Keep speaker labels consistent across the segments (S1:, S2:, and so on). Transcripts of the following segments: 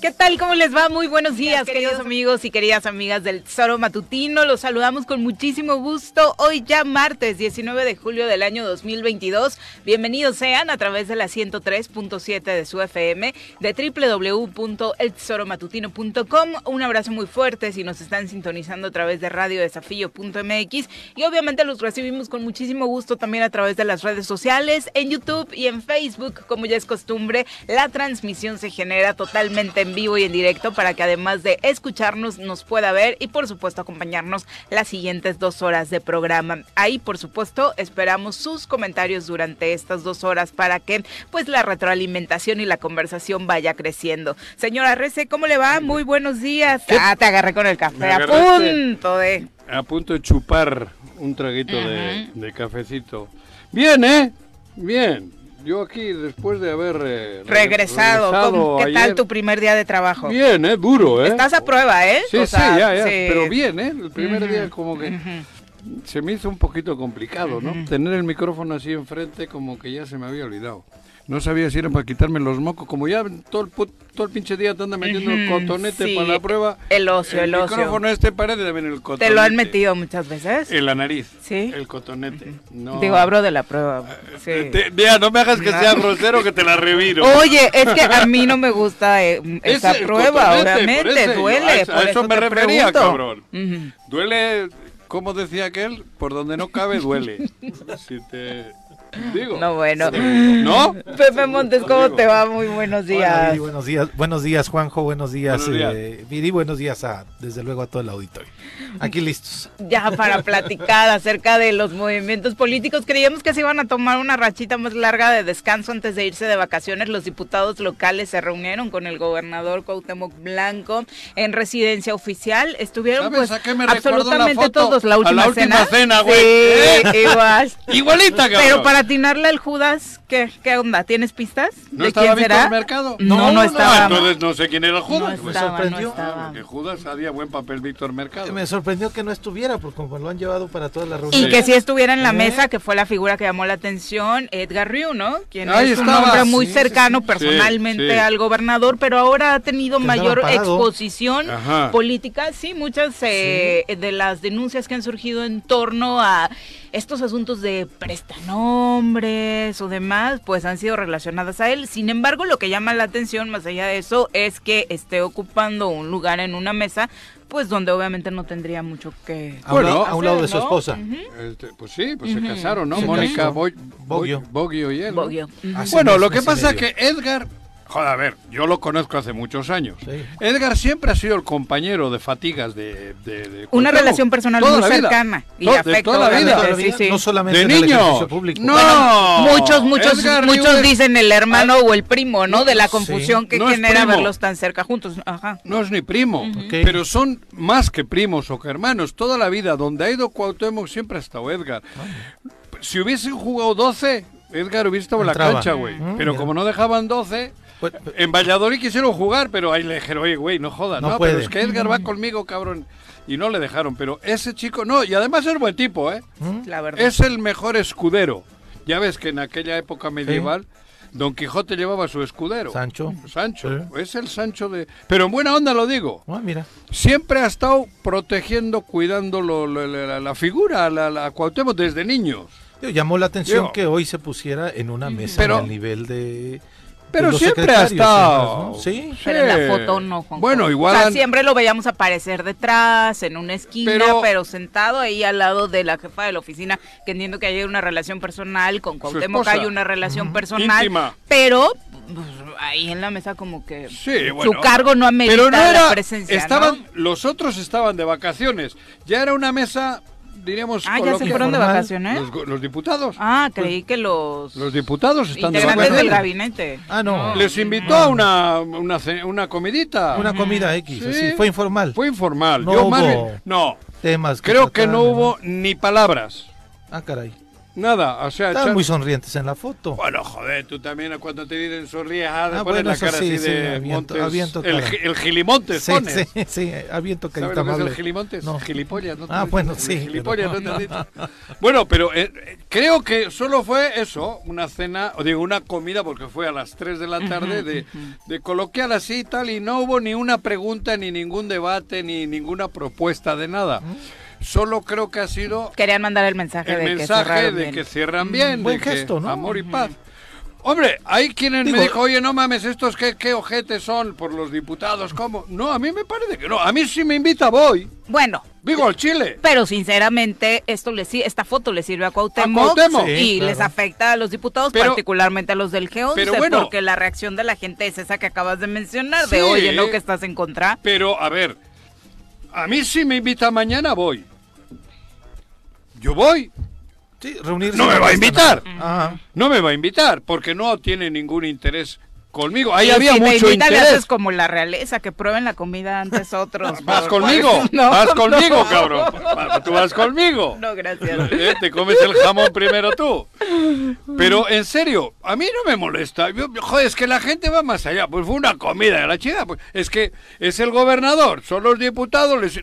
S1: ¿Qué tal? ¿Cómo les va? Muy buenos días, queridos, queridos amigos y queridas amigas del Tesoro Matutino. Los saludamos con muchísimo gusto. Hoy ya martes 19 de julio del año 2022. Bienvenidos sean a través de la 103.7 de su FM, de www.eltesoromatutino.com. Un abrazo muy fuerte si nos están sintonizando a través de radiodesafío.mx y obviamente los recibimos con muchísimo gusto también a través de las redes sociales, en YouTube y en Facebook, como ya es costumbre. La transmisión se genera totalmente en vivo y en directo para que además de escucharnos nos pueda ver y por supuesto acompañarnos las siguientes dos horas de programa. Ahí por supuesto esperamos sus comentarios durante estas dos horas para que pues la retroalimentación y la conversación vaya creciendo. Señora Rece, ¿cómo le va? Muy buenos días.
S2: ¿Qué?
S1: Ah, te agarré con el café.
S2: Me
S1: A
S2: agarraste.
S1: punto de...
S2: A punto de chupar un traguito de, de cafecito. Bien, ¿eh? Bien. Yo aquí, después de haber eh, re-
S1: Regresado. ¿Cómo- ¿Qué tal
S2: ayer-
S1: tu primer día de trabajo?
S2: Bien, ¿eh? Duro, ¿eh?
S1: Estás a prueba, ¿eh?
S2: Sí,
S1: O
S2: sí,
S1: sea,
S2: ya, ya.
S1: sí.
S2: Pero bien, ¿eh? El primer día
S1: Ujú,
S2: como que
S1: ujú.
S2: se me hizo un poquito complicado, ¿no? Tener el micrófono así enfrente como que ya se me había olvidado. No sabía si era para quitarme los mocos. Como ya todo el, put- todo el pinche día te anda metiendo el
S1: Ujú,
S2: cotonete
S1: sí.
S2: para la prueba.
S1: El ocio, el, ocio.
S2: micrófono este parece también el cotonete.
S1: ¿Te lo han metido muchas veces?
S2: En la nariz.
S1: Sí.
S2: El cotonete. No. Ah,
S1: Digo, abro de la prueba. Sí.
S2: Te- mira, no me hagas que
S1: No.
S2: sea grosero que te la reviro.
S1: Oye, es que a mí no me gusta eh,
S2: Es
S1: esa
S2: el
S1: prueba,
S2: cotonete, por
S1: obviamente,
S2: ese-
S1: duele.
S2: a eso- a
S1: por
S2: eso me
S1: te
S2: refería,
S1: pregunto.
S2: cabrón.
S1: Ujú.
S2: Duele, como decía aquel, por donde no cabe duele. si te digo.
S1: No, bueno.
S2: ¿No?
S1: Pepe Montes, ¿cómo
S2: Digo.
S1: te va? Muy buenos
S3: Hola,
S1: días.
S3: Viri, buenos días, buenos días Juanjo, buenos días,
S2: Buenos días.
S3: eh, Viri, buenos días a, desde luego a todo el auditorio. Aquí listos.
S1: Ya para platicar acerca de los movimientos políticos, creíamos que se iban a tomar una rachita más larga de descanso antes de irse de vacaciones. Los diputados locales se reunieron con el gobernador Cuauhtémoc Blanco en residencia oficial. Estuvieron
S2: ¿Sabes
S1: pues
S2: a qué me
S1: absolutamente
S2: recordó la foto?
S1: todos la
S2: A
S1: última
S2: la última cena, güey.
S1: Sí, igual.
S2: Igualita, cabrón.
S1: Pero para atinarle al Judas, ¿qué, qué onda? ¿Tienes pistas?
S2: ¿No
S1: ¿De
S2: estaba
S1: quién
S2: Víctor
S1: será?
S2: Mercado? Ah,
S1: No, no estaba.
S2: entonces no sé quién era Judas.
S1: no
S3: me
S1: estaba, no
S3: sorprendió.
S1: estaba.
S2: Que Judas haría buen papel Víctor Mercado.
S3: Me sorprendió que no estuviera, porque como lo han llevado para todas las
S1: Y
S3: reuniones.
S1: que sí estuviera en la
S3: ¿Eh?
S1: mesa, que fue la figura que llamó la atención, Edgar Riu, ¿no? Quien
S2: Ahí
S1: es un
S2: estaba,
S1: hombre muy
S2: sí,
S1: cercano
S2: sí, sí.
S1: personalmente
S2: Sí, sí.
S1: al gobernador, pero ahora ha tenido
S3: Que
S1: mayor
S3: andaba parado.
S1: exposición
S2: Ajá.
S1: política. Sí, muchas eh, de las denuncias que han surgido en torno a estos asuntos de prestanombres o demás, pues han sido relacionadas a él. Sin embargo, lo que llama la atención, más allá de eso, es que esté ocupando un lugar en una mesa, pues donde obviamente no tendría mucho que...
S3: a, un
S2: Bueno,
S3: lado- a un lado de su
S1: ¿no?
S3: esposa.
S1: Ujú.
S2: Este, pues sí, pues
S1: Ujú.
S2: se casaron, ¿no?
S3: Se
S2: Mónica
S3: casó.
S2: Boy- Boy-
S3: Boggio.
S2: Boggio y él. ¿no?
S1: Boggio.
S3: Hace
S2: Bueno,
S3: mes,
S2: lo que
S3: mes y
S2: pasa es
S3: medio.
S2: que Edgar, joder, a ver, yo lo conozco hace muchos años.
S3: Sí.
S2: Edgar siempre ha sido el compañero de fatigas de... de- de
S1: Una
S2: Cuauhtémoc.
S1: relación personal
S2: Toda
S1: muy
S2: la vida.
S1: cercana y
S2: To- de
S1: afecto,
S2: toda la
S3: De
S2: vida.
S3: toda la
S1: Sí,
S3: vida,
S1: sí.
S3: No solamente
S2: De
S3: en el
S2: niño.
S3: ejercicio público.
S2: No.
S1: Muchos, muchos,
S2: Edgar Riu
S1: muchos
S2: es-
S1: dicen el hermano o el primo, ¿no? De la confusión que
S2: No es
S1: genera
S2: primo.
S1: verlos tan cerca juntos. Ajá.
S2: No es ni primo,
S3: Ujú.
S2: pero son más que primos o que hermanos. Toda la vida, donde ha ido Cuauhtémoc, siempre ha estado Edgar. Si hubiesen jugado 12, Edgar hubiese estado en la
S3: Entraba.
S2: cancha, güey.
S3: Mm,
S2: pero
S3: mira.
S2: como no dejaban 12,
S3: Pues, pues,
S2: en Valladolid quisieron jugar, pero ahí le dijeron, oye, güey, no jodas. No,
S3: No
S2: pero
S3: puede.
S2: es que Edgar
S1: Mm.
S2: va conmigo, cabrón. Y no le dejaron, pero ese chico, no, y además es buen tipo, ¿eh?
S3: Mm.
S1: La verdad.
S2: Es el mejor escudero. Ya ves que en aquella época medieval, Don Quijote llevaba su escudero.
S3: Sancho.
S2: Sancho,
S3: Sí.
S2: es el Sancho de... Pero en buena onda lo digo.
S3: ah, mira.
S2: Siempre ha estado protegiendo, cuidando lo- lo- la, la- la figura, la, la Cuauhtémoc desde niños.
S3: Digo, llamó la atención
S2: Yo-
S3: que hoy se pusiera en una mesa
S2: Pero-
S3: al nivel de.
S2: Pero
S3: de los
S2: siempre ha
S3: secretarios y
S2: estado.
S3: demás, ¿no? Sí.
S1: Pero en la foto no, Juanjo.
S2: Bueno, igual...
S1: O sea,
S2: han-
S1: siempre lo veíamos aparecer detrás, en una esquina, pero,
S2: Pero-
S1: sentado ahí al lado de la jefa de la oficina, que entiendo que hay una relación personal, con Cuauhtémoc
S2: esposa.
S1: hay una relación personal.
S2: Íntima.
S1: Pero pues, ahí en la mesa como que
S2: Sí,
S1: su
S2: bueno.
S1: cargo no amerita
S2: Pero no
S1: la
S2: era...
S1: presencia, ¿no?
S2: Estaban, Los otros estaban de vacaciones. Ya era una mesa, diríamos...
S1: Ah, ya se
S2: coloquial.
S1: fueron de
S3: informal,
S1: vacaciones.
S2: Los, go- los diputados.
S1: Ah, creí que los,
S2: Los diputados están de
S1: integrantes del
S2: vacaciones.
S1: gabinete.
S3: Ah, no.
S2: Les invitó a una, una, ce- una comidita.
S3: Una comida X,
S2: Sí.
S3: así. Fue informal.
S2: Fue informal.
S3: No
S2: Yo más
S3: hubo-
S2: bien- no,
S3: Temas.
S2: creo que
S3: trataban,
S2: no hubo ni palabras.
S3: Ah, caray.
S2: Nada, o sea,
S3: Estaban
S2: echar-
S3: muy sonrientes en la foto.
S2: Bueno, joder, tú también cuando te dicen sonríes, ah,
S3: Ah,
S2: pones
S3: bueno,
S2: la
S3: eso
S2: cara
S3: sí,
S2: así
S3: sí,
S2: de
S3: aviento-
S2: Montes.
S3: aviento
S2: el,
S3: cara.
S2: gi- el gilimontes
S3: Sí,
S2: pones.
S3: sí, sí, eh, aviento
S2: ¿Sabes
S3: carita
S2: lo que es el
S3: amable.
S2: gilimontes?
S3: No.
S2: Gilipollas, ¿no? te
S3: Ah,
S2: dicen?
S3: bueno,
S2: El
S3: sí,
S2: Gilipollas,
S3: pero-
S2: ¿no te han dicho? Bueno, pero eh, eh, creo que solo fue eso, una cena, o digo, una comida, porque fue a las 3 de la tarde, de, de coloquial así y tal, y no hubo ni una pregunta, ni ningún debate, ni ninguna propuesta de nada. Solo creo que ha sido
S1: Querían mandar el mensaje
S2: el
S1: de que
S2: mensaje
S1: cerraron
S2: de
S1: bien. Mm,
S2: que cierran bien,
S3: buen
S2: de que
S3: gesto, ¿no?
S2: amor y paz. Hombre, hay quienes
S3: Digo-
S2: me dijo, oye, no mames, estos qué, qué ojetes son por los diputados, ¿cómo? No, a mí me parece que no. A mí si me invita voy.
S1: Bueno,
S2: Digo, al Chile.
S1: pero sinceramente esto le si- esta foto le sirve a Cuauhtémoc,
S2: A Cuauhtémoc.
S1: y
S3: Sí, claro.
S1: les afecta a los diputados,
S2: Pero-
S1: particularmente a los del G11,
S2: pero bueno.
S1: porque la reacción de la gente es esa que acabas de mencionar, de
S2: Sí.
S1: oye, no que estás en contra.
S2: Pero, a ver, a mí si me invita mañana voy. Yo voy.
S3: Sí, reunirse.
S2: No me va a invitar.
S3: Ah,
S2: No me va a invitar porque no tiene ningún interés conmigo. Ahí
S1: Y
S2: había
S1: si te
S2: mucho
S1: invitan, le haces
S2: interés.
S1: como la realeza, que prueben la comida antes otros.
S2: Vas
S1: por-
S2: conmigo,
S1: No,
S2: vas conmigo,
S1: no.
S2: cabrón. Va- Tú vas conmigo.
S1: No, gracias.
S2: Eh, Te comes el jamón primero tú. Pero en serio, a mí no me molesta. Yo- joder, es que la gente va más allá. Pues fue una comida de la chida. Pues, es que es el gobernador, son los diputados, les,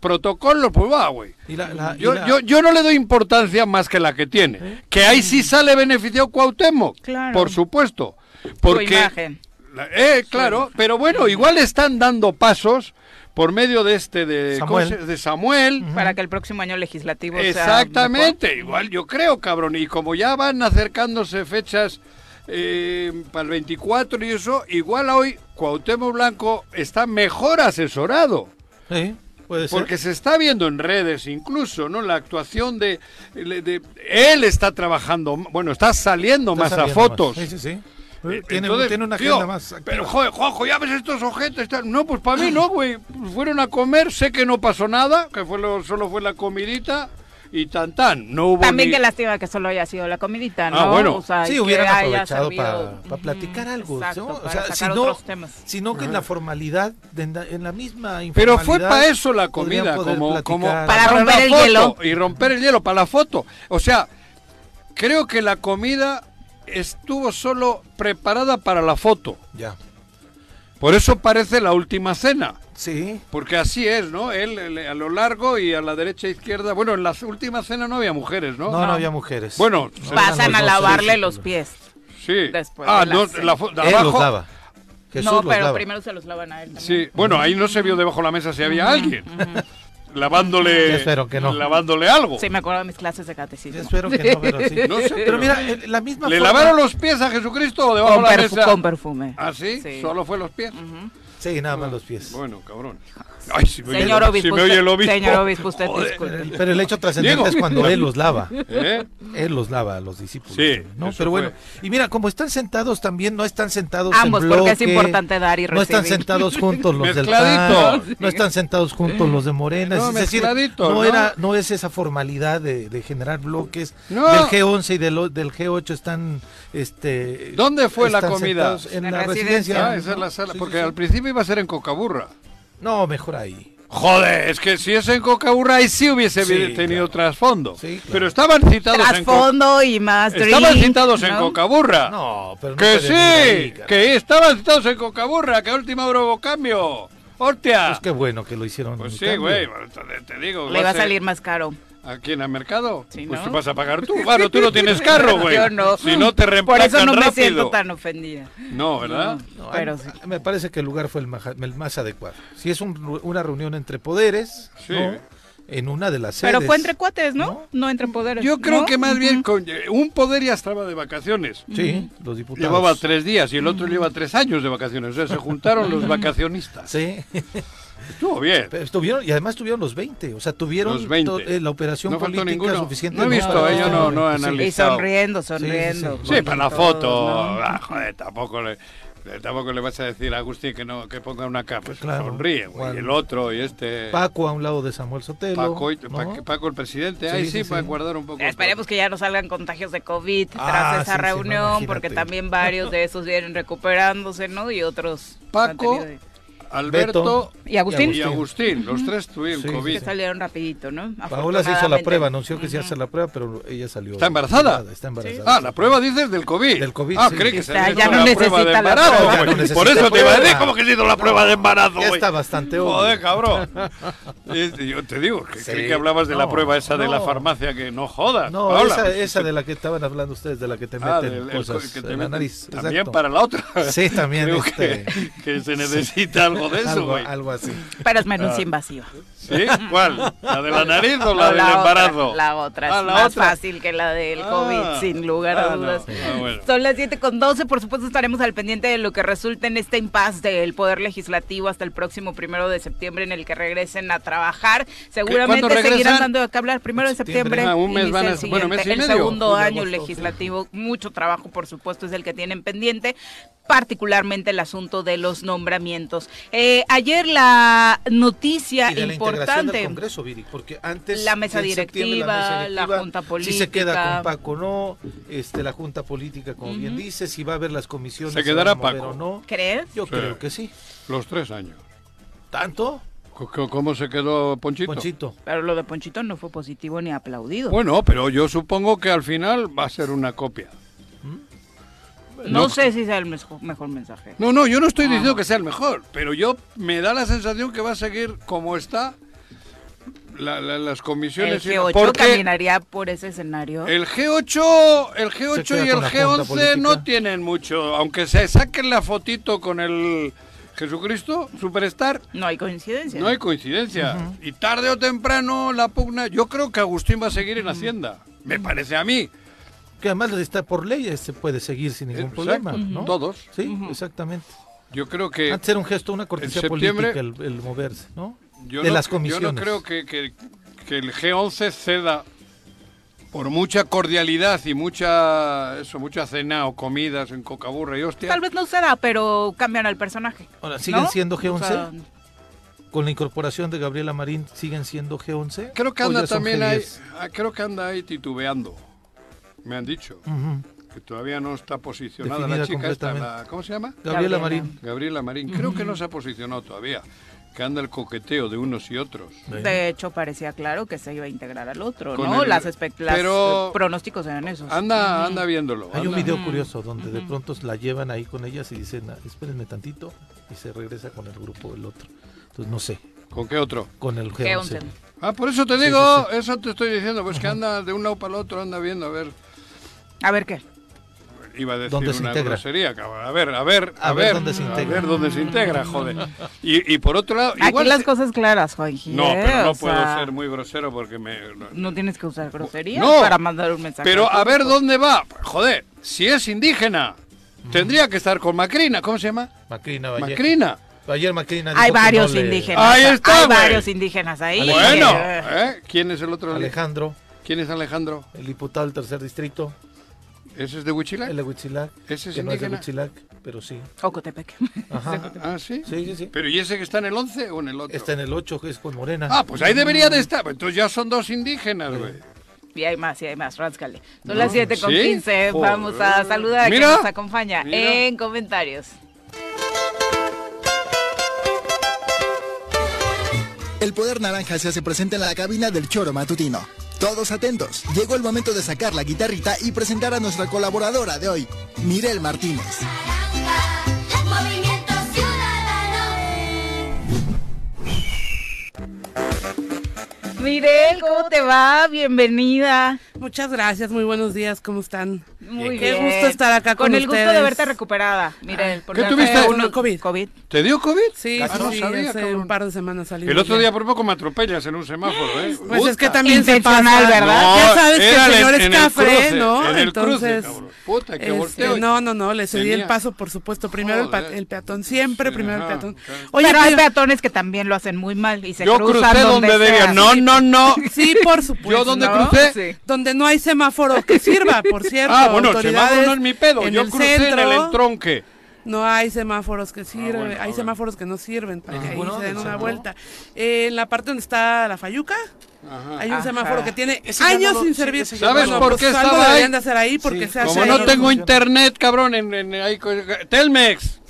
S2: protocolos, pues va, güey.
S3: y la, la- Ah, y
S2: Yo,
S3: la- ¿Eh?
S2: yo, yo no le doy importancia más que la que tiene. Que ahí sí sale beneficiado Cuauhtémoc,
S1: Claro.
S2: por supuesto.
S1: Tu
S2: Porque
S1: imagen.
S2: la- eh, claro, pero bueno, igual están dando pasos por medio de este de
S3: Samuel.
S2: ¿cómo se- de Samuel.
S1: Para que el próximo año legislativo sea
S2: Exactamente, igual yo creo, cabrón. Y como ya van acercándose fechas eh, para el 24 y eso, igual hoy Cuauhtémoc Blanco está mejor asesorado.
S3: Sí, puede ser.
S2: Porque se está viendo en redes incluso, ¿no? La actuación de, de- de- Él está trabajando, bueno, está saliendo
S3: Está
S2: más a
S3: saliendo
S2: fotos.
S3: Sí, sí, sí.
S2: Eh,
S3: Tiene,
S2: entonces,
S3: tiene una
S2: tío,
S3: agenda más activa.
S2: Pero, joder, Juanjo, ya ves estos objetos. tal. No, pues para mí no, güey. Fueron a comer, sé que no pasó nada, que fue lo- solo fue la comidita y tan tan. No hubo
S1: También
S2: ni-
S1: qué lástima que solo haya sido la comidita, ¿no?
S2: Ah, bueno.
S1: O sea, y
S3: sí,
S1: que
S3: hubieran
S1: haya
S3: aprovechado
S1: servido-
S3: para, para platicar
S1: Ujú,
S3: algo.
S1: exacto,
S3: ¿no?
S1: para
S3: o sea, si
S1: sacar
S3: no,
S1: otros temas.
S3: sino que en la formalidad, en la, en la misma informalidad.
S2: Pero fue para eso la
S3: podrían
S2: comida,
S3: poder
S2: como, como
S3: platicar.
S1: Para
S2: la
S1: romper el
S2: foto,
S1: hielo.
S2: Y romper el hielo, para la foto. O sea, creo que la comida estuvo solo preparada para la foto.
S3: Ya.
S2: Por eso parece la última cena.
S3: Sí.
S2: Porque así es, ¿no? Él, él, a lo largo y a la derecha e izquierda. Bueno, en las últimas cenas no había mujeres,
S3: No,
S2: ¿no?
S3: no, había mujeres.
S2: Bueno, se-
S1: Pasan a
S3: Los dos,
S1: lavarle
S3: sí, sí,
S1: los
S3: sí.
S1: pies.
S2: sí.
S1: después
S2: ah,
S1: de la
S2: no,
S1: cena.
S2: la fo- de
S3: Él
S2: abajo.
S3: los lava. Jesús
S1: no,
S3: los
S1: pero
S3: lava.
S1: primero se los lavan a él también.
S2: Sí. Bueno, ahí no se vio debajo de la mesa si había alguien. Lavándole.
S3: Yo espero que no.
S2: Lavándole algo.
S1: Sí. me acuerdo de mis clases de
S3: Yo
S1: catecismo.
S3: espero que no, pero sí.
S2: No sé,
S3: pero
S2: pero-
S3: mira, eh, la misma
S2: ¿Le
S3: forma-
S2: lavaron los pies a Jesucristo o debajo
S1: Con,
S2: de la
S1: perfu-
S2: mesa?
S1: con perfume.
S2: ¿Ah, sí?
S1: Sí.
S2: ¿Solo fue los pies?
S3: Sí, nada más los pies.
S2: Bueno, cabrón. Ay, si me,
S1: Señor
S2: oye,
S1: obispo,
S2: si me oye
S1: usted-
S2: el obispo.
S1: señor obispo, usted
S2: Joder.
S1: disculpe.
S3: Pero el- Eh, Pero el hecho trascendente
S2: Diego.
S3: es cuando él los lava.
S2: ¿Eh?
S3: Él los lava a los discípulos.
S2: Sí,
S3: también, ¿no?
S2: eso
S3: Pero bueno, y mira, como están sentados también, no están sentados en
S1: Ambos, porque es
S3: bloque,
S1: importante dar y
S3: No están
S1: recibir.
S3: sentados juntos los del PAN,
S2: Mezcladito.
S3: no están sentados juntos los de Morena.
S2: No,
S3: es decir,
S2: mezcladito,
S3: no,
S2: ¿no?
S3: Era, no es esa formalidad de, de generar bloques.
S2: No.
S3: Del G11 y del, del G8 están... Este,
S2: ¿Dónde fue la
S3: están
S2: comida?
S3: sentados En
S1: La
S3: la,
S1: residencia.
S3: residencia.
S2: Ah, esa es la sala.
S3: Sí,
S2: Porque
S3: sí, sí.
S2: al principio iba a ser en Cocaburra.
S3: No, mejor ahí.
S2: Joder, es que si es en Cocaburra ahí sí hubiese
S3: Sí,
S2: vi- tenido
S3: claro.
S2: trasfondo.
S3: Sí, claro.
S2: Pero estaban citados en Coca-
S1: Trasfondo y más drink,
S2: Estaban citados en
S1: ¿no?
S2: Cocaburra.
S3: No, pero no
S2: que
S3: pueden ir ahí,
S2: sí,
S3: cara.
S2: que estaban citados en Cocaburra, que a última hora hubo cambio. ¡Hostia!
S3: Pues qué bueno que lo hicieron.
S2: Pues
S3: en
S2: sí,
S3: cambio.
S2: güey, bueno, te, te digo.
S1: Le va a
S2: ser-
S1: salir más caro.
S2: ¿A quién? ¿Al mercado?
S1: Sí,
S2: Pues
S1: ¿no?
S2: tú vas a pagar tú. Claro, tú no tienes carro, güey.
S1: Yo no.
S2: Si no te
S1: Por
S2: reemplazan
S1: eso no me
S2: rápido.
S1: siento tan ofendida.
S2: No, ¿verdad?
S3: No,
S1: Pero
S3: a-
S1: sí.
S3: a- Me parece que el lugar fue el maja- el más, adecuado. Si es un ru- una reunión entre poderes,
S2: Sí.
S3: ¿no? en una de las sedes.
S1: Pero fue entre cuates, ¿no? No, entre poderes.
S2: Yo creo
S1: ¿no?
S2: que más bien
S1: Ujú.
S2: con eh, un poder ya estaba de vacaciones.
S3: Sí, los diputados.
S2: Llevaba tres días y el otro lleva tres años de vacaciones. O sea, se juntaron los vacacionistas.
S3: Sí,
S2: Estuvo bien.
S3: pero estuvieron, y además tuvieron los 20, o sea, tuvieron
S2: Los 20.
S3: to- eh, la operación
S2: No faltó
S3: política
S2: ninguno.
S3: suficiente.
S2: No he visto,
S3: para
S2: eh, yo no- no he
S3: Sí.
S2: analizado.
S1: Y sonriendo, sonriendo.
S3: Sí, sí,
S2: Sí, para la
S1: Todos,
S2: foto.
S1: ¿no?
S2: Ah, joder, tampoco le, le- tampoco le vas a decir a Agustín que, no, que ponga una capa.
S3: Pues claro.
S2: Sonríe, güey.
S3: Bueno.
S2: Y el otro y este...
S3: Paco a un lado de Samuel Sotelo.
S2: Paco, y-
S3: ¿no?
S2: Pa- Paco el presidente.
S3: Sí,
S2: Ahí
S3: sí,
S2: sí,
S3: sí.
S2: para guardar un poco.
S1: Esperemos que ya no salgan contagios de COVID
S3: Ah,
S1: tras esa
S3: sí, sí, no,
S1: reunión,
S3: imagínate.
S1: porque también varios de esos vienen recuperándose, ¿no? Y otros. han
S2: Paco
S1: tenido-
S2: Alberto
S3: Beto
S1: y Agustín.
S2: y Agustín. Los tres tuvieron
S3: Sí,
S2: COVID.
S1: Que salieron rapidito, ¿no?
S3: Paola se hizo la
S1: Ah, Afortunadamente.
S3: prueba, anunció que se hace la prueba, pero ella salió.
S2: ¿Está embarazada?
S3: Está embarazada.
S2: Ah, la prueba dices del COVID.
S3: Del COVID,
S2: Ah,
S3: sí.
S2: cree que se
S1: Está,
S2: había
S1: ya
S2: hecho
S1: no
S2: la prueba de
S1: necesita la
S2: embarazo.
S1: prueba.
S3: Ya no
S2: güey.
S3: necesita
S2: Por eso te iba a decir,
S3: prueba.
S2: ¿cómo que se hizo la prueba de embarazo?
S3: Ya
S2: güey?
S3: está bastante obvio.
S2: Joder, cabrón. Es- Yo te digo, que
S3: Sí.
S2: creí que hablabas de la
S3: No,
S2: prueba esa de la
S3: no.
S2: farmacia que no jodas.
S3: No,
S2: Paola.
S3: esa, esa de la que estaban hablando ustedes, de la que te
S2: pues, Ah,
S3: meten
S2: del- el
S3: cosas
S2: co- que te
S3: en la
S2: meten
S3: nariz.
S2: También
S3: Exacto.
S2: para la otra.
S3: Sí, también,
S2: Creo
S3: este.
S2: que, que se necesita algo de eso,
S3: algo,
S2: güey.
S3: algo así.
S1: Para esmenuncia invasiva.
S2: ¿Sí? ¿Cuál? ¿La de la nariz o la
S1: No,
S2: del embarazo?
S1: Otra, la otra es
S2: Ah, la
S1: más
S2: otra.
S1: fácil que la del
S2: Ah.
S1: COVID, sin lugar
S2: Ah,
S1: a
S2: no.
S1: dudas.
S2: Ah, bueno.
S1: Son las 7 con 12. Por supuesto, estaremos al pendiente de lo que resulte en este impasse del Poder Legislativo hasta el próximo primero de septiembre, en el que regresen a trabajar.
S2: ¿Cuándo
S1: Seguramente
S2: regresan?
S1: seguirán dando de qué hablar. Primero de
S3: Septiembre.
S1: septiembre.
S2: Ah, un mes
S1: inicia
S2: van a-
S1: el
S2: bueno, mes y
S1: siguiente,
S2: medio.
S1: El segundo
S3: Julio,
S1: año
S3: agosto, sí.
S1: legislativo. Mucho trabajo, por supuesto, es el que tienen pendiente particularmente el asunto de los nombramientos. Eh, ayer la noticia
S3: Y de la integración del
S1: importante
S3: Congreso, Viri, porque antes
S1: La mesa
S3: en septiembre,
S1: directiva, la junta
S3: Si se queda
S1: política.
S3: con Paco o no, este, la junta política, como bien
S1: Ujú.
S3: dice, si va a haber las comisiones.
S2: Se
S3: van a
S2: quedará
S3: mover
S2: Paco.
S3: o no.
S1: ¿Crees?
S3: Yo
S2: Sí.
S3: creo que sí.
S2: Los tres años.
S3: ¿Tanto?
S2: Co- co- ¿Cómo se quedó Ponchito?
S3: Ponchito.
S1: Pero lo de Ponchito no fue positivo ni aplaudido.
S2: Bueno, pero yo supongo que al final va a ser una copia.
S1: no,
S2: no-
S1: sé si sea el mejo- mejor mensaje.
S2: No, no, yo no estoy diciendo que sea el mejor, pero yo me da la sensación que va a seguir como está la- la- las
S1: el
S2: comisiones. y-
S1: G8
S2: porque
S1: caminaría por ese escenario.
S2: el G8, el G8
S3: Se
S2: y
S3: queda
S2: el
S3: con la junta
S2: G11 no
S3: política.
S2: tienen mucho, aunque se saquen la fotito con el Jesucristo Superstar.
S1: No hay coincidencia.
S2: No hay coincidencia. Y tarde o temprano la pugna. Yo creo que Agustín va a seguir en Hacienda. Me parece a mí.
S3: Que además está por ley, se puede seguir sin ningún
S2: Exacto.
S3: problema, ¿no?
S2: Todos.
S3: Sí, exactamente.
S2: Yo creo que.
S3: Antes era un gesto, una cortesía
S2: en septiembre-
S3: política el, el moverse, ¿no?
S2: Yo
S3: de
S2: no,
S3: las
S2: cre- yo
S3: comisiones.
S2: no creo que, que- que el G11 ceda por mucha cordialidad y mucha eso mucha cena o comidas en cocaburra y hostia.
S1: Tal vez no será, pero cambian al personaje.
S3: Ahora, ¿siguen
S1: ¿No?
S3: siendo G11?
S1: O sea,
S3: Con la incorporación de Gabriela Marín, ¿siguen siendo G11?
S2: Creo que
S3: ¿O
S2: anda
S3: ya son
S2: también ahí,
S3: G10?
S2: ah, creo que anda ahí titubeando. Me han dicho
S3: Ujú.
S2: que todavía no está posicionada la
S3: Definida
S2: chica esta,
S3: completamente.
S2: la- ¿cómo se llama?
S1: Gabriela.
S3: Gabriela Marín.
S2: Gabriela Marín. Creo que no se ha posicionado todavía. Que anda el coqueteo de unos y otros.
S1: de hecho, parecía claro que se iba a integrar al otro,
S2: Con
S1: ¿no?
S2: el-
S1: Las, espe- las,
S2: pero-
S1: eh, pronósticos eran esos.
S2: Anda, anda viéndolo.
S3: Hay un
S2: anda.
S3: video curioso donde de pronto la llevan ahí con ellas y dicen, "Ah, espérenme tantito, y se regresa con el grupo del otro. Entonces, no sé,
S2: ¿Con qué otro?
S3: con el G11.
S1: G11.
S2: Ah, por eso te
S3: Sí,
S2: digo,
S3: sí,
S2: eso te estoy diciendo, pues que anda de un lado para el otro, anda viendo, a ver,
S1: A ver qué.
S2: iba a decir
S3: ¿Dónde se
S2: una
S3: integra?
S2: grosería, cabrón, a ver, a ver, a,
S3: A ver
S2: ver,
S3: dónde se
S2: a
S3: integra.
S2: ver dónde se integra, joder. Y, y por otro lado,
S1: Aquí
S2: igual...
S1: las
S2: te-
S1: cosas claras, Juanji.
S2: No,
S1: ¿eh?
S2: pero no
S1: O
S2: puedo
S1: sea,
S2: ser muy grosero porque me... no.
S1: No tienes que usar groserías
S2: No,
S1: para mandar un mensaje.
S2: Pero
S1: al
S2: a ver
S1: público.
S2: dónde va, joder, si es indígena, tendría que estar con Macrina, ¿cómo se llama?
S3: Macrina, Valle-
S2: Macrina.
S3: Ayer Macrina dijo
S1: Hay
S3: que no
S1: varios
S3: le-
S1: indígenas.
S2: Ahí está,
S1: Hay
S2: güey.
S1: varios indígenas ahí.
S2: Bueno,
S1: Eh,
S2: ¿eh? ¿quién es el otro?
S3: Alejandro,
S2: ¿Quién es Alejandro?
S3: el diputado del tercer distrito,
S2: ¿Ese es de Huichilac?
S3: el de Huitzilac,
S2: ¿Eh? ¿Ese es
S3: que no es de
S2: indígena?
S3: Huitzilac, pero sí.
S1: Ocotepec.
S3: Ajá.
S2: Ah, ¿sí?
S3: Sí, sí, sí.
S2: ¿Pero y ese que está en el 11 o en el otro?
S3: Está en el 8, que es con Morena.
S2: Ah, pues ahí debería de estar. Entonces ya son dos indígenas, güey.
S1: Y hay más, y hay más, ráscale. Son las 7 con
S2: Ah, ¿Sí?
S1: 15.
S2: Joder.
S1: Vamos a saludar a
S2: Mira.
S1: quien nos acompaña
S2: Mira.
S1: en comentarios.
S4: El poder naranja se hace presente en la cabina del choro matutino. Todos atentos, llegó el momento de sacar la guitarrita y presentar a nuestra colaboradora de hoy, Mirel Martínez.
S5: Naranja, Movimiento Ciudadano.
S1: Mirel, ¿cómo te va? Bienvenida.
S6: Muchas gracias, muy buenos días, ¿cómo están?
S1: Muy
S6: Qué
S1: bien.
S6: gusto estar acá con
S1: el gusto de
S6: ustedes.
S1: verte recuperada, Mirel. porque
S2: ¿Qué tuviste?
S1: fue
S6: COVID.
S1: COVID.
S2: ¿Te dio COVID?
S6: Sí,
S2: Ah,
S6: sí,
S2: no
S6: sí,
S2: sabía,
S6: hace
S2: cabrón.
S6: un par de semanas salí.
S2: El
S6: de
S2: otro
S6: allá.
S2: día por poco me atropellas en un semáforo, ¿eh?
S6: Pues es que
S2: Puta.
S6: también se
S1: Intencional,
S6: pasa.
S1: ¿verdad?
S2: No,
S6: ya sabes que
S2: era
S6: el señor
S2: en-
S6: es
S2: en el
S6: café,
S2: cruce,
S6: ¿no?
S2: En el
S6: Entonces,
S2: cruce, cabrón. Puta, que
S6: este,
S2: volteo. y-
S6: no, no, no, le cedí
S2: Tenía-
S6: el paso, por supuesto. Primero el, pa-
S2: Joder.
S6: el peatón, siempre
S2: Sí,
S6: primero
S2: ajá,
S6: el peatón.
S2: claro.
S1: Pero hay
S6: pero-
S1: peatones que también lo hacen muy mal y se
S2: Yo
S1: cruzan
S2: crucé donde
S1: sea.
S2: debía. No, no, no.
S6: sí, por supuesto.
S2: Yo donde
S6: ¿no?
S2: crucé.
S1: Sí.
S6: Donde no hay semáforo que sirva, por cierto.
S2: Ah, bueno, el
S6: autoridades,
S2: semáforo no es mi pedo.
S6: en
S2: Yo
S6: el
S2: crucé en el
S6: centro,
S2: entronque.
S6: No hay semáforos que sirven,
S2: Ah, bueno, Ah, a ver.
S6: hay semáforos que no sirven para que ahí
S3: ninguno
S6: se
S3: del
S6: den una
S3: semáforo?
S6: vuelta. Eh, en la parte donde está la Fayuca, hay un
S1: Ajá.
S6: semáforo que tiene
S3: Ese ya
S6: años
S3: no lo-
S6: sin
S3: sí,
S6: servir.
S3: ese
S2: ya ¿Sabes no lo- por
S6: pues,
S2: qué
S6: algo
S2: estaba ahí?
S6: deberían de hacer ahí porque
S3: Sí.
S6: se hace.
S2: Como
S3: Sí,
S2: no
S3: no
S2: tengo
S3: funciona.
S2: internet, cabrón, en, en ahí co- Telmex.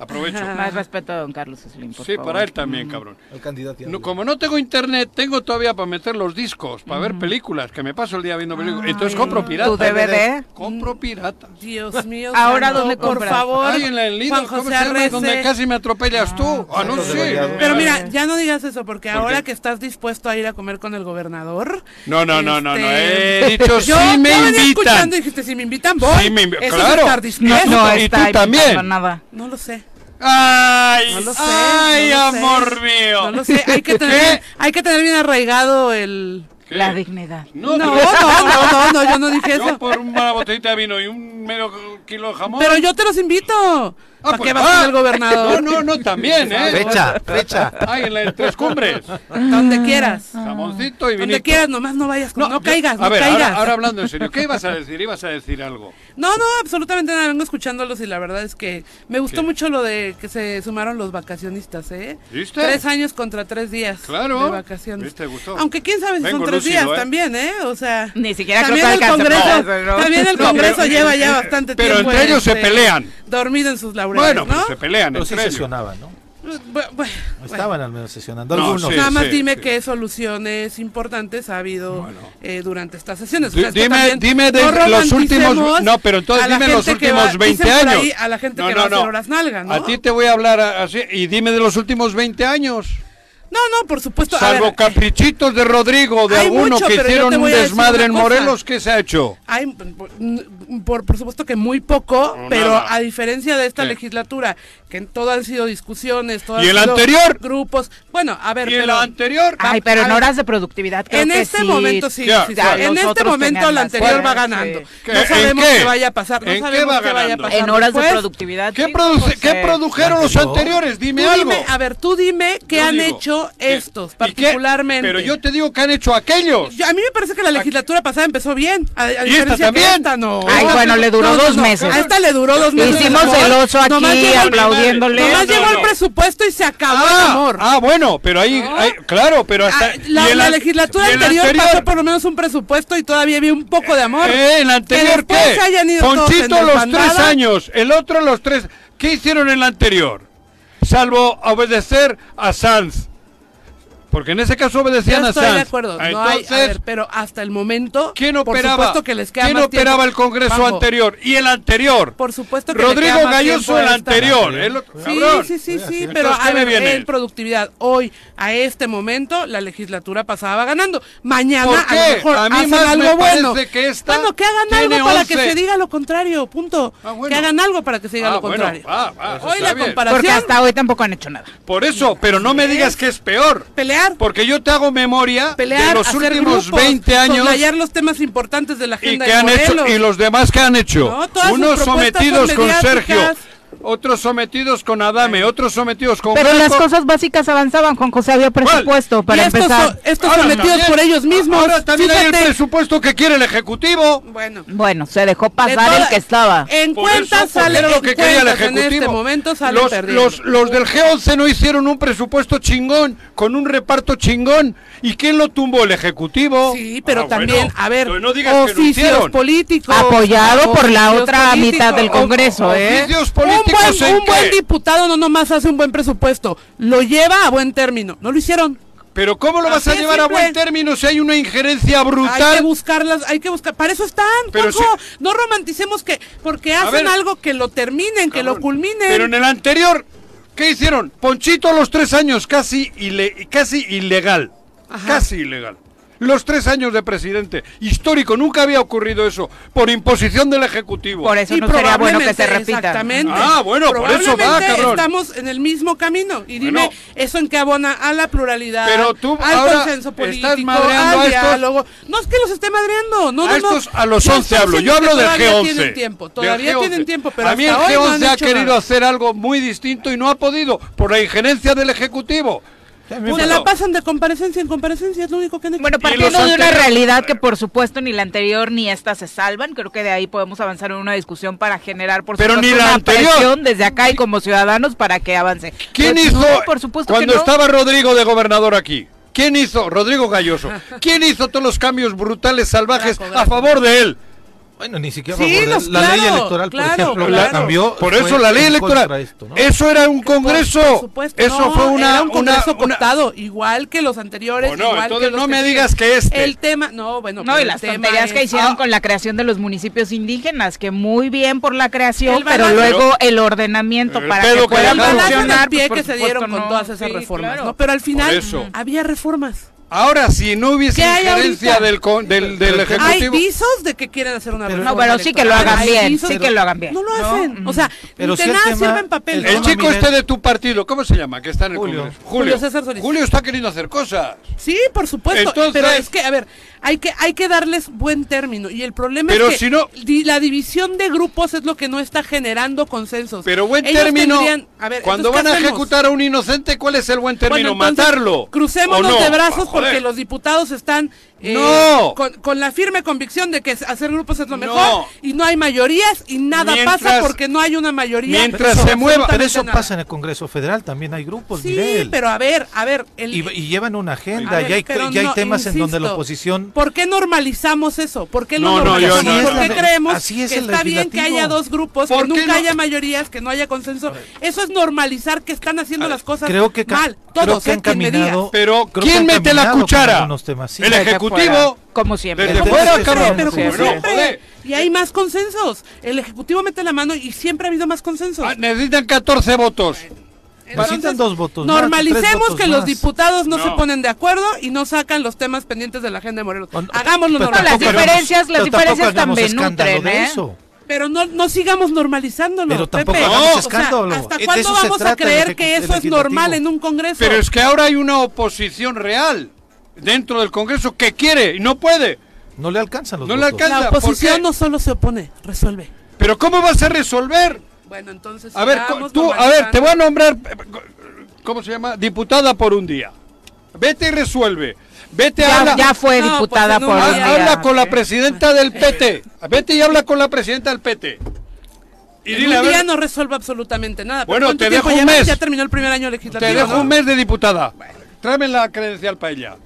S2: Aprovecho.
S1: Más respeto a don Carlos Slim, por
S2: Sí,
S1: favor.
S2: para él también,
S6: Mm.
S2: cabrón.
S7: El candidato.
S2: No, como no tengo internet, tengo todavía para meter los discos, para
S6: Mm.
S2: ver películas, que me paso el día viendo películas. Entonces compro
S1: ¿Tu
S2: piratas.
S1: DVD?
S2: Compro
S6: Mm.
S2: piratas.
S6: Dios mío.
S1: Ahora,
S6: santo,
S1: ¿dónde
S6: Por
S1: compras?
S6: favor.
S2: Ay, en la en Lidl,
S6: Juan
S2: ¿cómo se
S6: José
S2: llama?
S6: Arrece.
S2: Donde casi me atropellas tú. Ah, no
S7: Los de
S2: sé.
S7: Valladolid.
S6: Pero mira,
S1: Arrece.
S6: ya no digas eso, porque
S2: ¿Por
S6: ahora
S2: qué?
S6: que estás dispuesto a ir a comer con el gobernador.
S2: No, no, no, no, no.
S6: este,
S2: He dicho,
S6: Yo
S2: sí me
S6: yo venía
S2: invitan.
S6: escuchando y dijiste, si me invitan, voy.
S2: Sí me invi-
S6: Eso es
S2: claro.
S6: estar dispuesto.
S2: No,
S1: No
S2: Y
S1: está
S2: tú
S1: ahí
S2: también.
S1: para nada.
S6: No lo sé.
S2: Ay,
S6: No lo sé,
S2: ay,
S6: no lo sé.
S2: amor mío.
S6: No lo sé. Hay que tener,
S2: ¿Qué?
S6: hay que tener bien arraigado el.
S2: ¿Qué?
S1: La dignidad.
S6: No,
S2: No,
S6: no,
S2: pero-
S6: no, no, no, yo no dije
S2: Yo pues,
S6: eso.
S2: por una botellita de vino y un medio kilo de jamón.
S6: Pero yo te los invito.
S2: Ah,
S6: ¿Para
S2: pues,
S6: qué vas
S2: ah,
S6: con el gobernador?
S2: No, no, no, también,
S3: Ah,
S2: ¿eh?
S7: Fecha, fecha.
S2: Ay, en la de Tres Cumbres.
S6: Donde quieras.
S2: Jamoncito y vinito.
S6: Ah. Donde quieras, nomás no vayas. con- No,
S2: Ah. yo-
S6: caigas, no
S2: a ver,
S6: caigas.
S2: Ahora, ahora hablando en serio, ¿qué ibas a decir? ¿Ibas a decir algo?
S6: No, no, absolutamente nada. Vengo escuchándolos y la verdad es que me gustó
S2: ¿Qué?
S6: mucho lo de que se sumaron los vacacionistas, ¿eh?
S2: ¿Viste?
S6: Tres años contra tres días.
S2: Claro.
S6: De vacaciones.
S2: ¿Viste? Gustó.
S6: Aunque quién sabe si
S2: Vengo
S6: son tres
S2: lúcido,
S6: días
S2: ¿eh?
S6: también, ¿eh? O sea.
S1: Ni siquiera creo
S6: también
S1: que
S6: el
S1: alcance para
S6: Congreso,
S1: eso, ¿no?
S6: También el
S2: No, pero-
S6: Congreso lleva ya bastante
S2: pero
S6: tiempo.
S2: entre ellos se
S6: este,
S2: pelean.
S6: Dormido en sus laureles.
S2: Bueno,
S6: ¿no?
S2: pues se pelean
S3: Pero sí
S2: entre ellos.
S3: sesionaban, ¿no?
S6: Bu- bu- bueno.
S3: Estaban al menos sesionando
S2: No,
S3: algunos.
S2: sí.
S6: Nada más dime
S2: sí.
S6: qué soluciones importantes ha habido
S2: Bueno.
S6: eh, durante estas sesiones. O
S2: Di-
S6: sea, es que
S2: dime-
S6: también
S2: dime de los
S6: romanticemos
S2: últimos- no, pero entonces
S6: a la
S2: dime los
S6: gente que va-
S2: últimos 20
S6: dicen por
S2: años.
S6: ahí a la gente
S2: No,
S6: que
S2: no,
S6: va a hacer
S2: no.
S6: horas nalga, ¿no?
S2: A ti te voy a hablar a- así. Y dime de los últimos 20 años.
S6: No, no, por supuesto. a
S2: Salvo
S6: ver, eh,
S2: caprichitos de Rodrigo, de
S6: Hay
S2: alguno
S6: mucho,
S2: que
S6: pero yo
S2: hicieron
S6: te
S2: un
S6: voy a decir
S2: desmadre
S6: una
S2: en
S6: cosa.
S2: Morelos, ¿qué se ha hecho?
S6: hay, por, por supuesto que muy poco,
S2: No,
S6: pero
S2: nada.
S6: a diferencia de esta
S2: Sí.
S6: legislatura, que en todo han sido discusiones, todo
S2: ¿Y
S6: han
S2: el
S6: sido
S2: anterior?
S6: grupos. Bueno, a ver,
S2: ¿Y el
S6: pero-
S2: anterior?
S1: Ay, pero en horas de productividad creo
S6: en
S1: que
S6: este
S1: sí.
S6: momento sí,
S2: Ya,
S6: sí, sí.
S2: ya,
S6: en
S1: los
S6: este
S1: otros
S6: momento
S1: tenían
S6: el
S1: más
S6: anterior va
S1: fuerza,
S6: ganando.
S1: sí.
S2: ¿Qué?
S6: No
S2: ¿En
S6: sabemos
S2: qué?
S6: qué vaya a pasar, no
S2: ¿En qué
S6: sabemos
S2: va
S6: qué vaya a
S2: ganando?
S6: pasar.
S1: En horas de
S6: después.
S1: productividad.
S2: ¿Qué,
S1: sí,
S2: produce-
S1: pues,
S2: qué
S1: eh,
S2: produjeron los
S3: anterior.
S2: anteriores? Dime
S6: Tú
S2: algo.
S6: dime- a ver, tú dime qué
S2: Yo
S6: han
S2: digo,
S6: hecho
S2: ¿qué?
S6: estos,
S2: ¿Y qué?
S6: particularmente.
S2: Pero yo te digo que han hecho aquellos.
S6: Yo- a mí me parece que la legislatura pasada empezó bien. A, a
S2: esta
S6: diferencia
S2: también?
S6: que esta no.
S1: Ay, bueno, le duró
S6: No, no,
S1: dos
S6: no.
S1: meses.
S6: A esta le duró dos meses.
S1: Hicimos
S6: Nomás-
S1: el oso
S6: nomás
S1: aquí
S6: llegó el-
S1: aplaudiéndole.
S6: Nomás
S2: No,
S6: llegó
S2: no.
S6: el presupuesto y se acabó el
S2: Ah,
S6: amor.
S2: ah, bueno, pero ahí, ahí- claro, pero hasta
S6: Ah, la,
S2: y el
S6: la
S2: an-
S6: legislatura
S2: y el
S6: anterior, pasó por lo menos un presupuesto y todavía había un poco de amor.
S2: Eh, el
S6: Que
S2: anterior
S6: después
S2: qué?
S6: se hayan ido todos en
S2: Ponchito los tres
S6: desbandada.
S2: años, el otro los tres. ¿Qué hicieron en el anterior? Salvo obedecer a Sanz. Porque en ese caso
S6: Yo
S2: obedecían a
S6: estoy
S2: Sanz.
S6: de acuerdo. no hay,
S2: Entonces,
S6: a ver, pero hasta el momento,
S2: ¿quién
S6: por
S2: operaba?
S6: supuesto que les queda
S2: ¿Quién
S6: más tiempo.
S2: operaba el Congreso
S6: Juanjo,
S2: anterior y el anterior?
S6: Por supuesto que le
S2: Rodrigo
S6: queda más tiempo
S2: Galloso
S6: a
S2: el
S6: esta.
S2: anterior, el otro,
S6: Sí,
S2: cabrón.
S6: sí, sí, sí,
S2: Entonces,
S6: pero
S2: ¿qué
S6: a
S2: me
S6: ver,
S2: viene?
S6: en productividad, hoy, a este momento, la legislatura pasada va ganando. Mañana,
S2: ¿Por
S6: a
S2: qué?
S6: lo mejor,
S2: A mí
S6: hacen
S2: más me
S6: algo bueno.
S2: parece que esta
S6: bueno, que hagan
S2: tiene
S6: algo para
S2: 11.
S6: que se diga lo contrario, punto.
S2: Ah, bueno.
S6: Que hagan algo para que se diga
S2: Ah,
S6: lo
S2: bueno,
S6: contrario.
S2: va, va, eso
S6: hoy
S2: está
S6: la
S2: bien.
S6: comparación,
S1: Porque hasta hoy tampoco han hecho nada.
S2: Por eso, pero no me digas que es peor.
S6: pelear,
S2: Porque yo te hago memoria de
S6: pelear,
S2: los
S6: hacer
S2: últimos
S6: grupos,
S2: 20 años
S6: soslayar los temas importantes de la
S2: y
S6: agenda
S2: que
S6: de
S2: han hecho
S6: Morelos.
S2: y los demás que han hecho.
S6: No, todas sus
S2: Unos
S6: propuestas
S2: sometidos
S6: son
S2: con Sergio,
S6: mediáticas.
S2: otros sometidos con Adame, otros sometidos con
S1: Pero las
S2: Blanco.
S1: cosas básicas avanzaban, Juan José había presupuesto
S6: Y
S1: para
S6: estos,
S1: empezar.
S6: so- estos
S2: Ahora
S6: sometidos
S2: también-
S6: por ellos mismos.
S2: Ahora también hay el
S6: Fíjate.
S2: presupuesto que quiere el Ejecutivo.
S6: Bueno.
S1: Bueno, se dejó
S6: de
S1: pasar
S6: toda-
S1: el que estaba.
S6: En
S2: Por eso,
S6: cuentas
S2: porque
S6: salen
S2: era lo
S6: en
S2: que quería el
S6: cuentas en
S2: Ejecutivo.
S6: este momento salen
S2: los,
S6: perdiendo.
S2: los, los del G11 no hicieron un presupuesto chingón, con un reparto chingón. ¿Y quién lo tumbó? El Ejecutivo.
S6: Sí, pero
S2: Ah,
S6: también,
S2: bueno.
S6: a ver,
S2: Entonces no digas que lo
S6: oficios
S2: hicieron.
S6: políticos.
S1: Apoyado por la
S6: oficios
S1: otra mitad del Congreso, ¿eh?
S2: Oficios
S6: Un
S2: políticos
S6: buen,
S2: en
S6: un buen
S2: qué?
S6: diputado no nomás hace un buen presupuesto, lo lleva a buen término. No lo hicieron.
S2: Pero ¿cómo lo vas
S6: Así
S2: a
S6: es
S2: llevar a
S6: simple.
S2: buen término si hay una injerencia
S6: Hay que
S2: brutal?
S6: buscarlas, hay que buscar. Para eso están,
S2: Pero
S6: Juanjo. No romanticemos que, porque hacen
S2: ver.
S6: algo que lo terminen, que lo culminen.
S2: Pero en el anterior, ¿qué hicieron? Ponchito a los tres años, casi, ile- casi ilegal.
S6: Ajá.
S2: Casi ilegal. Los tres años de presidente. Histórico, nunca había ocurrido eso. Por imposición del Ejecutivo.
S1: Por eso
S6: Y
S1: no sería bueno que se
S6: probablemente,
S1: repita.
S6: Exactamente.
S2: Ah, bueno, por eso va,
S6: Probablemente
S2: cabrón.
S6: Estamos en el mismo camino. Y dime,
S2: Bueno.
S6: ¿eso en qué abona a la pluralidad?
S2: Pero tú
S6: al
S2: ahora
S6: consenso político,
S2: estás madreando
S6: al
S2: a estos-
S6: diálogo. No es que los esté madreando. No,
S2: a
S6: no, no.
S2: estos a los
S6: Yo
S2: 11
S6: estoy
S2: hablo, yo
S6: diciendo
S2: hablo
S6: que
S2: del
S6: Todavía
S2: G11.
S6: tienen tiempo,
S2: Del
S6: todavía
S2: G11.
S6: tienen tiempo, pero
S2: a mí el
S6: hasta hoy no
S2: G11
S6: han
S2: ha
S6: hecho
S2: querido
S6: nada.
S2: hacer algo muy distinto y no ha podido por la injerencia del Ejecutivo.
S6: Se la
S2: Punto.
S6: pasan de comparecencia en comparecencia, es lo único que han hecho.
S1: Bueno,
S2: Y
S1: partiendo
S2: los eh,
S1: de una
S2: anteriores-
S1: realidad que por supuesto ni la anterior ni esta se salvan, creo que de ahí podemos avanzar en una discusión para generar por
S2: Pero
S1: supuesto
S2: ni la
S1: una
S2: anterior.
S1: presión desde acá y como ciudadanos para que avance.
S2: ¿Quién
S6: Pues,
S1: Pero
S2: hizo
S1: no, por supuesto
S2: cuando
S1: que no.
S2: estaba Rodrigo de gobernador aquí? ¿Quién hizo? Rodrigo Galloso. ¿Quién hizo todos los cambios brutales, salvajes
S6: Graco,
S2: a
S6: Graco.
S2: favor de él?
S3: Bueno, ni siquiera
S6: Sí,
S3: favor de-
S6: los-
S3: la ley
S6: claro,
S3: electoral,
S6: claro,
S3: por ejemplo,
S6: claro.
S3: la cambió.
S2: Por
S3: fue
S2: eso la ley
S3: en contra
S2: electoral.
S3: de esto, ¿no?
S2: Eso era un congreso.
S6: Por supuesto,
S2: eso
S6: no,
S2: fue una,
S6: era un congreso
S2: una- una-
S6: cooptado, igual que los anteriores.
S2: Bueno,
S6: igual
S2: entonces
S6: que los
S2: Oh, no me
S6: que-
S2: digas que este.
S6: El tema, no, bueno,
S1: No,
S6: pero
S1: y
S6: el
S1: las
S6: tema
S1: tonterías que
S6: es-
S1: hicieron
S2: Ah.
S1: con la creación de los municipios indígenas, que muy bien por la creación,
S6: El
S1: pero
S6: balance-
S1: luego el ordenamiento
S2: El
S1: para
S2: pedo
S1: que
S2: que
S6: Ah,
S1: puedan
S2: dejaron.
S6: el balance
S1: funcionar.
S6: del pie
S1: pues,
S6: que se
S1: por
S6: dieron
S1: supuesto, no.
S6: con todas esas
S1: Sí,
S6: reformas,
S1: claro.
S6: ¿no? Pero al final
S2: eso.
S6: había reformas.
S2: Ahora, si no hubiese
S6: ¿Qué hay
S2: injerencia
S6: ahorita?
S2: del, con- del, del
S3: Pero-
S6: Hay
S2: Ejecutivo.
S6: visos de que quieren hacer una
S3: Pero-
S6: reforma.
S1: No, pero sí que lo
S6: electoral.
S1: hagan
S6: Hay
S1: bien,
S6: visos
S1: sí
S6: de-
S1: que lo hagan bien.
S6: No lo hacen. O sea,
S3: Pero
S6: ni
S3: sí
S6: de
S3: el
S6: nada
S3: tema-
S6: sirve en papel.
S3: el
S6: ¿no?
S2: El
S3: tema-
S2: chico
S3: Miguel.
S2: este de tu partido, ¿cómo se llama? Que está en el
S3: Julio.
S2: Congreso.
S6: Julio César Solís.
S2: Julio está queriendo hacer cosas.
S6: Sí, por supuesto.
S2: Entonces-
S6: pero es que, a ver, hay que, hay que darles buen término. Y el problema
S2: Pero
S6: es que
S2: si no-
S6: di- la división de grupos es lo que no está generando consensos.
S2: Pero buen
S6: Ellos
S2: término.
S6: tendrían- a ver,
S2: cuando
S6: entonces,
S2: van
S6: ¿qué
S2: a
S6: hacemos?
S2: ejecutar a un inocente, ¿cuál es el buen término?
S6: Bueno, entonces,
S2: ¿Matarlo?
S6: Crucémonos
S2: ¿O no?
S6: de brazos
S2: Ah, joder.
S6: porque los diputados están eh,
S2: No.
S6: con, con la firme convicción de que hacer grupos es lo
S2: No.
S6: mejor y no hay mayorías y nada
S2: Mientras-
S6: pasa porque no hay una mayoría.
S2: mientras
S6: Pero
S2: se mueva,
S3: Pero
S6: absolutamente
S3: eso
S6: nada.
S3: pasa en el Congreso Federal, también hay grupos,
S6: Sí,
S3: Miguel.
S6: pero a ver, a ver, el,
S3: y, y llevan una
S6: a
S3: agenda,
S6: ver,
S3: ya hay,
S6: pero
S3: ya hay
S6: no,
S3: temas en donde la
S6: insisto,
S3: oposición...
S6: ¿Por qué normalizamos eso? ¿Por qué
S2: No,
S6: lo
S2: no,
S6: normalizamos?
S2: yo no,
S6: ¿Por
S2: no,
S6: qué
S2: no.
S6: creemos
S3: Así es
S6: que
S3: el
S6: está bien que
S3: legislativo.
S6: haya dos grupos,
S2: ¿Por
S6: que
S2: qué
S6: nunca
S2: no?
S6: haya mayorías, que no haya consenso? Eso es normalizar que están haciendo las cosas
S3: creo que ca-
S6: mal.
S3: creo
S6: Todos,
S3: que
S6: ¿eh?
S3: han
S6: Sin medidas.
S3: caminado-
S2: Pero,
S3: creo que
S2: ¿quién
S3: han
S2: mete la
S3: caminado con
S2: cuchara?
S3: algunos temas, sí.
S2: el
S1: Desde fuera,
S2: Ejecutivo.
S1: como siempre.
S2: Desde
S3: Desde
S2: fuera,
S3: fuera,
S2: cabrón.
S6: Pero como
S1: Bueno,
S6: siempre.
S2: joder.
S6: Y hay más consensos. El Ejecutivo mete la mano y siempre ha habido más consensos.
S2: Ah, necesitan 14 votos.
S6: Entonces,
S3: necesitan dos votos más,
S6: Normalicemos
S3: tres votos
S6: que los
S3: más.
S6: diputados no,
S2: No.
S6: se ponen de acuerdo y y no sacan los temas pendientes de la agenda de Morelos.
S3: O no-
S6: Hagámoslo
S3: pero
S6: normal.
S1: las
S3: tampoco hagamos-
S1: diferencias- las
S3: pero tampoco
S1: diferencias
S3: hagamos
S1: también
S3: escándalo
S1: nutren,
S3: de
S1: ¿eh?
S3: eso.
S6: Pero no, no sigamos normalizándolo.
S3: Pero tampoco
S6: Pepe.
S2: hagamos
S6: O sea,
S3: escándalo.
S6: ¿Hasta
S3: De
S6: cuándo
S3: eso se
S6: vamos a
S3: trata el
S6: creer
S3: ejecu-
S6: que
S3: el
S6: eso es
S3: legislativo.
S6: normal en un congreso?
S2: Pero es que ahora hay una oposición real dentro del Congreso que quiere y no puede.
S3: No le alcanzan los
S2: No le
S3: votos.
S2: alcanza.
S6: la
S2: ¿por qué?
S6: oposición no solo se opone, resuelve.
S2: Pero ¿cómo vas a resolver?
S6: Bueno, entonces.
S2: A ver, co-
S6: sigamos
S2: tú, a ver, te
S6: normalizando.
S2: voy a nombrar, eh, co- ¿cómo se llama? Diputada por un día. Vete y resuelve. Vete a
S1: Ya,
S2: habla,
S1: ya fue
S6: No, pues,
S1: diputada
S6: en un
S1: por
S2: ha-
S1: un
S6: día.
S2: habla con la
S1: presidenta.
S2: presidenta del PT. Vete y habla con la presidenta del PT. Y
S6: En
S2: dile, a
S6: un día
S2: ver,
S6: no resuelve absolutamente nada.
S2: Bueno,
S6: ¿cuánto
S2: te
S6: tiempo
S2: dejo un
S6: llevas?
S2: mes.
S6: Ya terminó el primer año legislativo.
S2: te dejo
S6: ¿no?
S2: un mes de diputada. Tráeme la credencial para ella.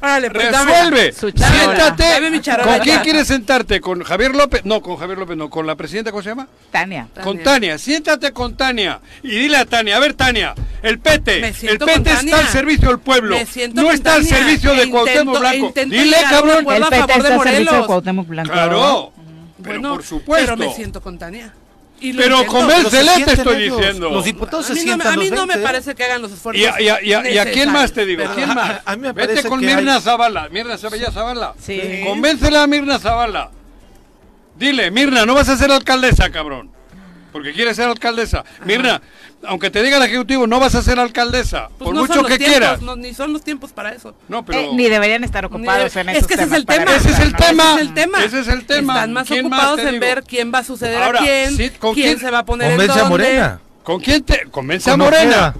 S6: Órale, pues, dame.
S2: Resuelve.
S1: Su charola.
S2: Siéntate.
S6: Dame mi charola
S2: ¿Con
S6: ya.
S2: quién quieres sentarte? ¿Con Javier López? No, con Javier López, no. ¿Con la presidenta, cómo se llama?
S1: Tania.
S6: Tania.
S2: Con Tania. Siéntate con Tania. Y dile a Tania, a ver, Tania, el
S6: Me
S2: PT, el
S6: siento con
S2: PT
S6: Tania.
S2: está al servicio del pueblo.
S6: Me siento
S2: No
S6: con
S2: está al
S6: Tania.
S2: servicio
S6: E
S2: de
S6: intento-
S2: Cuauhtémoc
S6: e
S2: Blanco.
S6: intento
S2: Dile,
S6: llegar a un
S2: cabrón.
S6: acuerdo.
S1: El
S6: a
S1: PT
S6: favor de
S1: está al servicio de
S6: Morelos.
S1: Cuauhtémoc Blanco.
S2: Claro. Pero
S6: Bueno,
S2: por supuesto.
S6: Pero me siento con Tania. Y lo
S2: Pero
S6: intento.
S2: convence-
S3: Pero se
S2: Excelente,
S3: sienten
S2: estoy
S3: ellos.
S2: diciendo.
S3: Los diputados
S6: A
S3: se
S6: mí, no, me-
S3: sientan
S6: a mí
S3: los
S6: no me
S3: 20, ¿eh?
S6: parece que hagan los esfuerzos.
S2: Y, a- y a- y a- y a quién más te digo?
S6: necesarios,
S2: ¿Quién
S6: ¿verdad?
S2: más?
S3: A- a mí me
S2: Vete
S3: parece
S2: con
S3: que
S2: Mirna
S3: hay-
S2: Zavala. Mirna Zavala, Zavala.
S1: Sí.
S2: Convéncela a Mirna Zavala. Dile, Mirna, no vas a ser alcaldesa, cabrón. Porque quieres ser alcaldesa. Mirna, aunque te diga el ejecutivo, no vas a ser alcaldesa.
S6: Pues
S2: por
S6: no son
S2: mucho
S6: los
S2: que
S6: tiempos,
S2: quieras.
S6: no, ni son los tiempos para eso.
S2: No, pero.
S1: Eh, ni deberían estar ocupados
S6: Ni-
S1: en
S6: es
S1: esos
S6: que ese es el
S1: temas
S6: tema.
S1: para
S2: Ese es el
S1: empezar, ¿no?
S2: tema.
S6: Ese es el tema.
S2: Ese es el tema.
S6: Están más
S2: ¿Quién más
S6: ocupados
S2: te
S6: en
S2: digo?
S6: ver quién va a suceder
S2: Ahora,
S6: a quién,
S2: sí, ¿con
S6: quién,
S2: quién?
S6: se va a poner en
S3: Convence
S6: dónde.
S3: a Morena.
S2: ¿Con quién te.? Convence a
S3: Con
S2: Morena.
S3: Ojeda,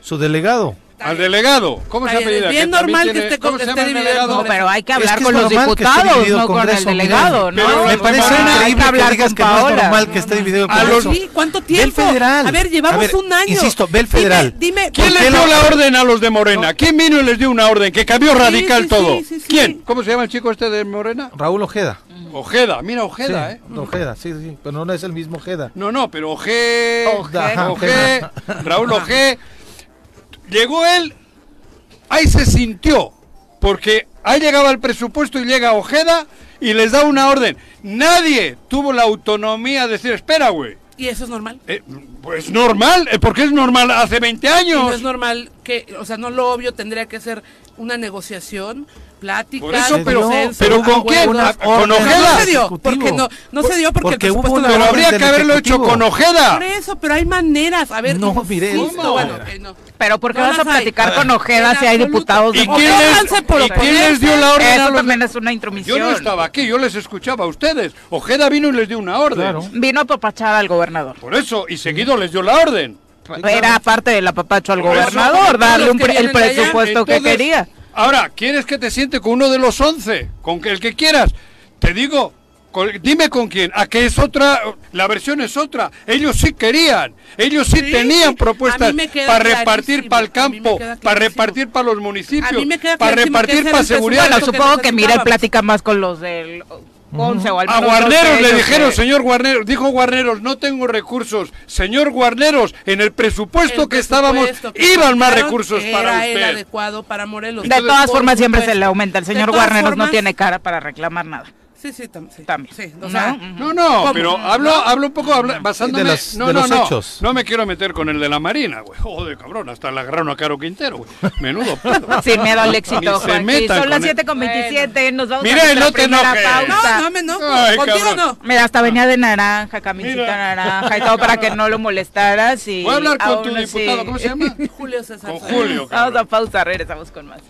S3: Su delegado.
S6: Está
S2: Al
S6: bien.
S2: delegado. ¿Cómo
S6: Está
S2: se
S6: bien,
S2: apellida?
S6: es bien
S2: también
S6: normal que
S2: tiene-
S6: esté con-
S2: ¿Cómo se llama
S6: esté
S2: el
S6: dividido el
S2: delegado?
S1: No, pero hay que
S3: Es
S1: hablar
S3: que es
S1: con los
S3: normal que esté
S1: diputados,
S3: dividido
S1: no
S3: el
S1: con el
S3: Congreso, Miguel.
S1: delegado, ¿no?
S2: Pero
S3: Me
S2: no,
S3: parece
S2: Morena,
S1: hay
S3: increíble
S1: que
S3: que,
S1: hablar
S3: digas
S1: con
S3: que no es
S1: Paola.
S3: normal que esté dividido el
S2: A
S3: Congreso.
S2: los-
S6: pues, Sí, ¿cuánto
S3: Ve
S6: tiempo?
S3: el federal.
S6: A ver, llevamos
S3: A ver,
S6: un año.
S3: Insisto, ve el federal.
S6: Dime, dime
S2: ¿Quién
S3: ¿Por
S2: le
S3: qué
S2: dio
S3: no?
S2: la orden a los de Morena? ¿Quién vino y les dio una orden que cambió radical
S6: sí,
S2: todo?
S6: sí, sí, sí.
S2: ¿Quién? ¿Cómo se llama el chico este de Morena?
S3: Raúl Ojeda.
S2: Ojeda, mira Ojeda,
S3: sí,
S2: ¿eh?
S3: Ojeda, sí, sí, pero no es el mismo
S1: ¿Eh?
S3: Ojeda.
S2: No, no, pero Ojé,
S3: Ojeda.
S2: Ojé, Raúl Ojé. Llegó él, ahí se sintió, porque ahí llegaba el presupuesto y llega Ojeda y les da una orden. Nadie tuvo la autonomía de decir, espera, güey.
S6: Y eso es normal.
S2: Eh, pues normal, eh, porque es normal hace 20
S6: Y No es
S2: años.
S6: normal que, o sea, no lo obvio tendría que ser una negociación, plática.
S2: Por eso, pero-
S6: consenso,
S2: pero ¿con
S6: acuerdos.
S2: quién?
S6: No,
S2: ¿Con
S6: no
S2: Ojeda?
S6: se dio,
S3: Ejecutivo.
S6: porque no, no se dio porque,
S3: Porque
S6: el
S3: hubo una
S6: presupuesto lo
S2: Pero
S6: aprobaron.
S2: habría que haberlo hecho
S3: Ejecutivo.
S2: con Ojeda.
S6: Por eso, pero hay maneras. A ver,
S3: No, mire,
S6: insisto,
S3: ¿cómo?
S6: bueno, ok, no.
S1: Pero ¿por qué
S6: No
S1: vas a
S6: las hay.
S1: platicar
S6: ver,
S1: con Ojeda
S6: en
S1: si hay
S6: absoluto.
S1: diputados de
S2: ¿Y
S1: Morena?
S2: quién les,
S6: Pónganse por
S2: y quién les dio la orden a
S1: Eso
S2: los
S1: también es una
S2: Yo
S1: intromisión.
S2: no estaba aquí, yo les escuchaba a ustedes. Ojeda vino y les dio una orden.
S3: Claro.
S1: Vino a papachar al gobernador.
S2: Por eso, y seguido les dio la orden.
S1: Era parte del apapacho al
S2: Por eso,
S1: gobernador,
S6: todos
S1: darle un
S6: los que
S1: pre- el
S6: vienen de allá,
S1: presupuesto que
S2: Entonces,
S1: quería.
S2: Ahora, ¿quieres que te siente con uno de los once? Con que- el que quieras. Te digo, con- dime con quién. A que es otra, la versión es otra. Ellos sí querían, ellos sí,
S6: Sí,
S2: tenían
S6: sí.
S2: propuestas
S6: A mí me queda
S2: para repartir
S6: clarísimo,
S2: para el
S6: a mí me
S2: campo,
S6: queda
S2: para
S6: clarísimo.
S2: repartir para los
S6: A mí
S2: municipios,
S6: me queda
S2: para
S6: clarísimo que
S2: repartir
S6: ese
S2: para
S6: era el
S2: seguridad.
S1: Bueno,
S6: presupuesto que
S1: supongo
S6: nos
S1: que mira, él
S6: ocupaban.
S1: platica más con los del Ponce o al
S2: A
S1: menos dos
S2: Guarneros
S1: de
S2: le
S1: ellos,
S2: dijeron,
S1: eh,
S2: señor Guarneros, dijo Guarneros, no tengo recursos. Señor Guarneros, en el presupuesto
S6: El
S2: que estábamos,
S6: presupuesto que
S2: iban más
S6: aplicaron
S2: recursos para
S6: Era el
S2: usted.
S6: adecuado para Morelos.
S1: De todas
S6: Por
S1: formas siempre se
S6: supuesto.
S1: le aumenta. El
S6: De
S1: señor
S6: todas
S1: Guarneros no
S6: formas-
S1: tiene cara para reclamar nada.
S6: Sí, sí, tam- sí.
S1: También.
S6: Sí, o
S1: No,
S6: sea,
S1: mm.
S2: No, no,
S6: ¿Cómo?
S2: pero hablo, hablo un poco habla- basándome.
S3: De los-
S2: no,
S3: de
S2: no,
S3: los
S2: no,
S3: hechos.
S2: No me quiero meter con el de la Marina, güey. Joder, cabrón, hasta la agarraron a Caro Quintero, güey. Menudo. pedo.
S1: Sin miedo al
S2: Ni se
S1: éxito, Juan.
S2: metan
S1: Son las
S2: con él.
S1: 7 con 27, nos vamos
S2: Mira,
S1: a nuestra
S2: no te
S1: primera
S2: enojes.
S1: pausa.
S6: no, no me enojo.
S2: Ay,
S6: Contigo
S2: cabrón.
S6: no.
S1: Mira, hasta venía de naranja, camisita
S2: Mira.
S1: naranja y todo para que no lo molestaras. Y
S2: Voy a hablar con
S1: aún
S2: tu
S1: así-
S2: diputado, ¿cómo se llama?
S6: Julio César.
S2: Con
S6: Sáenz.
S2: Julio,
S1: Vamos a
S2: cabrón.
S1: pausa, regresamos con más.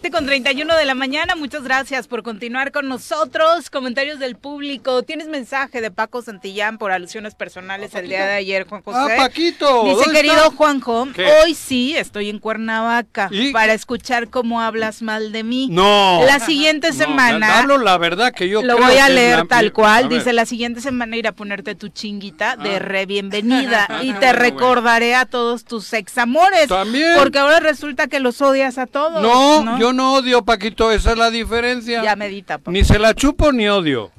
S1: Siete Con 31 de la mañana, muchas gracias por continuar con nosotros. Comentarios del público. Tienes mensaje de Paco Santillán por alusiones personales el día de ayer, Juan José.
S2: Ah, Paquito.
S1: Dice,
S2: ¿dónde
S1: querido
S2: está?
S1: Juanjo,
S2: ¿Qué?
S1: hoy sí estoy en Cuernavaca
S2: ¿Y?
S1: para escuchar cómo hablas mal de mí.
S2: No.
S1: La siguiente
S2: No,
S1: semana
S2: hablo la verdad que yo
S1: lo
S2: creo
S1: voy a
S2: que es
S1: leer
S2: la-
S1: tal cual.
S2: A ver.
S1: Dice, la siguiente semana ir a ponerte tu chinguita de
S2: Ah.
S1: re bienvenida
S2: Ah,
S1: y
S2: bueno,
S1: te
S2: bueno.
S1: recordaré a todos tus examores.
S2: También.
S1: Porque ahora resulta que los odias a todos.
S2: No, yo no odio, Paquito, esa es la diferencia.
S1: Ya medita, papá.
S2: Ni se la chupo ni odio.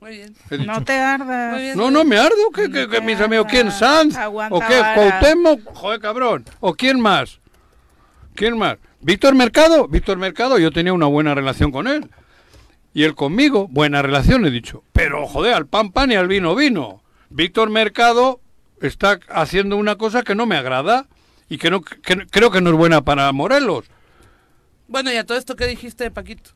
S6: Muy bien.
S2: He dicho.
S1: No te ardas.
S6: Muy bien.
S2: No, no, me ardo. ¿Qué, qué, qué, mis amigos? ¿Quién? ¿Sanz?
S1: Aguanta
S2: ¿O qué?
S1: vara.
S2: ¿Cuauhtémoc? Joder, cabrón. ¿O quién más? ¿Quién más? ¿Víctor Mercado? Víctor Mercado, yo tenía una buena relación con él. Y él conmigo, buena relación, he dicho. Pero, joder, al pan pan y al vino vino. Víctor Mercado está haciendo una cosa que no me agrada y que, no, que no- creo que no es buena para Morelos.
S6: Bueno, y a todo esto que dijiste, Paquito.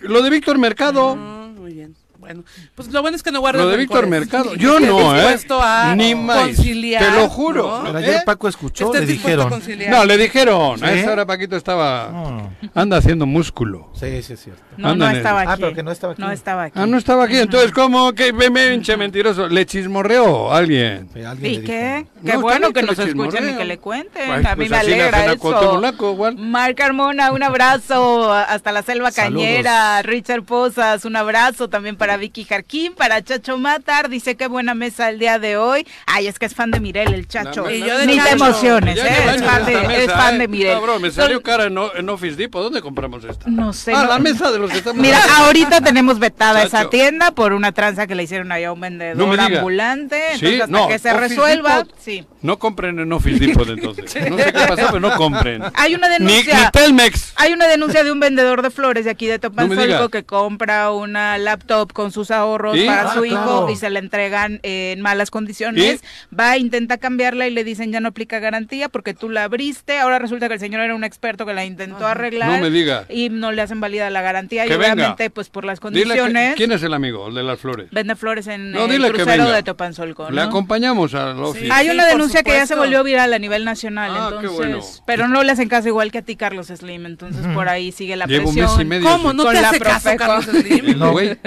S2: Lo de Víctor Mercado...
S1: Mm,
S6: Ah, muy bien. Bueno, pues lo bueno es que no guardas
S2: Lo de Víctor
S6: rencores.
S2: Mercado.
S6: Y
S2: Yo
S6: que estés
S2: no, ¿eh?
S6: dispuesto a
S2: Ni más.
S6: conciliar,
S2: Te lo juro.
S6: ¿no?
S3: Pero ayer
S2: ¿Eh?
S3: Paco escuchó,
S1: Este
S6: Estés
S3: le
S6: dispuesto a
S3: dijeron.
S6: conciliar.
S2: No, le dijeron. A
S3: ¿Sí?
S2: esa hora Paquito estaba.
S3: No, no.
S2: Anda haciendo músculo.
S3: Sí, sí, es cierto.
S1: No, no
S2: Ándale.
S1: estaba aquí.
S3: Ah, pero que no estaba aquí.
S1: No estaba aquí.
S2: Ah, no estaba aquí. Entonces, ¿cómo? que me- me hinche mentiroso? Le chismorreó a alguien.
S3: Sí, alguien
S1: ¿Y
S3: le
S1: qué?
S3: dijo.
S1: Qué
S2: No,
S1: bueno que
S2: está bien
S1: nos
S2: que le
S1: escuchen y
S2: chismorreen.
S1: que le cuenten.
S2: Pues,
S1: a mí
S2: pues,
S1: me
S2: así le
S1: alegra
S2: hacen a
S1: eso.
S2: Cuauhtémoc, igual.
S1: Marc Carmona, un abrazo hasta la selva
S3: Saludos.
S1: cañera. Richard Posas, un abrazo también para Vicky Jarquín, para Chacho Matar. Dice qué buena mesa el día de hoy. Ay, es que es fan de Mirel, el Chacho.
S2: No,
S6: Y yo de
S1: Ni te
S6: Chacho.
S1: emociones,
S2: Ya
S1: ¿eh?
S2: lleva
S1: Es
S2: años
S1: fan de,
S2: esta mesa,
S1: es fan
S2: ¿eh?
S1: de Mirel.
S2: Cabrón, me salió cara en, o- en Office Depot. ¿Dónde compramos esta?
S1: No sé,
S2: Ah,
S1: no-
S2: la mesa de los que estamos.
S1: Mira, ahorita tenemos vetada esa
S2: Chacho.
S1: tienda por una tranza que le hicieron allá a un vendedor
S2: No me diga.
S1: ambulante.
S2: Sí,
S1: Entonces, hasta
S2: no,
S1: que se
S2: Office
S1: resuelva,
S2: Depot.
S1: sí.
S2: No compren en Office Depot entonces. No sé qué pasó, pero no compren.
S1: Hay una
S2: Ni,
S1: denuncia.
S2: ni Telmex.
S1: Hay una denuncia de un vendedor de flores de aquí de Topán
S2: No me
S1: Solco
S2: diga.
S1: que compra una laptop con sus ahorros
S2: ¿Y?
S1: para
S2: Ah,
S1: su hijo
S3: claro.
S1: y se la entregan en malas condiciones. Va, intenta cambiarla y le dicen ya no aplica garantía porque tú la abriste. Ahora resulta que el señor era un experto que la intentó arreglar.
S2: No me diga.
S1: Y no le hacen válida la garantía y
S2: Que venga.
S1: obviamente pues por las
S2: Dile que-
S1: condiciones
S2: ¿Quién es el amigo? El de las flores.
S1: vende flores en
S2: No,
S1: el
S2: dile que
S1: crucero
S2: venga.
S1: de Topanzolco.
S2: Le
S1: ¿no?
S2: acompañamos al Office.
S1: Hay
S6: Sí,
S1: una
S6: por
S1: denuncia que ya se
S6: supuesto.
S1: volvió viral a nivel nacional,
S2: Ah, qué
S1: entonces,
S2: bueno.
S1: pero no le hacen caso igual que a ti Carlos Slim, entonces por ahí sigue la
S2: Llevo un
S1: presión.
S2: mes y medio.
S6: ¿Cómo? ¿No
S1: Con
S6: te
S1: la
S6: hace caso,
S1: profe-
S6: Carlos Slim?
S2: El güey.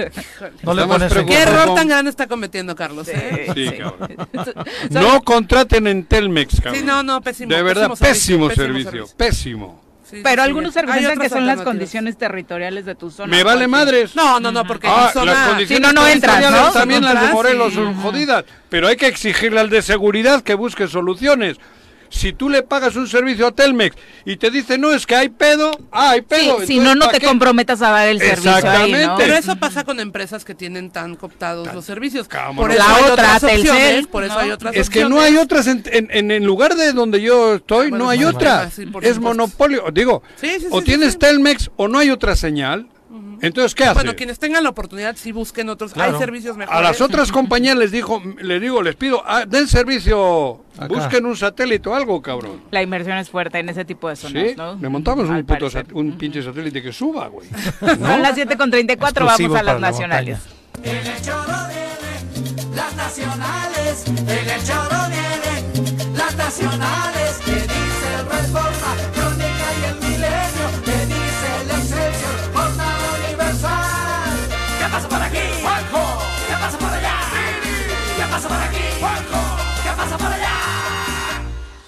S3: No le
S2: Estamos
S3: pones en-
S2: preocupados.
S6: ¿Qué error
S2: Perdón.
S6: tan grande está cometiendo Carlos? eh?
S2: Sí, cabrón.
S1: Son-
S2: No contraten en Telmex, cabrón.
S6: Sí, no, no, pésimo.
S2: De verdad,
S6: pésimo
S2: pésimo,
S6: servicio,
S2: servicio,
S6: pésimo servicio.
S2: Pésimo.
S6: Sí, sí,
S1: Pero
S6: sí,
S1: algunos
S6: bien. Hay
S1: argumentan que
S6: otras
S1: son las
S6: alternativas.
S1: condiciones territoriales de tu zona.
S2: Me vale madres.
S6: No, no, no, porque
S2: Ah,
S6: mi zona-
S2: las condiciones
S1: Sí, no, no entras,
S2: territoriales
S1: ¿no?
S2: También
S6: No
S2: las de
S6: entras,
S2: Morelos
S6: sí.
S2: son jodidas. Pero hay que exigirle al de seguridad que busque soluciones. Si tú le pagas un servicio a Telmex y te dice, no, es que hay pedo, ah, hay
S1: Sí,
S2: pedo.
S1: si
S2: entonces,
S1: no, no
S2: ¿pa'
S1: te
S2: qué?
S1: comprometas a dar el servicio ahí, ¿no?
S2: Exactamente.
S6: Pero eso pasa con empresas que tienen tan cooptados los servicios.
S2: Cámara.
S6: Por
S2: La
S6: eso hay
S1: otra,
S6: otras
S1: Telcel,
S6: opciones, por eso
S1: ¿no?
S6: hay otras
S2: Es que no
S6: opciones.
S2: hay otras, en, en, en el lugar de donde yo estoy,
S6: Bueno,
S2: no hay
S6: bueno,
S2: otra.
S6: bueno, sí, por
S2: es
S6: supuesto.
S2: monopolio. Digo,
S6: Sí, sí,
S2: o
S6: sí,
S2: tienes
S6: sí, sí.
S2: Telmex o no hay otra señal. Entonces, ¿qué haces?
S6: Bueno, quienes tengan la oportunidad, sí busquen otros.
S3: Claro.
S6: Hay servicios mejores.
S2: A las otras compañías les dijo, les digo, les pido, ah, den servicio,
S3: Acá.
S2: busquen un satélite o algo, cabrón.
S1: La inversión es fuerte en ese tipo de zonas,
S2: Sí,
S1: ¿no?
S2: le montamos
S1: Al
S2: un, puto
S1: parecer.
S2: sat- un pinche satélite que suba, güey.
S1: Son las 7 con 34,
S3: Exclusivo
S1: vamos a
S3: para
S1: las
S3: la
S1: nacionales.
S3: montaña.
S7: En el choro vienen las nacionales, en el choro vienen las nacionales, que dice el Reforma, Crónica y el Milenio, que dice el Excelsior, Jornada Universal. ¿Qué pasa por aquí? ¡Juanjo! ¿Qué pasa por allá? ¿Qué pasa por aquí? ¡Juanjo! ¿Qué pasa por allá?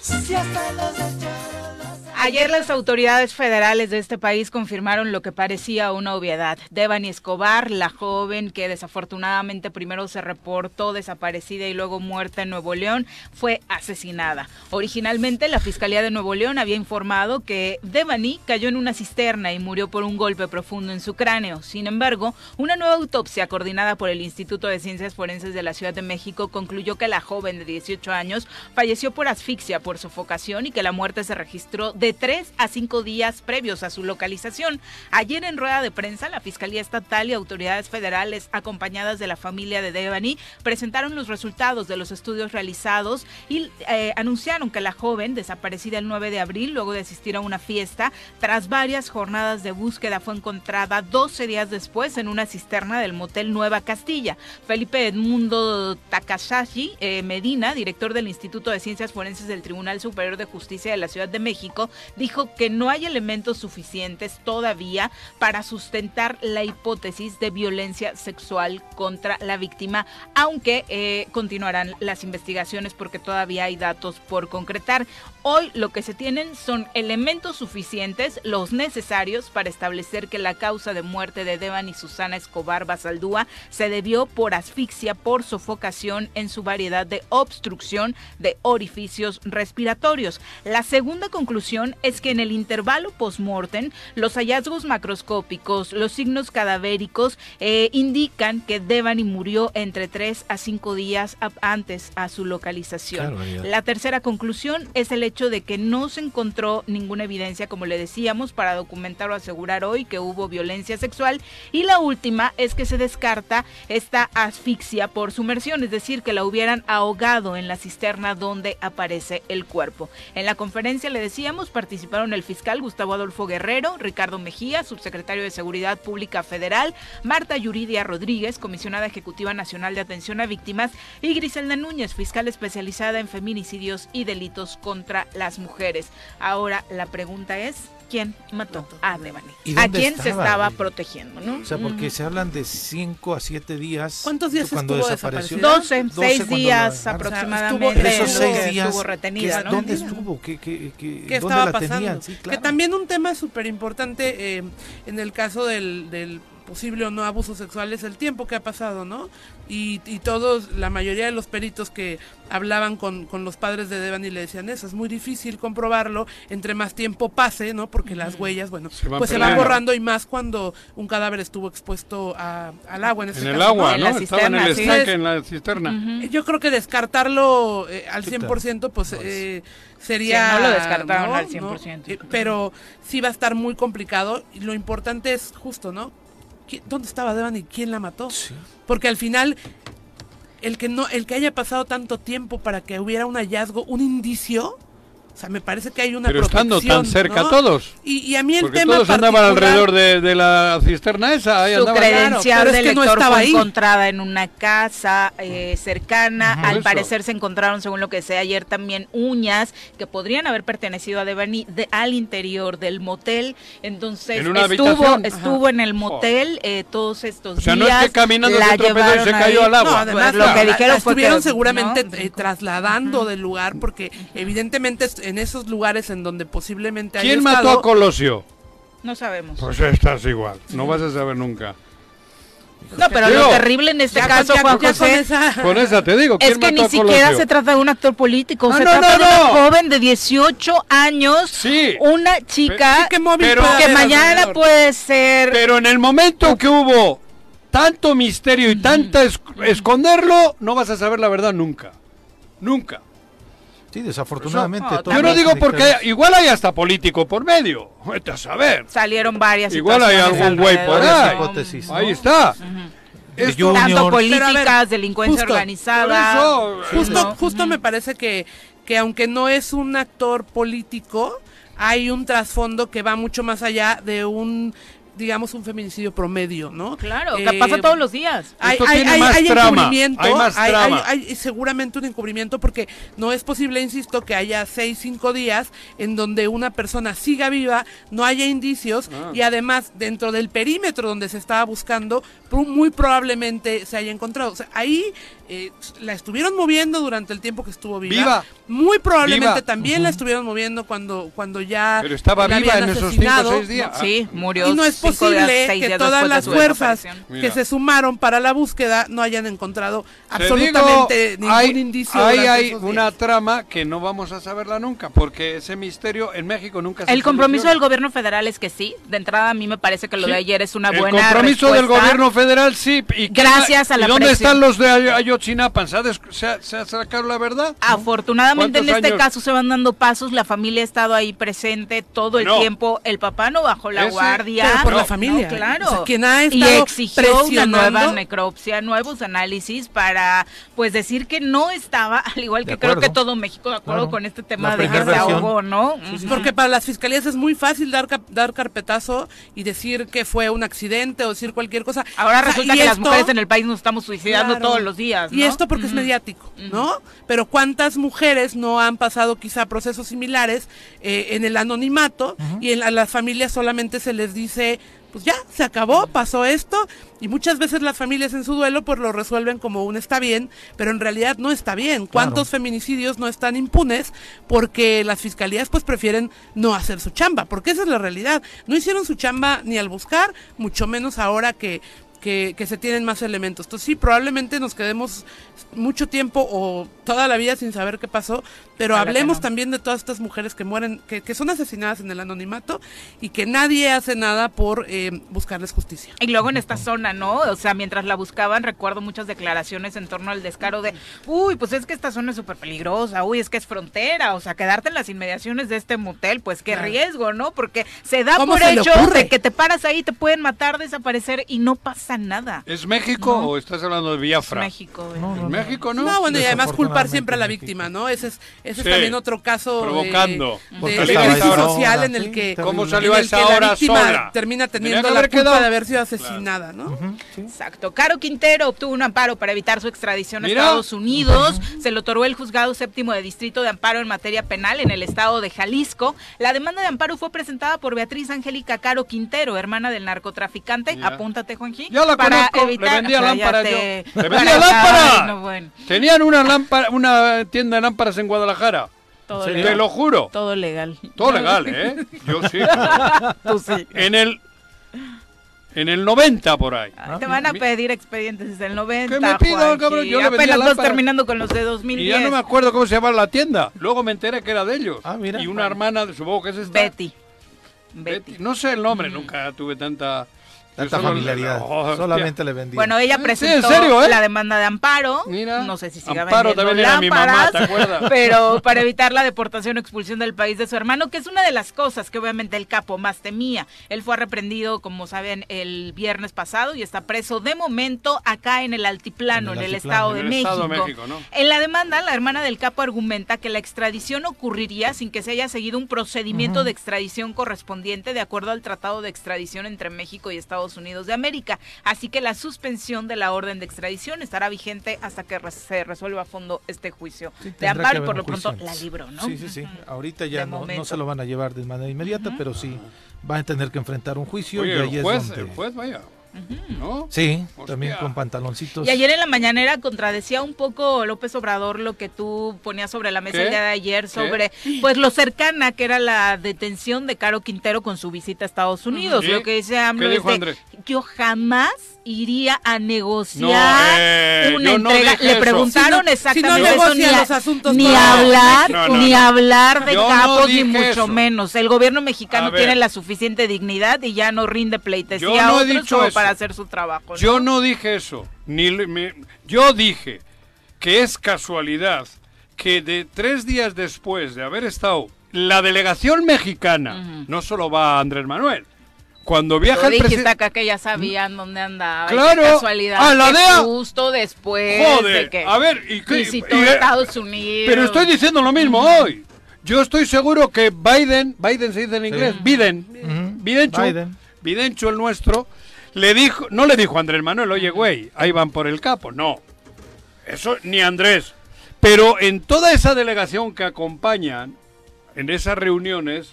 S7: Si hasta los del choro los
S1: Ayer las autoridades federales de este país confirmaron lo que parecía una obviedad. Devani Escobar, la joven que desafortunadamente primero se reportó desaparecida y luego muerta en Nuevo León, fue asesinada. Originalmente la Fiscalía de Nuevo León había informado que Devani cayó en una cisterna y murió por un golpe profundo en su cráneo. Sin embargo, una nueva autopsia coordinada por el Instituto de Ciencias Forenses de la Ciudad de México concluyó que la joven de 18 años falleció por asfixia por sofocación y que la muerte se registró de 3 a 5 días previos a su localización. Ayer en rueda de prensa, la Fiscalía Estatal y autoridades federales acompañadas de la familia de Devani presentaron los resultados de los estudios realizados y eh, anunciaron que la joven, desaparecida el 9 de abril, luego de asistir a una fiesta, tras varias jornadas de búsqueda fue encontrada 12 días después en una cisterna del motel Nueva Castilla. Felipe Edmundo Takasashi eh, Medina, director del Instituto de Ciencias Forenses del Tribunal Superior de Justicia de la Ciudad de México, dijo que no hay elementos suficientes todavía para sustentar la hipótesis de violencia sexual contra la víctima, aunque eh, continuarán las investigaciones porque todavía hay datos por concretar. Hoy lo que se tienen son elementos suficientes, los necesarios para establecer que la causa de muerte de Devan y Susana Escobar Basaldúa se debió por asfixia por sofocación en su variedad de obstrucción de orificios respiratorios. La segunda conclusión es que en el intervalo postmortem, los hallazgos macroscópicos, los signos cadavéricos eh, indican que Devani murió entre 3 a 5 días a- antes a su localización.
S3: Barbaridad.
S1: La tercera conclusión es el hecho de que no se encontró ninguna evidencia, como le decíamos, para documentar o asegurar hoy que hubo violencia sexual. Y la última es que se descarta esta asfixia por sumersión, es decir, que la hubieran ahogado en la cisterna donde aparece el cuerpo. En la conferencia, le decíamos, participaron el fiscal Gustavo Adolfo Guerrero, Ricardo Mejía, subsecretario de Seguridad Pública Federal, Marta Yuridia Rodríguez, comisionada ejecutiva nacional de atención a víctimas, y Griselda Núñez, fiscal especializada en feminicidios y delitos contra las mujeres. Ahora la pregunta es, ¿quién mató a Devani?
S3: ¿Y
S1: ¿A
S3: dónde
S1: quién se
S3: estaba?
S1: estaba protegiendo? ¿no?
S3: O sea, porque se hablan de 5 a 7 días.
S6: ¿Cuántos días
S3: cuando
S6: estuvo
S3: desapareció.
S1: 12,
S6: desaparecida?
S3: 12
S1: seis
S3: cuando
S1: días
S3: la agarraron.
S1: aproximadamente
S6: Pero esos
S1: en los
S6: seis
S1: que
S3: días,
S1: estuvo
S3: ¿Qué
S1: retenida,
S3: es-
S1: ¿no?
S3: ¿Dónde estuvo? ¿Qué, qué, qué,
S6: ¿Qué
S3: dónde
S6: estaba
S3: la
S6: pasando?
S3: tenían? Sí, claro.
S6: Que también un tema súper importante eh, en el caso del, del posible o no abuso sexual es el tiempo que ha pasado, ¿no? Y, y todos, la mayoría de los peritos que hablaban con, con los padres de Devan y le decían eso, es muy difícil comprobarlo entre más tiempo pase, ¿no? Porque las huellas, bueno,
S2: Se van
S6: pues se van
S2: perdiendo.
S6: borrando y más cuando un cadáver estuvo expuesto a- al agua en este
S2: En el
S6: caso, ¿no?
S2: agua,
S1: En
S2: ¿no?
S1: la
S2: Estaba en el
S1: cisterna, sí.
S2: estanque, en la cisterna.
S1: Ujú.
S6: Yo creo que descartarlo eh, al
S3: Sí, claro.
S6: 100% pues
S3: Pues,
S6: eh, sería...
S1: sí, no lo descartaron
S6: ¿no?
S1: al
S6: ¿no?
S1: 100%.
S6: Eh, pero sí va a estar muy complicado y lo importante es justo, ¿no? ¿Qui- ¿Dónde estaba Devan y quién la mató?
S3: Sí.
S6: Porque al final el que no el que haya pasado tanto tiempo para que hubiera un hallazgo, un indicio, o sea, me parece que hay una
S2: Pero estando
S6: protección,
S2: tan cerca
S6: ¿no?
S2: todos.
S6: Y, y a mí el
S2: Porque
S6: tema
S2: todos andaban
S6: particular-
S2: alrededor de, de la cisterna esa. Ahí
S1: Su
S2: andaban.
S6: creen-
S1: credencial
S6: Claro, pero
S1: de
S6: es que no
S1: lector
S6: estaba
S1: fue
S6: ahí.
S1: encontrada en una casa eh, cercana.
S2: Ujú.
S1: Al
S2: Eso.
S1: parecer se encontraron, según lo que sé ayer, también uñas que podrían haber pertenecido a Devani de, al interior del motel. Entonces
S2: En una
S1: estuvo,
S2: habitación. Oh.
S1: estuvo en el motel eh, todos estos
S2: O sea, no
S1: días.
S2: es que caminando
S1: la
S2: se tropezó y se
S1: llevaron
S2: cayó
S1: ahí.
S2: al agua.
S6: No,
S1: Pues
S6: además,
S1: lo
S6: la-
S1: que
S6: la-
S1: dijeron
S6: la
S1: fue que,
S6: estuvieron
S1: ¿no?
S6: seguramente eh, trasladando del lugar porque evidentemente es- en esos lugares en donde posiblemente haya
S2: ¿Quién mató
S6: estado,
S2: a Colosio?
S1: No sabemos.
S2: Pues estás igual. No vas a saber nunca.
S1: No, pero lo
S2: Digo,
S1: terrible en este
S6: ya con-
S1: caso,
S6: ya
S1: Juan
S6: con- ya con
S1: José,
S6: esa-
S2: Con esa te digo. ¿quién
S1: Es que
S2: mató
S1: ni
S2: a
S1: siquiera
S2: Colosio?
S1: se trata de un actor político,
S2: Ah,
S1: se
S2: no,
S1: trata
S2: no,
S1: de
S2: no.
S1: una joven de 18 años,
S2: Sí.
S1: una
S6: Sí,
S1: chica
S6: qué móvil
S2: Pero-
S6: puede
S1: que
S6: haber
S1: mañana
S6: alrededor.
S1: puede ser
S2: Pero en el momento que hubo tanto misterio
S6: Mm.
S2: y tanta es- esconderlo, no vas a saber la verdad nunca. Nunca.
S3: Sí, desafortunadamente.
S1: Eso- no,
S3: todos
S2: Yo no
S3: los
S2: digo porque
S3: conectores-
S2: igual hay hasta político por medio. Vete a saber.
S1: salieron varias
S2: Igual hay
S1: situaciones
S2: algún güey por
S1: alrededor
S2: ahí.
S1: de-
S3: Hipótesis, ¿no?
S2: Ahí está.
S3: De
S2: Esto-
S3: Junior.
S1: Tanto políticas,
S6: Pero a ver,
S1: delincuencia
S6: justo,
S1: organizada.
S2: por eso, eh,
S6: Justo,
S1: Pues ¿no?
S6: justo me parece que, que aunque no es un actor político, hay un trasfondo que va mucho más allá de un digamos, un feminicidio promedio, ¿no?
S1: Claro,
S6: Eh,
S1: que pasa todos los días.
S6: hay,
S2: Esto
S6: hay-
S2: tiene
S6: hay-
S2: más
S6: hay
S2: trama,
S6: encubrimiento,
S2: hay más trama.
S6: hay seguramente un encubrimiento porque no es posible, insisto, que haya seis, cinco días en donde una persona siga viva, no haya indicios
S2: Ah.
S6: y además dentro del perímetro donde se estaba buscando, pr- muy probablemente se haya encontrado. O sea, ahí eh, la estuvieron moviendo durante el tiempo que estuvo viva.
S2: Viva.
S6: Muy probablemente
S2: Viva.
S6: también la estuvieron moviendo cuando, cuando ya
S2: Pero estaba
S6: la
S2: viva
S6: habían
S2: en esos cinco o
S6: asesinado,
S2: seis
S6: ¿no?
S2: días.
S1: Sí, murió.
S6: y no es
S1: cinco días,
S6: posible
S1: seis
S6: que
S1: días
S6: todas
S1: después de
S6: las
S1: su
S6: fuerzas
S1: desaparición.
S6: que
S2: Mira.
S6: se sumaron para la búsqueda no hayan encontrado
S2: Te
S6: absolutamente
S2: digo,
S6: ningún
S2: hay,
S6: indicio.
S2: Ahí
S6: durante
S2: hay
S6: esos
S2: una
S6: días.
S2: trama que no vamos a saberla nunca, porque ese misterio en México nunca se
S1: El compromiso del
S2: soluciona.
S1: gobierno federal es que sí. De entrada, a mí me parece que lo de
S2: Sí.
S1: ayer es una
S2: El
S1: buena.
S2: compromiso del
S1: respuesta.
S2: gobierno federal, sí. ¿Y qué-
S1: Gracias a la
S2: ¿y dónde
S1: presión.
S2: están los de Ay- Ayotzinapa? ¿Se ha, des- se ha- se ha sacado la verdad?
S1: Afortunadamente en
S2: ¿Cuántos
S1: este
S2: años?
S1: caso se van dando pasos, la familia ha estado ahí presente todo el
S2: No.
S1: tiempo, el papá no bajó la
S2: Ese-
S1: guardia.
S6: Pero por
S2: No,
S6: la familia.
S1: No, claro.
S6: O sea, quien ha
S1: y
S6: estado
S1: exigió una
S6: presionando-
S1: nueva necropsia, nuevos análisis para pues decir que no estaba, al igual
S3: De
S1: que creo que
S3: acuerdo.
S1: todo México de acuerdo
S3: Claro.
S1: con este
S3: La
S1: tema de que
S3: primera
S1: se
S3: versión.
S1: ahogó, ¿no?
S6: Porque para las fiscalías es muy fácil dar, cap- dar carpetazo y decir que fue un accidente o decir cualquier cosa.
S1: Ahora
S6: O sea,
S1: resulta
S6: y
S1: que las
S6: esto-
S1: mujeres en el país nos estamos suicidando
S6: Claro.
S1: todos los días.
S6: Y
S1: ¿no?
S6: esto porque es
S1: Ujú.
S6: mediático, ¿no? Pero ¿cuántas mujeres no han pasado quizá procesos similares eh, en el anonimato y en la- a las familias solamente se les dice, pues ya, se acabó, pasó esto? Y muchas veces las familias en su duelo pues lo resuelven como un está bien, pero en realidad no está bien. ¿Cuántos feminicidios no están impunes porque las fiscalías pues prefieren no hacer su chamba? Porque esa es la realidad. No hicieron su chamba ni al buscar, mucho menos ahora que que, que se tienen más elementos. Entonces sí, probablemente nos quedemos mucho tiempo o toda la vida sin saber qué pasó, pero
S1: Ojalá que
S6: hablemos
S1: no.
S6: también de todas estas mujeres que mueren, que, que son asesinadas en el anonimato y que nadie hace nada por eh, buscarles justicia.
S1: Y luego en esta zona, ¿no? O sea, mientras la buscaban, recuerdo muchas declaraciones en torno al descaro de, uy, pues es que esta zona es súper peligrosa, uy, es que es frontera, o sea, quedarte en las inmediaciones de este motel, pues qué
S6: Claro.
S1: riesgo, ¿no? Porque se da
S6: ¿Cómo
S1: por
S6: se le
S1: hecho
S6: ocurre?
S1: de que te paras ahí, te pueden matar, desaparecer y no pasa nada.
S2: ¿Es México o estás hablando de
S1: Es
S2: Biafra?
S1: México, ¿eh?
S3: No,
S2: ¿En México, no?
S6: Eh, No, bueno, y además culpar siempre a la
S3: Desafortunadamente,
S6: víctima, ¿no? Ese es, ese es
S2: Sí,
S6: también otro caso de-
S2: provocando.
S6: de,
S3: Porque
S6: de
S2: estaba
S6: crisis
S2: esa hora.
S6: social en
S3: Sí,
S6: el que,
S3: terrible.
S2: ¿Cómo
S6: en
S2: salió a
S6: el que
S2: esa
S6: la
S2: hora
S6: víctima
S2: sola?
S6: termina
S2: Tenía
S6: teniendo
S2: que
S6: la
S2: haber
S6: culpa
S2: quedado.
S6: de haber sido asesinada, ¿no?
S3: Ujú, sí.
S1: Exacto. Caro Quintero obtuvo un amparo para evitar su extradición a
S2: Mira.
S1: Estados Unidos. Se le otorgó el juzgado séptimo de distrito de amparo en materia penal en el estado de Jalisco. La demanda de amparo fue presentada por Beatriz Angélica Caro Quintero, hermana del narcotraficante.
S2: Mira.
S1: Apúntate, Juanji.
S2: Ya la
S1: para
S2: conozco, le
S1: evitar-
S2: vendía
S1: o sea, ya
S2: lámpara
S1: te-
S2: yo.
S1: para-
S2: ¡Le vendía lámpara!
S1: Ay, no, bueno.
S2: Tenían una lámpara, una tienda de lámparas en Guadalajara.
S1: Todo
S3: ¿En serio?
S2: Te
S1: legal.
S2: lo juro.
S1: Todo legal.
S2: Todo legal, ¿eh? Yo sí. En el en el 90 por ahí.
S6: Ah,
S1: Ay, Te van a pedir expedientes desde el 90.
S2: Que me pidan,
S1: Juanji.
S2: cabrón, yo le vendía
S1: Apenas vas
S2: lámpara.
S1: terminando con los de
S2: Y
S1: 2010.
S2: ya no me acuerdo cómo se llamaba la tienda. Luego me enteré que era de ellos.
S3: Ah, mira.
S2: Y una hermana, de- supongo que es esta.
S1: Betty. Betty.
S2: Betty. No sé el
S6: Mm.
S2: nombre, nunca tuve tanta...
S3: Tanta
S2: Yo solo-
S3: familiaridad.
S2: Oh,
S3: Solamente le vendía.
S1: Bueno, ella
S2: Sí,
S1: presentó
S2: en serio, ¿eh?
S1: la demanda de amparo.
S2: Mira,
S1: no sé si siga
S2: amparo
S1: vendiendo
S2: también era mi mamá, ¿te
S1: lámparas,
S2: acuerdas?
S1: Pero para evitar la deportación o expulsión del país de su hermano, que es una de las cosas que obviamente el capo más temía. Él fue reprendido, como saben, el viernes pasado y está preso de momento acá en el altiplano, en
S3: En
S1: el,
S3: el
S1: Estado
S3: altiplano.
S1: de
S2: En el
S1: México.
S2: Estado de México, ¿no?
S1: En la demanda, la hermana del capo argumenta que la extradición ocurriría sin que se haya seguido un procedimiento de extradición correspondiente de acuerdo al Tratado de Extradición entre México y Estados Unidos de América. Así que la suspensión de la orden de extradición estará vigente hasta que re- se resuelva a fondo este juicio
S3: Sí,
S1: de
S3: tendrá que
S1: amparo y
S3: haber
S1: por
S3: un
S1: lo pronto
S3: juicio
S1: la
S3: antes.
S1: libró, ¿no?
S3: Sí, sí, sí.
S1: Ujú.
S3: Ahorita
S1: De
S3: ya no, no
S1: momento.
S3: se lo van a llevar de manera inmediata, pero sí va a tener que enfrentar un juicio.
S2: Oye,
S3: y ahí
S2: el
S3: es
S2: juez,
S3: donde-
S2: el juez, vaya. ¿No?
S3: Sí,
S2: Hostia.
S3: también con pantaloncitos.
S1: Y ayer en la mañanera contradecía un poco López Obrador lo que tú ponías sobre la mesa
S2: ¿Qué?
S1: el día de ayer sobre pues lo cercana que era la detención de Caro Quintero con su visita a Estados Unidos.
S2: ¿Sí?
S1: Lo que dice AMLO
S2: ¿Qué
S1: es
S2: dijo
S1: de,
S2: Andrés?
S1: yo jamás iría a negociar
S2: No, eh,
S1: una
S2: yo no
S1: entrega.
S2: dije
S1: Le
S2: eso.
S1: preguntaron
S6: Si no- si
S1: exactamente eso,
S6: no
S1: ni,
S6: negocian
S1: a-
S6: los asuntos
S1: ni
S6: con-
S1: hablar,
S2: No, no,
S1: ni
S2: no.
S1: hablar de
S2: Yo no
S1: capos, ni
S2: dije
S1: mucho
S2: eso.
S1: menos. El gobierno mexicano
S2: A ver.
S1: tiene la suficiente dignidad y ya no rinde pleitesía
S2: Yo no he
S1: a otros
S2: dicho
S1: como
S2: eso.
S1: para hacer su trabajo. ¿no?
S2: Yo no dije eso. Ni le- me- yo dije que es casualidad que de tres días después de haber estado la delegación mexicana, no solo va Andrés Manuel, cuando viaja
S1: Lo
S2: el
S1: dijiste
S2: presidente...
S1: acá que ya sabían dónde andaba. y
S2: Claro,
S1: qué casualidad.
S2: a la
S1: que
S2: DEA.
S1: Justo después
S2: Joder,
S1: de que
S2: a ver, ¿y qué?
S1: visitó
S2: y-
S1: Estados Unidos.
S2: Pero estoy diciendo lo mismo hoy. Yo estoy seguro que Biden, Biden se dice en inglés, Biden,
S3: Ujú.
S2: Biden, chu,
S3: Biden.
S2: Videncho el nuestro, le dijo, no le dijo a Andrés Manuel, oye, güey, ahí van por el capo. No, eso ni Andrés. Pero en toda esa delegación que acompañan, en esas reuniones,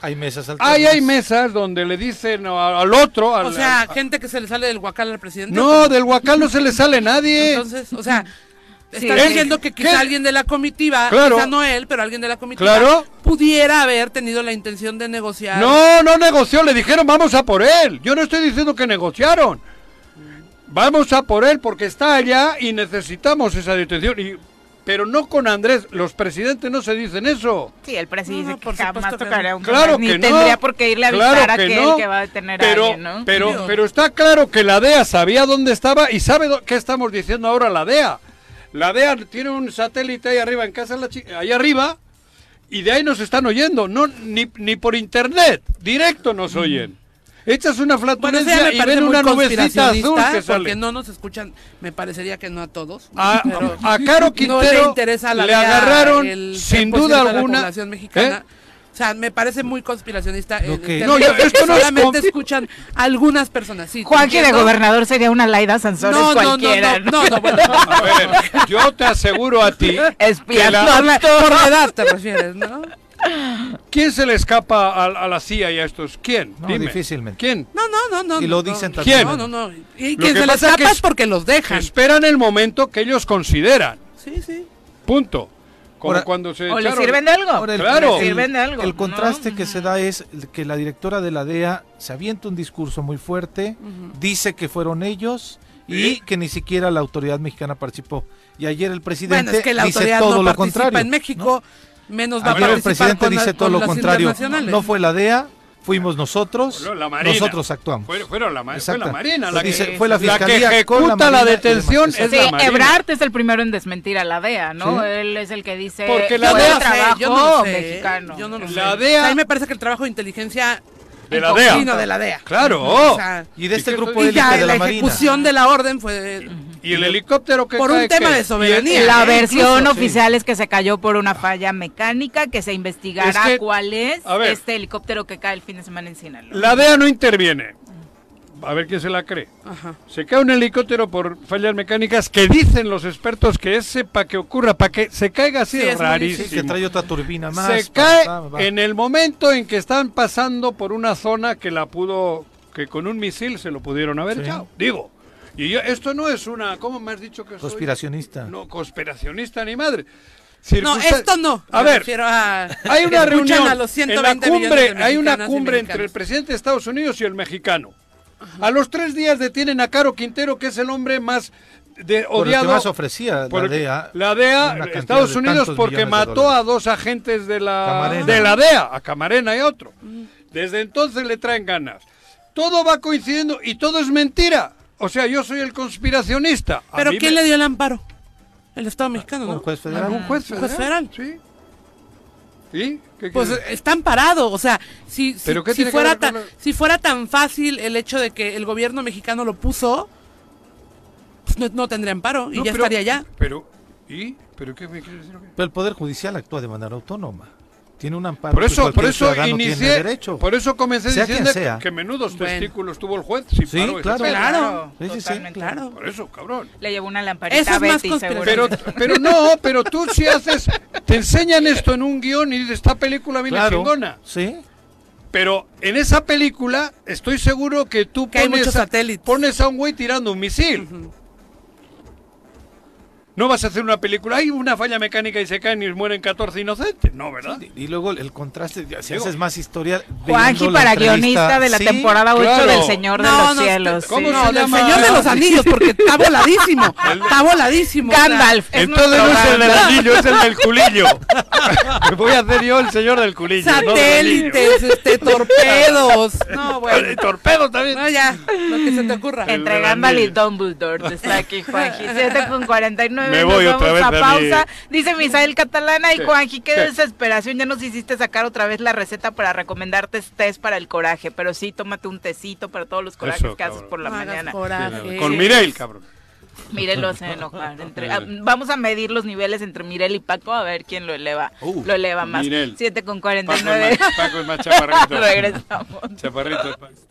S3: Hay mesas alternas.
S2: ahí hay mesas donde le dicen a- al otro, al-
S6: O sea,
S2: al-
S6: gente que se le sale del guacal al presidente. pues
S2: no, del Huacal no se le sale nadie.
S6: Entonces, o sea,
S1: Sí.
S6: están
S1: ¿Qué?
S6: diciendo que quizá
S2: ¿Qué?
S6: alguien de la comitiva,
S2: Claro.
S6: quizá no él, pero alguien de la comitiva
S2: Claro.
S6: pudiera haber tenido la intención de negociar.
S2: No, no negoció, le dijeron vamos a por él. Yo no estoy diciendo que negociaron. Vamos a por él porque está allá y necesitamos esa detención. Y- pero no con Andrés, los presidentes no se dicen eso.
S1: Sí, el
S6: No,
S1: presidente
S6: no,
S1: dice
S6: por
S1: que jamás
S6: supuesto que
S1: tocará
S6: no.
S1: un
S2: Claro
S1: jamás, ni
S2: que no.
S1: tendría por qué irle a avisar
S2: Claro
S1: a
S2: que
S1: aquel
S2: no.
S1: que va a tener
S2: pero,
S1: a alguien, ¿no?
S2: Pero, pero está claro que la DEA sabía dónde estaba y sabe do- qué estamos diciendo ahora la DEA. La DEA tiene un satélite ahí arriba en casa, de la chi- ahí arriba, y de ahí nos están oyendo, no ni, ni por internet, directo nos oyen. Echas una
S6: Mm. Bueno, eso
S2: flatulencia
S6: ya me
S2: pues y
S6: parece
S2: ven
S6: muy
S2: una nubecita azul
S6: conspiracionista,
S2: que
S6: porque
S2: sale.
S6: no nos escuchan, me parecería que no a todos.
S2: A,
S6: pero
S2: a Caro Quintero
S6: no le interesa a la
S2: le
S6: DEA
S2: agarraron
S6: el
S2: sin
S6: 100%
S2: duda
S6: de
S2: alguna.
S6: La población mexicana.
S2: ¿Eh?
S6: O sea, me parece muy conspiracionista. el
S3: No, que-
S6: internet,
S2: No, yo-
S6: que
S2: esto no es
S6: solamente
S2: confi-
S6: escuchan algunas personas. Sí, te
S1: Juanqui de
S6: entiendo.
S1: gobernador sería una Laida Sansores
S6: No, no, no,
S1: cualquiera.
S6: no, no, no, bueno, no,
S2: A ver, yo te aseguro a ti que
S1: Espiando
S2: la-
S1: a la-
S6: Por la edad te refieres, ¿no?
S2: ¿Quién se le escapa a, a la CIA y a estos? ¿Quién?
S3: No,
S2: Dime.
S3: difícilmente.
S2: ¿Quién?
S6: No, no, no, no.
S3: Y lo
S6: no,
S3: dicen
S6: no.
S3: también.
S6: No, no, no. Y
S2: Lo
S6: quien
S2: que
S6: se les
S2: pasa
S6: escapa
S2: que es-
S6: es porque los dejan.
S2: Esperan el momento que ellos consideran.
S6: Sí, sí.
S2: Punto. Como
S3: Ahora-
S2: cuando se
S1: ¿O le
S2: echaron-
S1: sirven de
S6: Ah,
S1: algo?
S3: Ahora,
S2: Claro.
S1: Le sirven de algo,
S3: el
S1: ¿no?
S3: contraste que se da es que la directora de la DEA se avienta un discurso muy fuerte, dice que fueron ellos y
S2: Sí.
S3: que ni siquiera la autoridad mexicana participó. Y ayer el presidente
S6: Bueno, es que la
S3: dice
S6: autoridad
S3: todo
S6: no
S3: lo
S6: participa
S3: contrario.
S6: en México, menos va a
S3: Ayer
S6: participar
S3: el presidente
S6: con la-
S3: dice todo
S6: con
S3: lo
S6: las
S3: contrario.
S6: internacionales.
S3: No fue la DEA, fuimos nosotros,
S2: Bueno, la Marina.
S3: nosotros actuamos.
S2: Fue- fueron la, ma- fue la
S3: Exacta.
S2: Marina
S3: Pues
S2: la
S3: dice,
S2: que,
S3: fue la
S2: la que
S3: fiscalía con la
S2: ejecuta la,
S3: Marina y
S2: detención.
S3: demás.
S2: Es
S1: Sí,
S2: la Marina.
S1: Ebrard es el primero en desmentir a la DEA, ¿no?
S3: Sí.
S1: Él es el que dice
S2: Porque la
S1: fue
S2: DEA-
S1: trabajo
S6: yo no lo sé,
S1: mexicano.
S6: Yo no lo
S2: La
S6: sé.
S2: DEA-
S6: O sea, a mí me parece que el trabajo de inteligencia
S2: De la DEA.
S6: cochino de la DEA.
S2: Claro.
S6: O sea,
S3: Y de este
S2: ¿Y qué-
S3: grupo
S2: y
S6: y
S3: élite
S6: ya
S3: de
S6: la,
S3: la, Marina.
S6: ejecución de la orden fue
S2: Y el helicóptero que
S6: Por un
S2: cae,
S6: tema
S2: ¿qué?
S6: de soberanía.
S2: Y-
S1: La
S6: Eh,
S1: versión
S3: incluso, sí.
S1: oficial es que se cayó por una falla mecánica, que se investigará
S2: Es que-
S1: cuál es
S2: a ver.
S1: este helicóptero que cae el fin de semana en Sinaloa.
S2: La DEA no interviene. A ver quién se la cree.
S6: Ajá.
S2: Se cae un helicóptero por fallas mecánicas que dicen los expertos que ese para que ocurra, para que se caiga así
S6: Sí,
S2: es
S6: es muy
S2: rarísimo.
S3: Sí, que trae otra turbina más.
S2: se
S3: pa,
S2: cae
S3: pa, pa.
S2: en el momento en que están pasando por una zona que la pudo, que con un misil se lo pudieron haber
S3: Sí.
S2: echado. Digo, y yo- esto no es una, ¿cómo me has dicho que soy?
S3: Conspiracionista.
S2: No, conspiracionista ni madre.
S6: No,
S2: Circunsta-
S6: esto no.
S2: A
S6: Me
S2: ver,
S6: refiero a-
S2: hay
S6: que
S2: una
S6: escuchan
S2: reunión,
S6: a los
S2: en la
S6: 120
S2: cumbre,
S6: millones de
S2: hay una
S6: mexicanas y
S2: cumbre entre el
S6: mexicanos.
S2: presidente de Estados Unidos y el mexicano. A los tres días detienen a Caro Quintero, que es el hombre más de,
S3: Por el que
S2: odiado.
S3: más ofrecía
S2: Por-
S3: la E DEA.
S2: la
S3: una
S2: DEA,
S3: cantidad
S2: Estados
S3: de
S2: Unidos,
S3: tantos
S2: porque
S3: millones de
S2: mató
S3: dólares.
S2: a dos agentes de la,
S3: Camarena.
S2: de la DEA, a Camarena y otro. Desde entonces le traen ganas. Todo va coincidiendo y todo es mentira. O sea, yo soy el conspiracionista. A
S6: Pero
S2: mí
S6: ¿quién
S2: me- Ah,
S6: le dio el amparo? El Estado mexicano,
S3: Un
S6: ¿no?
S3: juez federal.
S2: ¿Un juez
S6: ¿Un
S2: federal?
S6: juez
S2: Sí. ¿Sí? ¿Qué
S6: Pues
S2: quieres?
S6: eh, están parados, o sea, si, si-
S2: ¿Pero qué
S6: si
S2: tiene que
S6: fuera
S2: ver con
S6: tan,
S2: la-
S6: si fuera tan fácil el hecho de que el gobierno mexicano lo puso, pues no, no tendrían paro y
S2: No,
S6: ya
S2: pero-
S6: estaría ya.
S2: Pero, ¿y? ¿Pero qué me quieres decir?
S3: Pero el Poder Judicial actúa de manera autónoma. Tiene un amparo.
S2: Por
S3: que
S2: eso, por
S3: pues cualquier
S2: eso
S3: ciudadano tiene
S2: inicié,
S3: derecho.
S2: por eso comencé
S3: Sea quien
S2: diciendo
S3: sea.
S2: que menudos
S6: Bueno.
S2: testículos tuvo el juez. Si
S3: Sí,
S2: paró ese
S3: claro.
S2: pedo.
S1: Claro,
S3: Sí, sí, sí,
S1: totalmente.
S6: Claro.
S2: Por eso, cabrón.
S1: Le llevó una lamparita
S6: Eso
S1: a
S6: es más
S1: Betty, seguro.
S2: Pero, pero no, pero tú si haces, te enseñan esto en un guión y dices, esta película viene
S3: Claro.
S2: chingona.
S3: Sí.
S2: Pero en esa película estoy seguro que tú
S6: Que hay
S2: pones,
S6: muchos
S2: a,
S6: satélites.
S2: pones a un güey tirando un misil. No vas a hacer una película, hay una falla mecánica y se caen y mueren 14 inocentes. No, ¿verdad?
S3: Y luego el, el contraste, ya, si
S2: Digo,
S3: haces más historial.
S1: Juanji
S3: viendo la
S1: para
S3: entrevista-
S1: guionista de la
S3: Sí,
S1: temporada 8
S2: claro.
S1: del Señor de
S6: No,
S1: los
S6: no,
S1: Cielos.
S2: ¿cómo
S1: sí.
S2: se
S6: No, del
S2: llama?
S6: Señor de los Anillos, porque está voladísimo, está voladísimo. o sea,
S1: Gandalf. es
S2: Entonces
S1: nuestro
S2: no es el del
S1: Gandalf.
S2: anillo, es el del culillo. Me Voy a hacer yo el señor del culillo. no del anillo.
S6: Satélites, este, torpedos. No,
S2: Y
S1: pues.
S6: bueno.
S2: Torpedo también.
S6: No, ya, lo que se te ocurra.
S2: El
S1: Entre
S2: del
S1: Gandalf y
S2: anillo.
S1: Dumbledore te está aquí, Juanji. 7 con 49.
S2: Me voy
S1: nos vamos
S2: otra vez
S1: a
S2: a mi-
S1: pausa. Dice Misael Catalana y
S2: ¿Qué?
S1: Juanji, qué
S2: ¿Qué?
S1: desesperación. Ya nos hiciste sacar otra vez la receta para recomendarte test para el coraje. Pero sí, tómate un tecito para todos los corajes
S2: Eso,
S1: que haces
S2: cabrón.
S1: por la
S6: No hagas
S1: mañana.
S6: coraje.
S2: Con Mireille, cabrón.
S1: Mirel lo hace enojar. entre- ah, vamos a medir los niveles entre Mirel y Paco a ver quién lo eleva.
S2: Uh,
S1: lo eleva más.
S2: Mirel.
S1: 7 con
S2: Paco es más,
S1: 49.
S2: Paco es más chaparrito.
S1: Regresamos.
S2: Chaparrito. Paco. pues,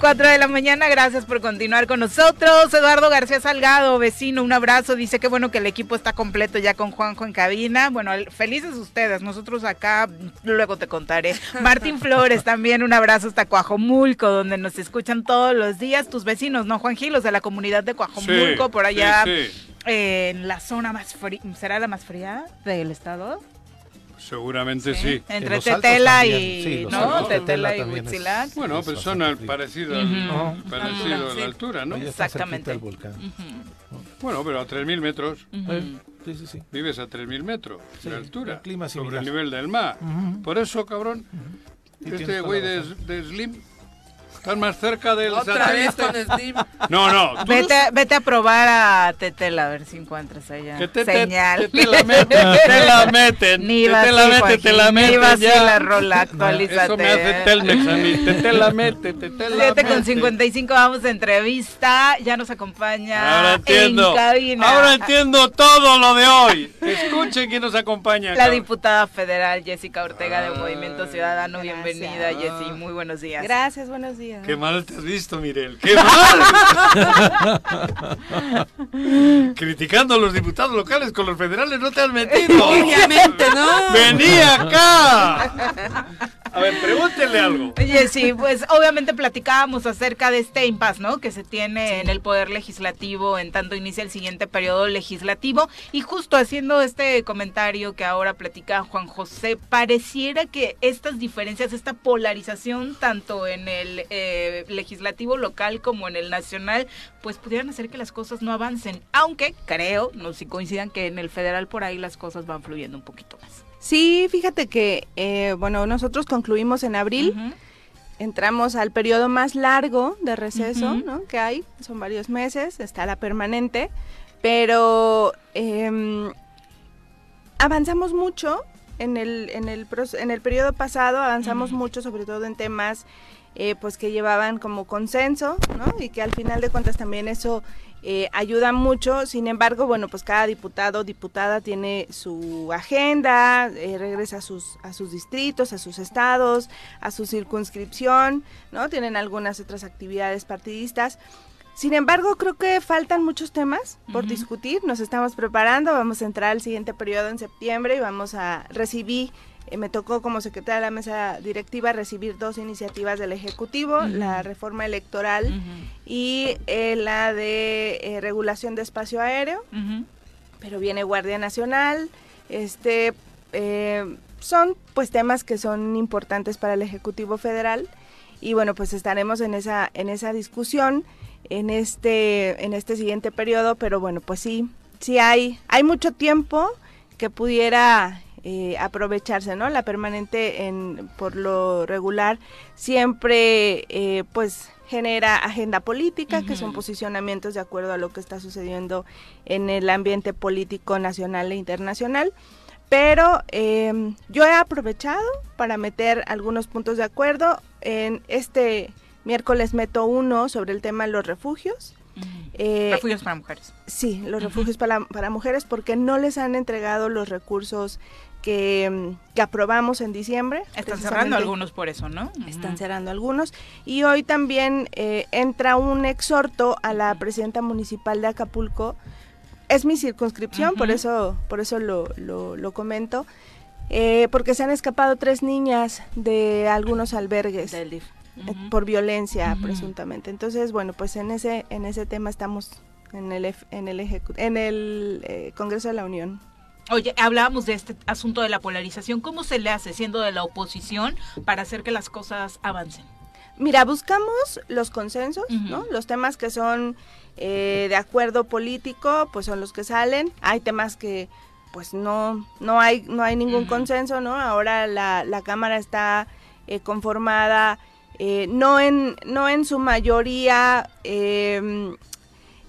S1: 4 de la mañana, gracias por continuar con nosotros. Eduardo García Salgado, vecino, un abrazo. Dice que bueno que el equipo está completo ya con Juanjo en cabina. Bueno, el- felices ustedes, nosotros acá luego te contaré. Martín Flores también, un abrazo hasta Coajomulco, donde nos escuchan todos los días tus vecinos, ¿no, Juan Gilos? De la comunidad de Coajomulco,
S2: Sí,
S1: por allá
S2: sí, sí.
S1: en la zona más fría, ¿será la más fría del estado?
S2: Seguramente sí.
S1: Entre
S3: los Altos
S1: Tetela
S3: también,
S1: y,
S3: sí, los
S1: ¿no?
S3: Altos.
S1: Tetela y
S3: también es-
S1: Huitzilac.
S2: Bueno, pero son al parecido, al-
S1: Ujú.
S2: al parecido a
S6: Sí.
S2: la altura, ¿no?
S3: Ahí está
S1: Exactamente.
S3: cerquita el volcán.
S2: Bueno, pero a 3.000 metros.
S3: Eh, Sí, sí, sí.
S2: Vives a 3.000 metros
S3: Sí,
S2: de altura.
S3: un clima
S2: sobre
S3: similar.
S2: el nivel del mar. Por eso, cabrón,
S3: Sí,
S2: este
S3: tienes
S2: güey
S3: toda la
S2: de,
S3: razón.
S2: de Slim están más cerca del
S6: Otra vez
S2: satélite.
S6: con Slim.
S2: No, no. tú-
S1: Vete, vete a probar a Tetela a ver si encuentras allá.
S2: que te, te-
S1: Señal.
S2: que te la meten, te la meten,
S1: Ni
S2: que
S1: vas
S2: te la meten, te la meten ya.
S1: la rola, actualízate.
S2: Eso me hace Telmex a mí, te, te la meten, te, te la
S1: 7 con
S2: meten.
S1: 55 vamos a entrevista. Ya nos acompaña
S2: Ahora entiendo.
S1: en cabina
S2: Ahora entiendo todo lo de hoy. Escuchen quién nos acompaña.
S1: la
S2: cabrón.
S1: diputada federal Jessica Ortega de Movimiento
S2: Ay,
S1: Ciudadano.
S8: gracias.
S1: Bienvenida, Jessy. Muy buenos días.
S8: Gracias, buenos días.
S2: Qué mal te has visto, Mirel. ¡Qué mal! Criticando a los diputados locales con los federales, no te has metido.
S6: Obviamente, ¿no?
S2: ¡Vení acá! A ver, pregúntele algo.
S1: Oye, sí, pues obviamente platicábamos acerca de este impasse, ¿no? Que se tiene en el Poder Legislativo en tanto inicia el siguiente periodo legislativo. Y justo haciendo este comentario que ahora platica Juan José, pareciera que estas diferencias, esta polarización, tanto en el eh, legislativo local como en el nacional, pues pudieran hacer que las cosas no avancen. Aunque creo, no si coincidan, que en el federal por ahí las cosas van fluyendo un poquito más.
S8: Sí, fíjate que, eh, bueno, nosotros concluimos en abril,
S1: Ujú.
S8: entramos al periodo más largo de receso,
S1: Ujú.
S8: ¿no? Que hay, son varios meses, está la permanente, pero em, avanzamos mucho en el, en, el, proce- en el periodo pasado, avanzamos
S1: Ujú.
S8: mucho, sobre todo en temas eh, pues que llevaban como consenso, ¿no? Y que al final de cuentas también eso eh, ayuda mucho. Sin embargo, bueno, pues cada diputado o diputada tiene su agenda, eh, regresa a sus, a sus distritos, a sus estados, a su circunscripción, ¿no? Tienen algunas otras actividades partidistas. Sin embargo, creo que faltan muchos temas por
S1: Ujú.
S8: discutir. Nos estamos preparando. Vamos a entrar al siguiente periodo en septiembre y vamos a recibir. eh, me tocó como secretaria de la mesa directiva recibir dos iniciativas del Ejecutivo:
S1: Ujú.
S8: la reforma electoral
S1: Ujú.
S8: y eh, la de eh, regulación de espacio aéreo.
S1: Ujú.
S8: Pero viene Guardia Nacional. Este eh, son pues temas que son importantes para el Ejecutivo Federal y bueno pues estaremos en esa en esa discusión en este en este siguiente periodo pero bueno pues sí sí hay hay mucho tiempo que pudiera eh, aprovecharse no la permanente en por lo regular siempre eh, pues genera agenda política que son
S1: Ujú.
S8: posicionamientos de acuerdo a lo que está sucediendo en el ambiente político nacional e internacional pero eh, yo he aprovechado para meter algunos puntos de acuerdo. En este miércoles meto uno sobre el tema de los refugios.
S1: Ujú.
S8: Eh,
S1: Refugios para mujeres.
S8: Sí, los refugios para, para mujeres porque no les han entregado los recursos que, mm, que aprobamos en diciembre.
S1: Están
S8: precisamente.
S1: cerrando algunos por eso, ¿no?
S8: Están cerrando algunos. Y hoy también eh, entra un exhorto a la presidenta municipal de Acapulco. Es mi circunscripción, por
S1: Ujú.
S8: eso, por eso lo, lo- lo comento. eh, porque se han escapado tres niñas de algunos albergues
S1: Del DIF.
S8: eh, por violencia
S1: Ujú.
S8: presuntamente. Entonces, bueno, pues en ese, en ese tema estamos en el, ef- en el, ejecu- en el eh, Congreso de la Unión.
S1: Oye, hablábamos de este asunto de la polarización. ¿Cómo se le hace siendo de la oposición para hacer que las cosas avancen?
S8: Mira, buscamos los consensos,
S1: Ujú.
S8: ¿no? Los temas que son eh, de acuerdo político, pues son los que salen. Hay temas que pues no, no hay, no hay ningún
S1: Ujú.
S8: consenso, ¿no? Ahora la, la Cámara está eh, conformada eh, no en, no en su mayoría eh,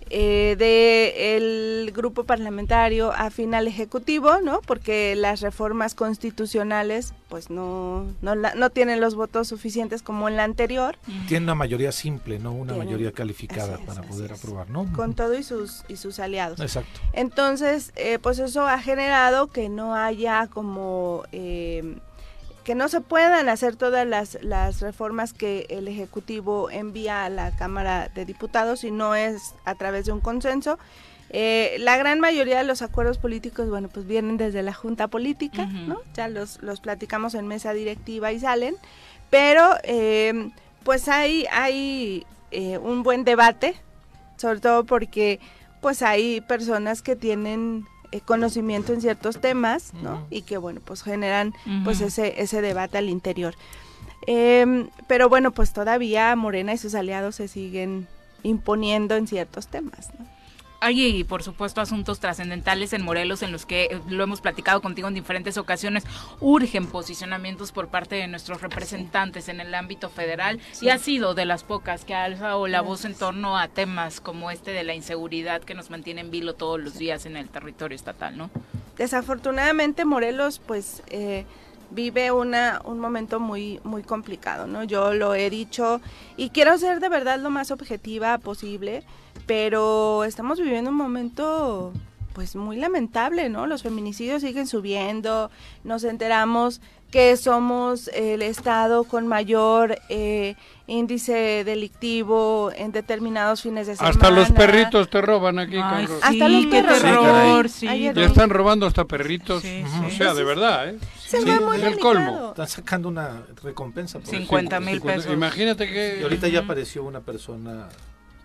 S8: eh, de el grupo parlamentario afín al ejecutivo, ¿no? Porque las reformas constitucionales, pues no, no, la- no tienen los votos suficientes como en la anterior,
S3: Tiene una mayoría simple, no una
S8: Tiene-
S3: mayoría calificada
S8: así es,
S3: para
S8: así
S3: poder
S8: es.
S3: aprobar, ¿no?
S8: con todo y sus y sus aliados.
S3: Exacto.
S8: Entonces, eh, pues eso ha generado que no haya como... eh, que no se puedan hacer todas las, las reformas que el Ejecutivo envía a la Cámara de Diputados si no es a través de un consenso. Eh, la gran mayoría de los acuerdos políticos, bueno, pues vienen desde la Junta Política,
S1: Ujú.
S8: ¿no? Ya los, los platicamos en mesa directiva y salen, pero eh, pues hay, hay eh, un buen debate, sobre todo porque pues hay personas que tienen eh, conocimiento en ciertos temas, ¿no?
S3: Ujú.
S8: Y que bueno, pues generan pues
S1: Ujú.
S8: ese, ese debate al interior. Em, pero bueno, pues todavía Morena y sus aliados se siguen imponiendo en ciertos temas, ¿no?
S1: Hay, por supuesto, asuntos trascendentales en Morelos en los que eh, lo hemos platicado contigo en diferentes ocasiones. Urgen posicionamientos por parte de nuestros representantes en el ámbito federal y ha sido de las pocas que ha alzado la voz en torno a temas como este de la inseguridad que nos mantiene en vilo todos los días en el territorio estatal, ¿no?
S8: desafortunadamente Morelos pues eh, vive una, un momento muy, muy complicado, ¿no? Yo lo he dicho y quiero ser de verdad lo más objetiva posible, pero estamos viviendo un momento pues muy lamentable, ¿no? Los feminicidios siguen subiendo, nos enteramos que somos el estado con mayor eh, índice delictivo en determinados fines de semana.
S2: Hasta los perritos te roban aquí, cabrón.
S8: sí. Hasta los
S1: qué
S8: perros.
S1: terror, sí.
S8: Ayer
S2: Le
S8: vi.
S2: están robando hasta perritos.
S1: Sí,
S2: O
S1: sí.
S2: sea, de verdad, ¿eh?
S8: Se
S3: Sí,
S8: ve muy
S2: es el colmo.
S8: delicado.
S3: Están sacando una recompensa. por eso.
S1: 50 mil
S2: Cincuenta-
S1: pesos.
S2: Imagínate
S3: Y
S2: que...
S3: ahorita ya apareció una persona,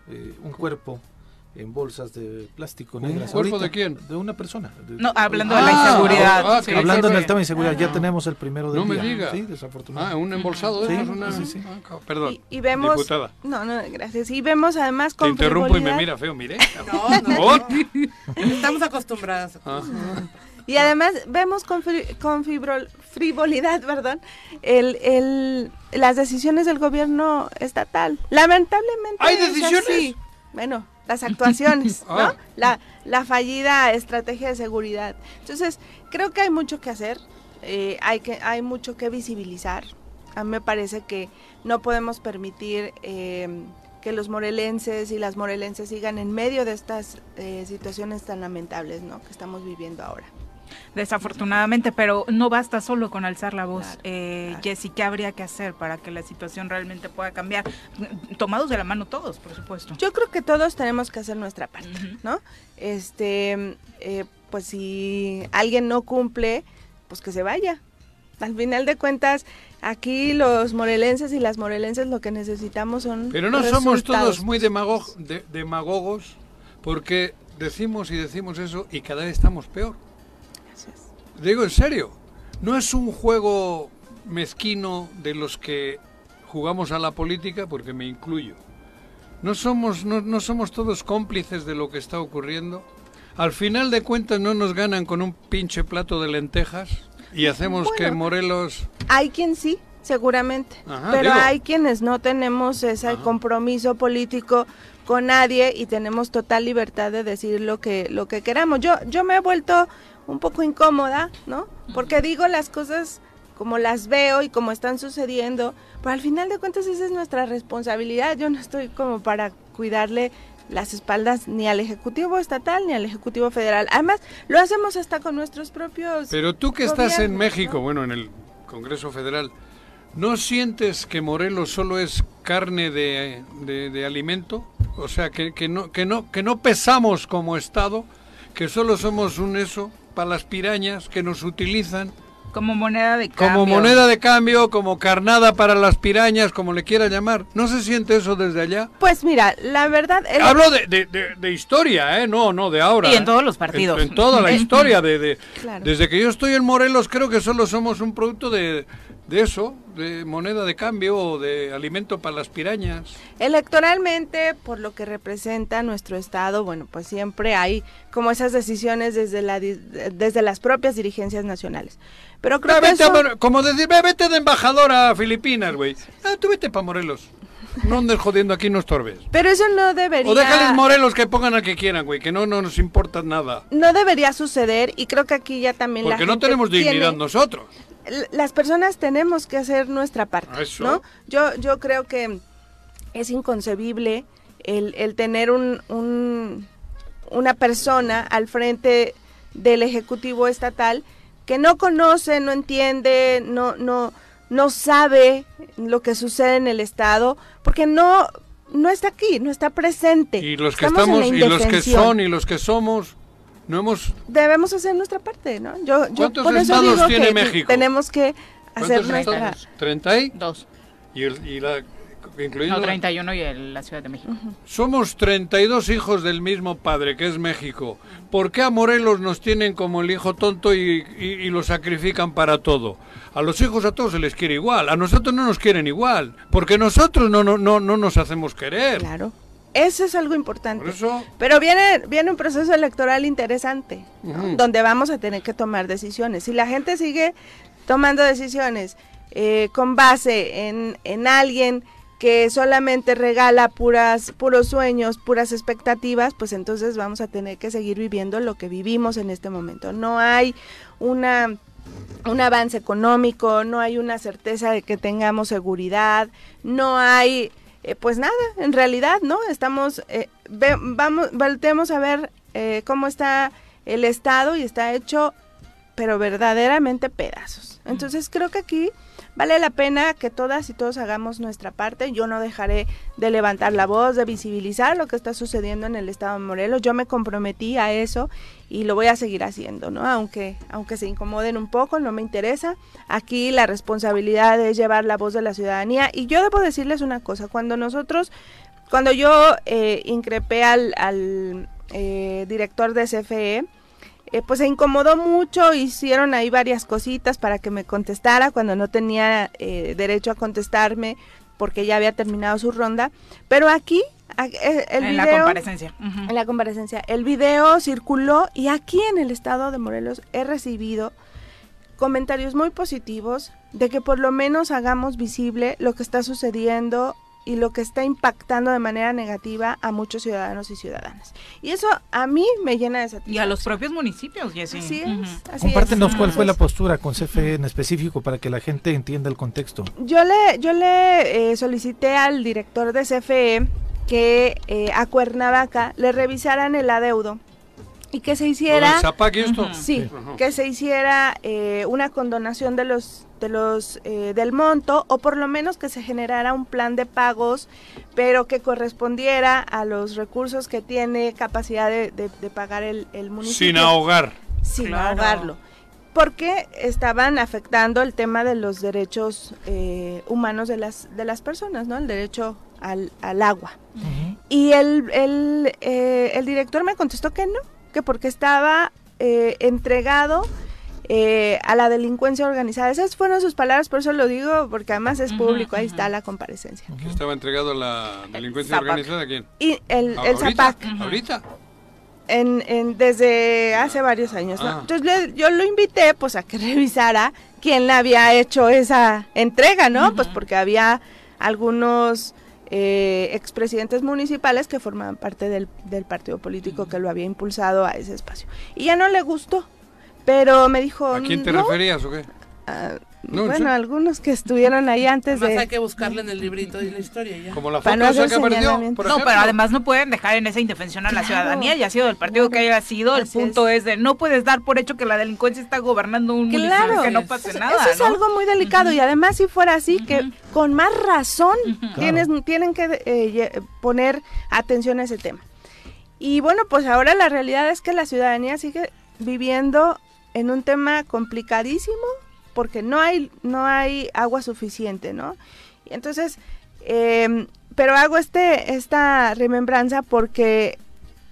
S3: eh, un cuerpo en bolsas de plástico
S2: ¿Un
S3: negras.
S2: cuerpo
S3: ahorita,
S2: de quién?
S3: De una persona. de-
S1: No, hablando de
S2: Ah,
S1: la inseguridad.
S2: ah,
S1: sí.
S3: Hablando
S2: sí,
S3: del
S2: sí.
S3: tema de inseguridad, ya
S1: Ah.
S3: tenemos el primero de
S2: No me diga.
S3: Sí,
S2: Ah,
S3: desafortunadamente.
S2: un embolsado.
S3: Sí,
S2: ¿eh? Una-
S3: sí, sí.
S2: Ah, cabrón. Perdón,
S8: Y, y vemos.
S2: diputada.
S8: No, no, gracias. Y vemos además
S2: Te
S8: con
S2: interrumpo y me
S8: frivolidad-
S2: mira feo, mire.
S6: No, no,
S2: Por-
S6: no. Estamos acostumbradas.
S2: Ah.
S8: Y además vemos con, fri- con fibrol- frivolidad, perdón, el, el, las decisiones del gobierno estatal. Lamentablemente.
S2: ¿Hay
S8: es
S2: decisiones?
S8: así. Bueno, las actuaciones, ¿no?
S2: Ah.
S8: La, la fallida estrategia de seguridad. Entonces, creo que hay mucho que hacer, eh, hay, que, hay mucho que visibilizar. A mí me parece que no podemos permitir eh, que los morelenses y las morelenses sigan en medio de estas eh, situaciones tan lamentables ¿no? que estamos viviendo ahora.
S1: Desafortunadamente, pero no basta solo con alzar la voz.
S8: Claro,
S1: eh,
S8: claro.
S1: Jessy, ¿qué habría que hacer para que la situación realmente pueda cambiar? Tomados de la mano todos, por supuesto.
S8: Yo creo que todos tenemos que hacer nuestra parte,
S1: Ujú.
S8: ¿no? Este, eh, pues si alguien no cumple, pues que se vaya. Al final de cuentas, aquí los morelenses y las morelenses lo que necesitamos son
S2: Pero no somos
S8: resultados.
S2: todos muy demagog- de- demagogos porque decimos y decimos eso y cada vez estamos peor.
S8: Gracias.
S2: Digo en serio, no es un juego mezquino de los que jugamos a la política, porque me incluyo. No somos, no, no somos todos cómplices de lo que está ocurriendo. Al final de cuentas no nos ganan con un pinche plato de lentejas y hacemos que
S8: Bueno.
S2: Morelos...
S8: Hay quien sí, seguramente,
S2: Ajá,
S8: pero
S2: digo.
S8: hay quienes no tenemos ese
S2: Ajá.
S8: compromiso político con nadie y tenemos total libertad de decir lo que lo que queramos. Yo yo me he vuelto un poco incómoda, ¿no? Porque digo las cosas como las veo y como están sucediendo, pero al final de cuentas esa es nuestra responsabilidad. Yo no estoy como para cuidarle las espaldas ni al ejecutivo estatal ni al ejecutivo federal. Además, lo hacemos hasta con nuestros propios
S2: Pero tú que estás en
S8: gobiernos,
S2: México,
S8: ¿no?
S2: bueno, en el Congreso Federal, ¿no sientes que Morelos solo es carne de, de- de alimento? O sea, que, que no, que, no, que no pesamos como Estado, que solo somos un eso para las pirañas que nos utilizan
S1: Como moneda de cambio.
S2: como moneda de cambio, como carnada para las pirañas, como le quiera llamar. ¿No se siente eso desde allá?
S8: Pues mira, la verdad el-
S2: Hablo de, de- de- de historia, ¿eh? No, no, de ahora.
S1: Y en
S2: ¿eh?
S1: todos los partidos.
S2: En, en toda la historia. De, de-
S8: Claro.
S2: Desde que yo estoy en Morelos, creo que solo somos un producto de, de eso, de moneda de cambio o de alimento para las pirañas.
S8: Electoralmente, por lo que representa nuestro estado, bueno, pues siempre hay como esas decisiones desde la di- desde las propias dirigencias nacionales. Pero creo
S2: Ve,
S8: que
S2: vete a
S8: eso-
S2: More- como decir, ve, vete de embajadora a Filipinas, güey. Ah, tú vete para Morelos. No andes jodiendo aquí, no estorbes.
S8: Pero eso no debería...
S2: O déjales morelos que pongan al que quieran, güey, que no, no nos importa nada.
S8: no debería suceder y creo que aquí ya también la
S2: Porque no
S8: gente
S2: tenemos dignidad
S8: tiene-
S2: nosotros.
S8: l- las personas tenemos que hacer nuestra parte,
S2: Ah, Eso.
S8: ¿no? Yo, yo creo que es inconcebible el, el tener un, un- una persona al frente del Ejecutivo Estatal que no conoce, no entiende, no, no, no sabe lo que sucede en el Estado, porque no, no está aquí, no está presente.
S2: Y los que
S8: en la
S2: estamos, y los que
S8: indefensión.
S2: son, y los que somos, no hemos...
S8: Debemos hacer nuestra parte, ¿no? Yo, yo
S2: ¿Cuántos
S8: por eso
S2: estados
S8: digo
S2: tiene
S8: que
S2: México?
S8: tenemos que hacer
S2: ¿Cuántos
S8: nuestra...
S2: estados? ¿30 y?
S1: Dos.
S2: y, el- y la, incluyendo
S1: No,
S2: la-
S1: 31 y el- la Ciudad de México.
S2: Somos 32 hijos del mismo padre, que es México. ¿Por qué a Morelos nos tienen como el hijo tonto y, y- y lo sacrifican para todo? A los hijos a todos se les quiere igual, a nosotros no nos quieren igual, porque nosotros no, no, no, no nos hacemos querer.
S8: Claro. Eso es algo importante.
S2: Por eso,
S8: Pero viene, viene un proceso electoral interesante, ¿no?
S2: Ujú.
S8: donde vamos a tener que tomar decisiones. Si la gente sigue tomando decisiones eh, con base en, en alguien que solamente regala puras, puros sueños, puras expectativas, pues entonces vamos a tener que seguir viviendo lo que vivimos en este momento. No hay una un avance económico, no hay una certeza de que tengamos seguridad, no hay eh, pues nada, en realidad, ¿no? Estamos, eh, ve- vamos, volteemos a ver eh, cómo está el Estado y está hecho, pero verdaderamente pedazos. Entonces creo que aquí vale la pena que todas y todos hagamos nuestra parte. Yo no dejaré de levantar la voz, de visibilizar lo que está sucediendo en el Estado de Morelos. Yo me comprometí a eso y lo voy a seguir haciendo, ¿no? Aunque, aunque se incomoden un poco, no me interesa. Aquí la responsabilidad es llevar la voz de la ciudadanía. Y yo debo decirles una cosa, cuando nosotros, cuando yo eh, increpé al, al, eh, director de CFE, eh, pues se incomodó mucho, hicieron ahí varias cositas para que me contestara cuando no tenía eh, derecho a contestarme porque ya había terminado su ronda. Pero aquí, a- eh, el
S1: en
S8: video...
S1: la comparecencia. Ujú.
S8: En la comparecencia. El video circuló y aquí en el estado de Morelos he recibido comentarios muy positivos de que por lo menos hagamos visible lo que está sucediendo y lo que está impactando de manera negativa a muchos ciudadanos y ciudadanas. Y eso a mí me llena de satisfacción.
S1: Y a los propios municipios, Jessy.
S8: Así es,
S1: Ujú.
S8: así es.
S3: Compártenos cuál fue la
S8: Entonces,
S3: postura con CFE en específico para que la gente entienda el contexto.
S8: Yo le, yo le eh, solicité al director de CFE que eh, a Cuernavaca le revisaran el adeudo y que se
S2: ¿Lo
S8: hiciera...
S2: del Zapac y esto?
S1: Ujú.
S8: Sí,
S2: Ajá.
S8: que se hiciera eh, una condonación de los de los eh, del monto o por lo menos que se generara un plan de pagos, pero que correspondiera a los recursos que tiene capacidad de, de- de pagar el, el municipio
S2: Sin ahogar.
S8: sin
S1: Claro.
S8: ahogarlo. Porque estaban afectando el tema de los derechos eh, humanos de las, de las personas, ¿no? El derecho al, al agua. Y el, el, eh, el director me contestó que no, que porque estaba eh, entregado eh, a la delincuencia organizada. Esas fueron sus palabras, por eso lo digo, porque además es
S1: Ujú,
S8: público, ahí
S1: ujú.
S8: está la comparecencia.
S2: Que estaba entregado a la delincuencia
S1: Zapac.
S2: organizada, ¿a ¿quién?
S8: Y el,
S2: Ah,
S8: el
S2: ¿Ahorita?
S8: Zapac,
S1: Ujú.
S2: ¿Ahorita?
S8: en, en- desde hace varios años. ¿no?
S2: Ah.
S8: Entonces le- yo lo invité pues a que revisara quién le había hecho esa entrega, ¿no? Pues porque había algunos eh, expresidentes municipales que formaban parte del, del partido político que lo había impulsado a ese espacio. Y ya no le gustó, pero me dijo...
S2: ¿A quién te
S8: "No".
S2: referías o qué?
S8: Ah,
S2: No, en
S8: bueno,
S2: serio.
S8: algunos que estuvieron ahí antes
S6: Además hay
S8: de...
S6: que buscarle en el librito y la historia y ya.
S2: Como la
S8: Para
S2: foto
S8: no
S2: esa
S8: hacer
S2: que perdió,
S8: señalamiento.
S2: por
S1: No,
S2: ejemplo.
S1: pero además no pueden dejar en esa indefensión a la
S8: Claro.
S1: ciudadanía, y ha sido del partido que haya sido. El
S8: Así
S1: punto es. de no puedes dar por hecho que la delincuencia está gobernando un municipio
S8: Claro,
S1: que no
S6: Eso-
S1: pase
S8: Eso-
S1: nada.
S8: Eso es
S1: ¿no?
S8: algo muy delicado y además si fuera así, que con más razón
S1: Ujú.
S8: tienes- tienen que eh, ye- poner atención a ese tema. Y bueno, pues ahora la realidad es que la ciudadanía sigue viviendo en un tema complicadísimo porque no hay, no hay agua suficiente, ¿no? Y entonces, eh, pero hago este, esta remembranza porque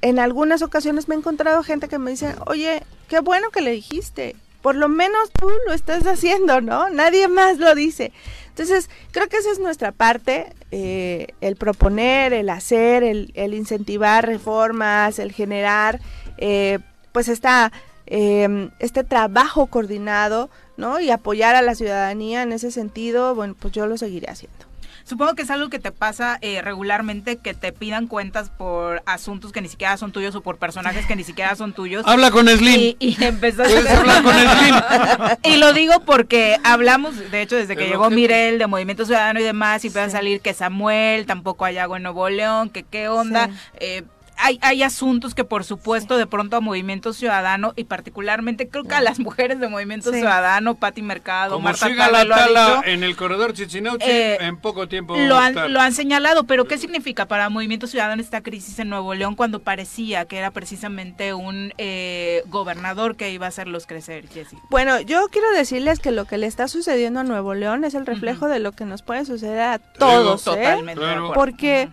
S8: en algunas ocasiones me he encontrado gente que me dice, oye, qué bueno que le dijiste, por lo menos tú lo estás haciendo, ¿no? Nadie más lo dice. Entonces, creo que esa es nuestra parte, eh, el proponer, el hacer, el, el incentivar reformas, el generar, eh, pues esta, eh, este trabajo coordinado, ¿no? Y apoyar a la ciudadanía en ese sentido, bueno, pues yo lo seguiré haciendo.
S1: Supongo que es algo que te pasa eh, regularmente, que te pidan cuentas por asuntos que ni siquiera son tuyos o por personajes que ni siquiera son tuyos.
S2: Habla con Slim.
S1: Y, y empezaste
S2: Ah, Puedes hablar con Slim.
S1: Y lo digo porque hablamos, de hecho, desde que
S2: El
S1: llegó
S2: objeto.
S1: Mirel de Movimiento Ciudadano y demás, y empieza a salir que Samuel, tampoco hay agua en Nuevo León, que qué onda.
S8: Sí.
S1: eh, hay, hay asuntos que, por supuesto, de pronto a Movimiento Ciudadano, y particularmente creo que a las mujeres de Movimiento
S8: Sí.
S1: Ciudadano, Pati Mercado,
S2: Como
S1: Marta
S2: siga
S1: Tala
S2: la
S1: lo ha
S2: tala
S1: dicho,
S2: en el corredor Chichinauchi,
S1: Eh,
S2: en poco tiempo
S1: lo
S2: vamos a
S1: han,
S2: estar.
S1: lo han señalado, pero ¿qué significa para Movimiento Ciudadano esta crisis en Nuevo León cuando parecía que era precisamente un eh, gobernador que iba a hacerlos crecer, Jessy?
S8: Bueno, yo quiero decirles que lo que le está sucediendo a Nuevo León es el reflejo de lo que nos puede suceder a todos, ¿eh?
S1: Totalmente. de
S2: Claro.
S1: acuerdo.
S8: Porque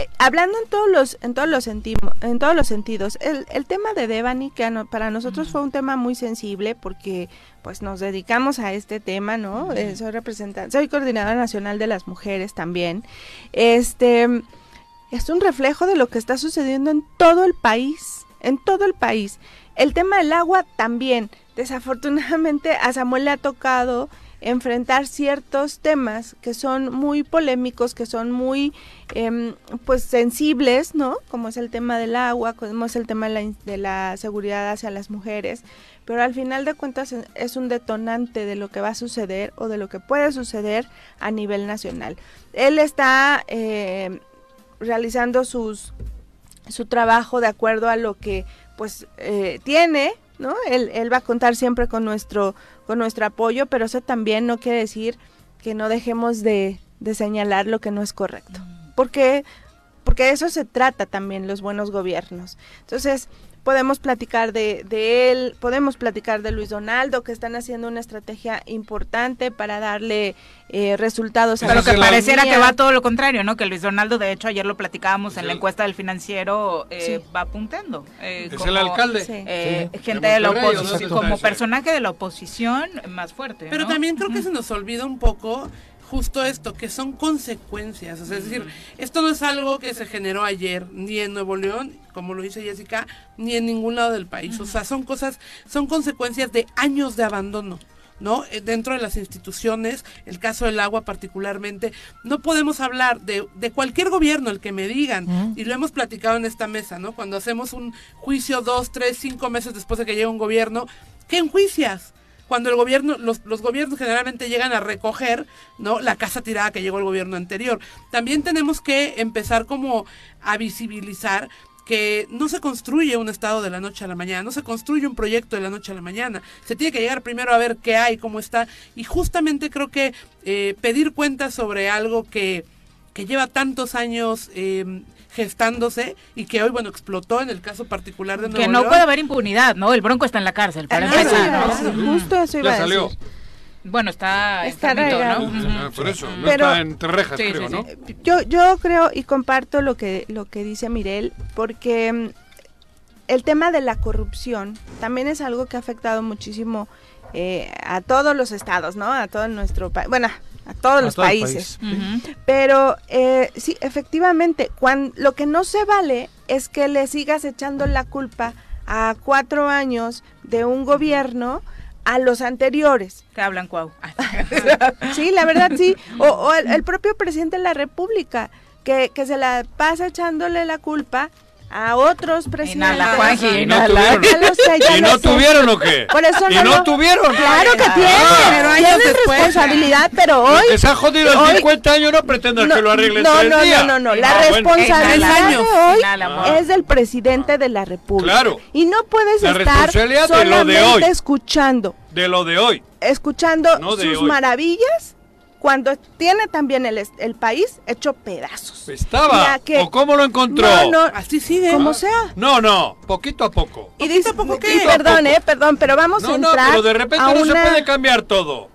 S8: eh, hablando en todos los en todos los sentimo- en todos los sentidos, el, el tema de Devani que a no- para nosotros fue un tema muy sensible porque pues nos dedicamos a este tema, ¿no? Eh, soy representante, soy coordinadora nacional de las mujeres también. Este es un reflejo de lo que está sucediendo en todo el país, en todo el país. El tema del agua también. Desafortunadamente a Samuel le ha tocado enfrentar ciertos temas que son muy polémicos, que son muy em, pues sensibles, ¿no? Como es el tema del agua, como es el tema de la, in- de la seguridad hacia las mujeres, pero al final de cuentas e- es un detonante de lo que va a suceder o de lo que puede suceder a nivel nacional. Él está em, realizando sus su trabajo de acuerdo a lo que pues eh, tiene, ¿no? Él, él va a contar siempre con nuestro con nuestro apoyo, pero eso también no quiere decir que no dejemos de, de señalar lo que no es correcto, porque porque de eso se trata también los buenos gobiernos. Entonces, podemos platicar de, de él, podemos platicar de Luis Donaldo, que están haciendo una estrategia importante para darle eh, resultados
S1: Pero
S8: la
S1: que
S2: Entonces, la-
S1: pareciera que
S8: economía.
S1: va todo lo contrario, ¿no? Que Luis Donaldo, de hecho, ayer lo platicábamos en la
S2: Sí.
S1: encuesta del financiero, eh,
S8: Sí.
S1: va apuntando. eh,
S2: Es
S1: como,
S2: el alcalde.
S8: Sí.
S1: eh,
S3: Sí.
S1: Gente de la
S2: Monterrey,
S3: o
S1: oposición,
S3: sea,
S1: como
S2: sí.
S1: personaje de la oposición más fuerte.
S6: Pero
S1: ¿no?
S6: también creo que se nos olvida un poco justo esto, que son consecuencias. O sea, es decir, esto no es algo que se generó ayer, ni en Nuevo León, como lo dice Jessica, ni en ningún lado del país. O sea, son cosas, son consecuencias de años de abandono. ¿No? Eh, Dentro de las instituciones, el caso del agua particularmente, no podemos hablar de, de cualquier gobierno, el que me digan, y lo hemos platicado en esta mesa, ¿no? Cuando hacemos un juicio dos, tres, cinco meses después de que llega un gobierno, ¿qué enjuicias? cuando el gobierno, los, los gobiernos generalmente llegan a recoger, ¿no? La casa tirada que llegó el gobierno anterior. También tenemos que empezar como a visibilizar que no se construye un estado de la noche a la mañana, no se construye un proyecto de la noche a la mañana. Se tiene que llegar primero a ver qué hay, cómo está. Y justamente creo que eh, pedir cuentas sobre algo que, que lleva tantos años eh, gestándose y que hoy, bueno, explotó en el caso particular de Nuevo
S1: Que no
S6: León.
S1: puede haber impunidad, ¿no? El Bronco está en la cárcel, para
S8: Eso
S1: empezar,
S8: iba a
S1: ¿no?
S8: decir, Ah, Justo eso iba
S2: Ya
S8: a decir.
S2: salió.
S1: Bueno, está...
S8: Está
S1: enfermito, ¿no?
S8: regado.
S1: Ujú.
S2: Ah, Por eso, no
S8: Pero-
S2: está entre rejas,
S1: Sí,
S2: creo,
S1: sí,
S2: ¿no?
S1: sí.
S8: yo, yo creo y comparto lo que, lo que dice Mirel, porque mm, el tema de la corrupción también es algo que ha afectado muchísimo eh, a todos los estados, ¿no? A todo nuestro país, bueno, a todos
S3: A
S8: los
S3: todo el
S8: países.
S2: pues,
S3: país.
S1: Ujú.
S8: Pero eh, sí, efectivamente, cuan- lo que no se vale es que le sigas echando la culpa a cuatro años de un gobierno a los anteriores.
S1: Te hablan, Cuau.
S8: Sí, la verdad sí. O, o el, el propio presidente de la República, que, que se la pasa echándole la culpa a otros presidentes.
S1: Inhala, Juanji,
S2: Y no
S1: inhala.
S2: tuvieron.
S8: Ya lo sé, ya
S2: ¿Y
S8: lo
S2: no
S8: sé.
S2: tuvieron o qué?
S8: Por eso
S2: ¿Y
S8: no
S2: no
S8: lo-
S2: tuvieron?
S8: Claro que
S1: Ah,
S8: tienen,
S6: pero años
S8: tienen
S6: después.
S8: responsabilidad, pero hoy...
S2: Que se ha jodido en
S8: hoy-
S2: 50 años, no pretendas que lo arregle en
S8: no,
S2: tres
S8: no,
S2: días.
S8: no, no, no.
S2: Ah,
S8: La
S2: bueno.
S8: responsabilidad
S6: Inhala,
S8: de hoy
S1: inhala, amor.
S8: es del presidente de la República.
S2: Claro.
S8: Y no puedes
S2: La
S8: estar
S2: responsabilidad de lo de
S8: solamente
S2: hoy.
S8: escuchando,
S2: De lo de hoy.
S8: escuchando
S2: No de
S8: sus
S2: hoy.
S8: maravillas cuando tiene también el, est- el país hecho pedazos.
S2: ¿Estaba?
S8: Mira que-
S2: ¿O cómo lo encontró?
S8: No, no,
S6: Así sigue.
S8: como sea.
S2: No, no, poquito a poco.
S8: Y dice,
S6: poco,
S8: y
S6: ¿qué?
S8: perdón, eh, perdón, pero vamos a
S2: No, no,
S8: entrar
S2: pero de repente
S8: a
S2: no se
S8: una-
S2: puede cambiar todo.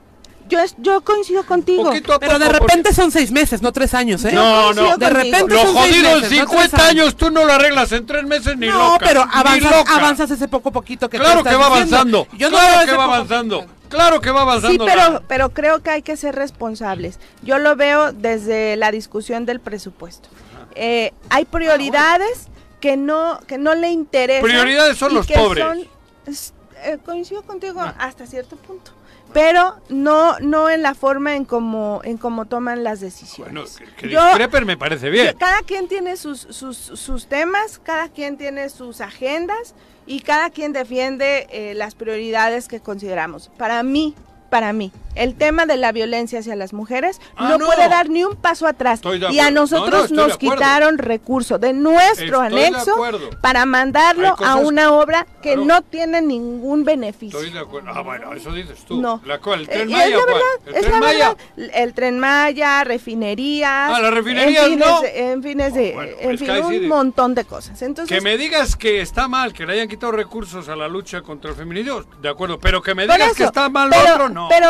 S8: Yo, es- yo coincido contigo.
S2: Poquito a
S6: Pero
S2: poco,
S6: de
S2: porque-
S6: repente son seis meses, no tres años, ¿eh?
S2: No, no.
S8: coincido
S6: De
S8: contigo.
S6: repente
S2: Lo
S6: son seis
S2: jodido en
S6: meses, no
S2: 50
S6: tres
S2: años, tú no lo arreglas en tres meses ni
S6: no,
S2: loca,
S6: pero
S2: ni
S6: avanzas,
S2: loca.
S6: avanzas ese poco a poquito que tú
S2: Claro
S6: estás
S2: que va
S6: diciendo.
S2: avanzando.
S6: Yo no veo
S2: claro
S6: ese
S2: que va
S6: poco a
S2: avanzando.
S6: poquito.
S2: Claro que va avanzando.
S8: Sí, pero,
S2: Lara.
S8: pero creo que hay que ser responsables. Yo lo veo desde la discusión del presupuesto. Eh, hay prioridades que no que no le interesan.
S2: Prioridades son
S8: y
S2: los
S8: que
S2: pobres. Ah.
S8: son- es- eh, coincido contigo hasta cierto punto, pero no no en la forma en cómo en cómo toman las decisiones.
S2: Bueno, que, que
S8: Yo-
S2: discrepen me parece bien.
S8: que Cada quien tiene sus, sus, sus temas, cada quien tiene sus agendas y cada quien defiende eh, las prioridades que consideramos. Para mí, para mí, el tema de la violencia hacia las mujeres
S2: Ah,
S8: no,
S2: no.
S8: puede dar ni un paso atrás.
S2: Estoy de
S8: Y a
S2: acuerdo. No, no,
S8: nosotros
S2: estoy de
S8: nos
S2: acuerdo.
S8: quitaron recursos de nuestro
S2: Estoy de
S8: anexo
S2: acuerdo.
S8: para mandarlo
S2: Hay cosas-
S8: a una obra que
S2: Claro.
S8: no tiene ningún beneficio.
S2: Estoy de acuerdo. Ah, bueno, eso dices tú.
S8: No.
S2: ¿La cual? ¿El
S8: Eh,
S2: tren
S8: y
S2: Maya
S8: es la
S2: cuál?
S8: verdad,
S2: ¿El
S8: es
S2: tren
S8: la
S2: Maya?
S8: verdad. El tren Maya, refinerías.
S2: Ah, las refinerías
S8: en fines
S2: no.
S8: de- en fines de.
S2: Ah, bueno,
S8: en
S2: es que
S8: fin,
S2: ahí sí
S8: un
S2: de-
S8: montón de cosas. Entonces.
S2: Que me digas que está mal, que le hayan quitado recursos a la lucha contra el feminicidio, de acuerdo, pero que me
S8: por
S2: digas que
S8: eso,
S2: está mal lo
S8: pero,
S2: otro, no.
S8: Pero,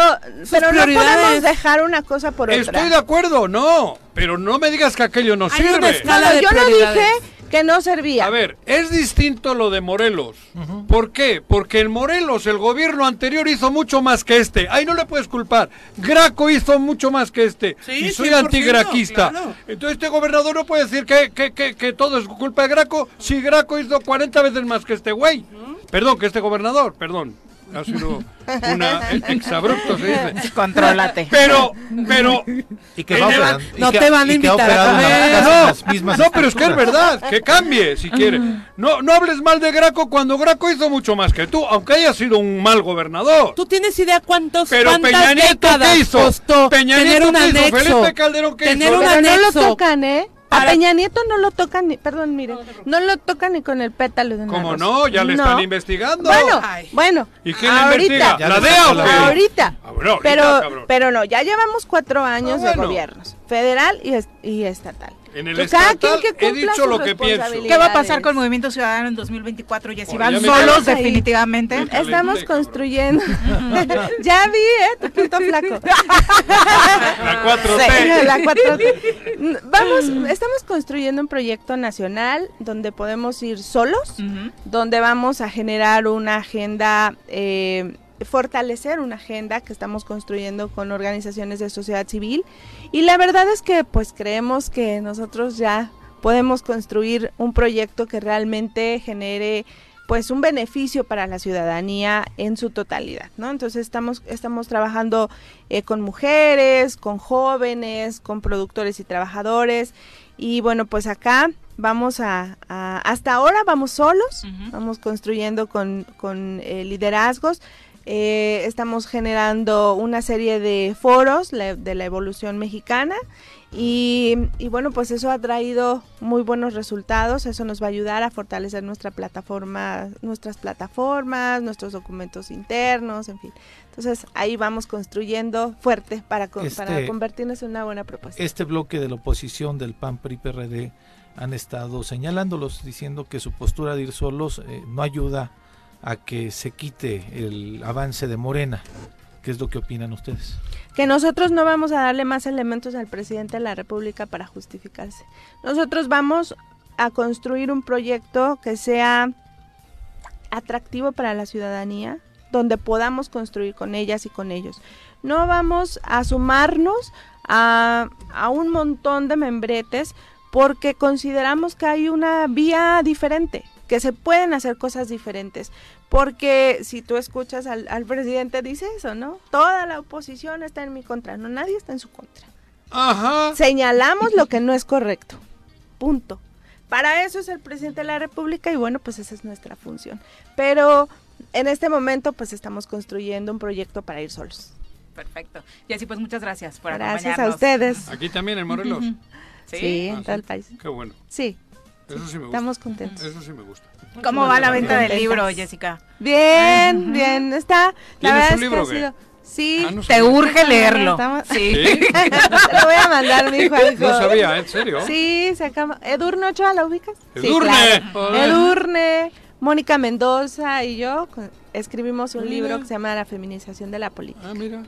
S8: pero no
S6: prioridades.
S8: podemos dejar una cosa por otra.
S2: Estoy de acuerdo, no, pero no me digas que aquello no
S6: Hay
S2: sirve.
S6: una escala-
S8: No, no,
S6: de
S8: yo no dije
S6: prioridades.
S8: que no servía.
S2: A ver, es distinto lo de Morelos. ¿Por qué? Porque en Morelos el gobierno anterior hizo mucho más que este. Ahí no le puedes culpar. Graco hizo mucho más que este.
S6: Sí,
S2: y soy
S6: 100%,
S2: antigraquista.
S6: claro.
S2: Entonces este gobernador no puede decir que, que- que- que todo es culpa de Graco si Graco hizo 40 veces más que este güey. Perdón, que este gobernador, perdón. Ha sido una exabrupto, se dice.
S1: Contrólate.
S2: Pero, pero,
S3: Y que va
S2: En el-
S3: operando- y
S6: no
S3: que-
S6: te van a
S3: y que va
S6: invitar a
S3: operando
S6: comer.
S3: las-
S2: no,
S3: las mismas
S2: no, pero es que es
S3: estructuras.
S2: verdad, que cambie si quiere. No, no hables mal de Graco cuando Graco hizo mucho más que tú, aunque haya sido un mal gobernador.
S6: ¿Tú tienes idea cuántos
S2: Pero
S6: cuántas
S2: Peña Nieto,
S6: décadas
S2: ¿qué hizo?
S6: costó
S2: Peña
S6: tener
S2: Nieto,
S6: un
S2: ¿qué hizo?
S6: anexo?
S2: Felipe Calderón, ¿qué
S6: tener
S2: hizo?
S6: un
S8: pero no lo
S6: anexo.
S8: tocan, ¿eh? A
S6: Para-
S8: Peña Nieto no lo tocan ni, perdón, mire, no lo tocan ni con el pétalo de una
S2: ¿Cómo
S8: rosa.
S2: no? Ya le
S8: No.
S2: están investigando.
S8: Bueno,
S6: Ay.
S8: bueno.
S2: ¿Y quién la
S8: ahorita,
S2: investiga?
S3: Ya
S2: ¿La
S3: le
S2: DEA o
S3: sacó
S2: qué?
S3: la DEA.
S8: Ahorita.
S2: Ah, bueno, ahorita, cabrón.
S8: pero, pero no, ya llevamos cuatro años
S2: bueno.
S8: de gobiernos, federal y, es- y estatal.
S2: En el
S8: Entonces, cada
S2: estatal
S8: quien que
S2: he
S8: cumpla
S2: dicho
S8: sus
S2: lo que pienso.
S1: ¿Qué va a pasar
S8: responsabilidades.
S1: con Movimiento Ciudadano en 2024? ¿Ya si
S2: Bueno,
S1: van
S2: ya me
S1: solos
S8: quedé ahí.
S1: definitivamente?
S2: Calentí,
S8: Estamos
S2: cabrón.
S8: construyendo. ya vi, ¿eh? Tu punto flaco.
S2: La 4T.
S8: Sí, la 4T. Vamos, estamos construyendo un proyecto nacional donde podemos ir solos,
S1: Ujú.
S8: donde vamos a generar una agenda, eh, fortalecer una agenda que estamos construyendo con organizaciones de sociedad civil. Y la verdad es que pues creemos que nosotros ya podemos construir un proyecto que realmente genere pues un beneficio para la ciudadanía en su totalidad, ¿no? Entonces estamos, estamos trabajando eh, con mujeres, con jóvenes, con productores y trabajadores. Y bueno, pues acá vamos a, a- hasta ahora vamos solos,
S1: Ujú.
S8: vamos construyendo con, con, eh, liderazgos. Eh, estamos generando una serie de foros la- de la evolución mexicana y, y bueno, pues eso ha traído muy buenos resultados, eso nos va a ayudar a fortalecer nuestra plataforma, nuestras plataformas, nuestros documentos internos, en fin. Entonces ahí vamos construyendo fuerte para, co- para
S3: Este-
S8: convertirnos en una buena propuesta.
S3: Este bloque de la oposición del PAN, PRI, PRD han estado señalándolos, diciendo que su postura de ir solos eh, no ayuda a que se quite el avance de Morena. ¿Qué es lo que opinan ustedes?
S8: que nosotros no vamos a darle más elementos al presidente de la República para justificarse. Nosotros vamos a construir un proyecto que sea atractivo para la ciudadanía, donde podamos construir con ellas y con ellos. No vamos a sumarnos a, a un montón de membretes porque consideramos que hay una vía diferente, que se pueden hacer cosas diferentes. Porque si tú escuchas al, al presidente, dice eso, ¿no? Toda la oposición está en mi contra, no, nadie está en su contra.
S2: Ajá.
S8: Señalamos lo que no es correcto. Punto. Para eso es el presidente de la República y bueno, pues esa es nuestra función. Pero en este momento pues estamos construyendo un proyecto para ir solos.
S1: Perfecto. Y así pues muchas gracias por
S8: Gracias a
S1: acompañarnos.
S8: ustedes.
S2: Aquí también en Morelos.
S8: Sí,
S1: ¿Sí?
S8: en
S2: Ah,
S8: todo
S2: sí.
S8: el país.
S2: Qué bueno.
S8: Sí,
S2: Eso sí me gusta.
S8: estamos contentos.
S2: Eso sí me gusta.
S1: ¿Cómo va la venta del
S8: Contentas.
S1: libro, Jessica?
S8: Bien, bien, está. La
S2: ¿Tienes
S8: verdad
S2: un
S8: es que
S2: libro
S8: ha
S2: o qué?
S8: sido- Sí,
S2: Ah, no
S1: Te
S2: sabía.
S1: urge leerlo.
S8: Estamos-
S1: Sí.
S2: ¿Sí?
S8: te lo voy a mandar, mi hijo.
S2: No sabía, ¿en serio?
S8: Sí, se acaba. Edurne Ochoa, ¿la ubicas? Sí,
S2: ¡Edurne!
S8: claro.
S2: Joder.
S8: Edurne, Mónica Mendoza y yo co- escribimos un libro que se llama La feminización de la política.
S2: Ah, mira.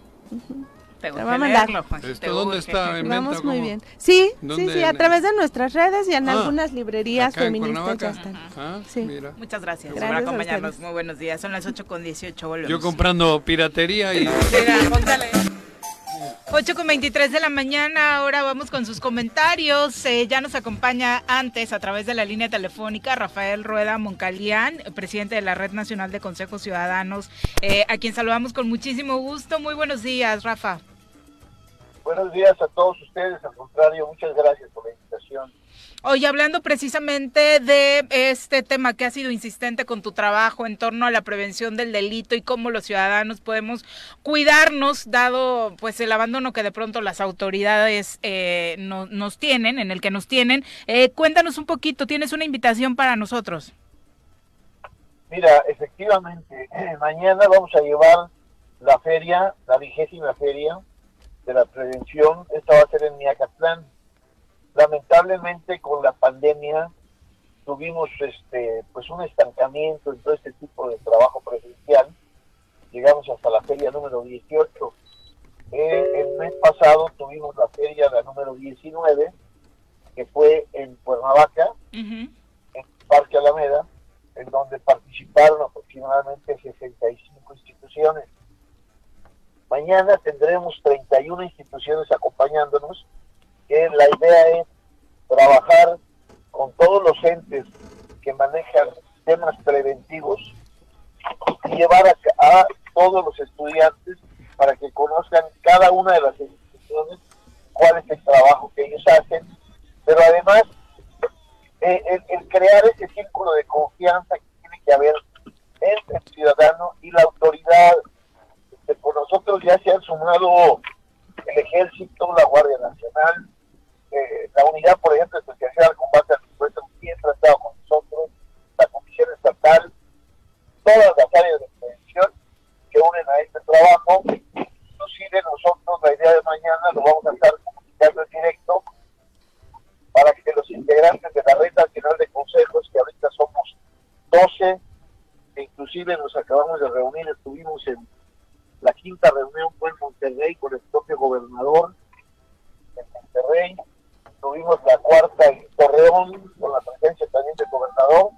S1: Te urge
S8: voy a mandar.
S1: leerlo, Juanji,
S2: ¿Esto
S1: te
S2: Este,
S1: urge.
S2: dónde está? ¿En venta
S8: Vamos
S2: o
S8: muy
S2: cómo?
S8: bien. Sí, sí,
S2: ¿Dónde
S8: sí, a
S2: en-
S8: través de nuestras redes y en
S2: Ah,
S8: algunas librerías
S2: Acá en
S8: feministas ya
S2: Cuernavaca.
S8: están.
S2: Ah,
S8: Sí.
S2: mira.
S1: Muchas gracias, por
S8: Gracias a
S1: acompañarnos.
S8: ustedes.
S1: Muy buenos días. Son las 8 con 18. Volvemos.
S2: Yo comprando piratería y...
S1: Mira, póntale. 8 con 23 de la mañana, ahora vamos con sus comentarios. Eh, ya nos acompaña antes a través de la línea telefónica Rafael Rueda Moncalián, presidente de la Red Nacional de Consejos Ciudadanos, eh, a quien saludamos con muchísimo gusto. Muy buenos días, Rafa.
S9: Buenos días a todos ustedes, al contrario, muchas gracias por la invitación.
S1: Hoy hablando precisamente de este tema que ha sido insistente con tu trabajo en torno a la prevención del delito y cómo los ciudadanos podemos cuidarnos dado pues el abandono que de pronto las autoridades eh, no- nos tienen, en el que nos tienen. Eh, cuéntanos un poquito, tienes una invitación para nosotros.
S9: Mira, efectivamente, mañana vamos a llevar la feria, la vigésima feria de la prevención. Esta va a ser en Miacatlán. Lamentablemente con la pandemia tuvimos este pues un estancamiento en todo este tipo de trabajo presencial. Llegamos hasta la feria número 18. Eh, el mes pasado tuvimos la feria la número 19, que fue en Cuernavaca,
S1: Ujú.
S9: en Parque Alameda, en donde participaron aproximadamente 65 instituciones. Mañana tendremos 31 instituciones acompañándonos, que la idea es trabajar con todos los entes que manejan temas preventivos y llevar a, ca- a todos los estudiantes para que conozcan cada una de las instituciones cuál es el trabajo que ellos hacen, pero además eh, el, el crear ese círculo de confianza que tiene que haber entre el ciudadano y la autoridad. Este, por nosotros ya se han sumado el ejército, la Guardia Nacional, eh, la unidad, por ejemplo, especializada al combate al secuestro, siempre ha estado con nosotros, la Comisión Estatal, todas las áreas de prevención que unen a este trabajo. Inclusive nosotros la idea de mañana lo vamos a estar comunicando en directo para que los integrantes de la red nacional de consejos, que ahorita somos 12, e inclusive nos acabamos de reunir, estuvimos en la quinta reunión fue en Monterrey con el propio gobernador en Monterrey, tuvimos la cuarta en Torreón con la presencia también del gobernador.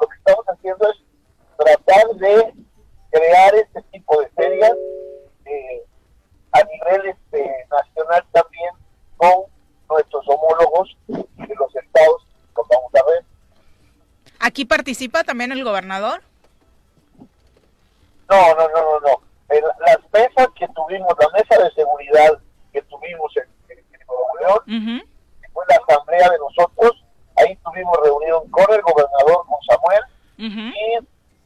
S9: Lo que estamos haciendo es tratar de crear este tipo de ferias eh, a nivel este, nacional también con nuestros homólogos de los estados que vamos a ver.
S1: Aquí participa también el gobernador.
S9: No, no, no, no, no. El- las mesas que tuvimos, la mesa de seguridad que tuvimos en, en, en Nuevo León,
S1: Ujú.
S9: que fue la asamblea de nosotros, ahí tuvimos reunión con el gobernador, con Samuel,
S1: Ujú.
S9: y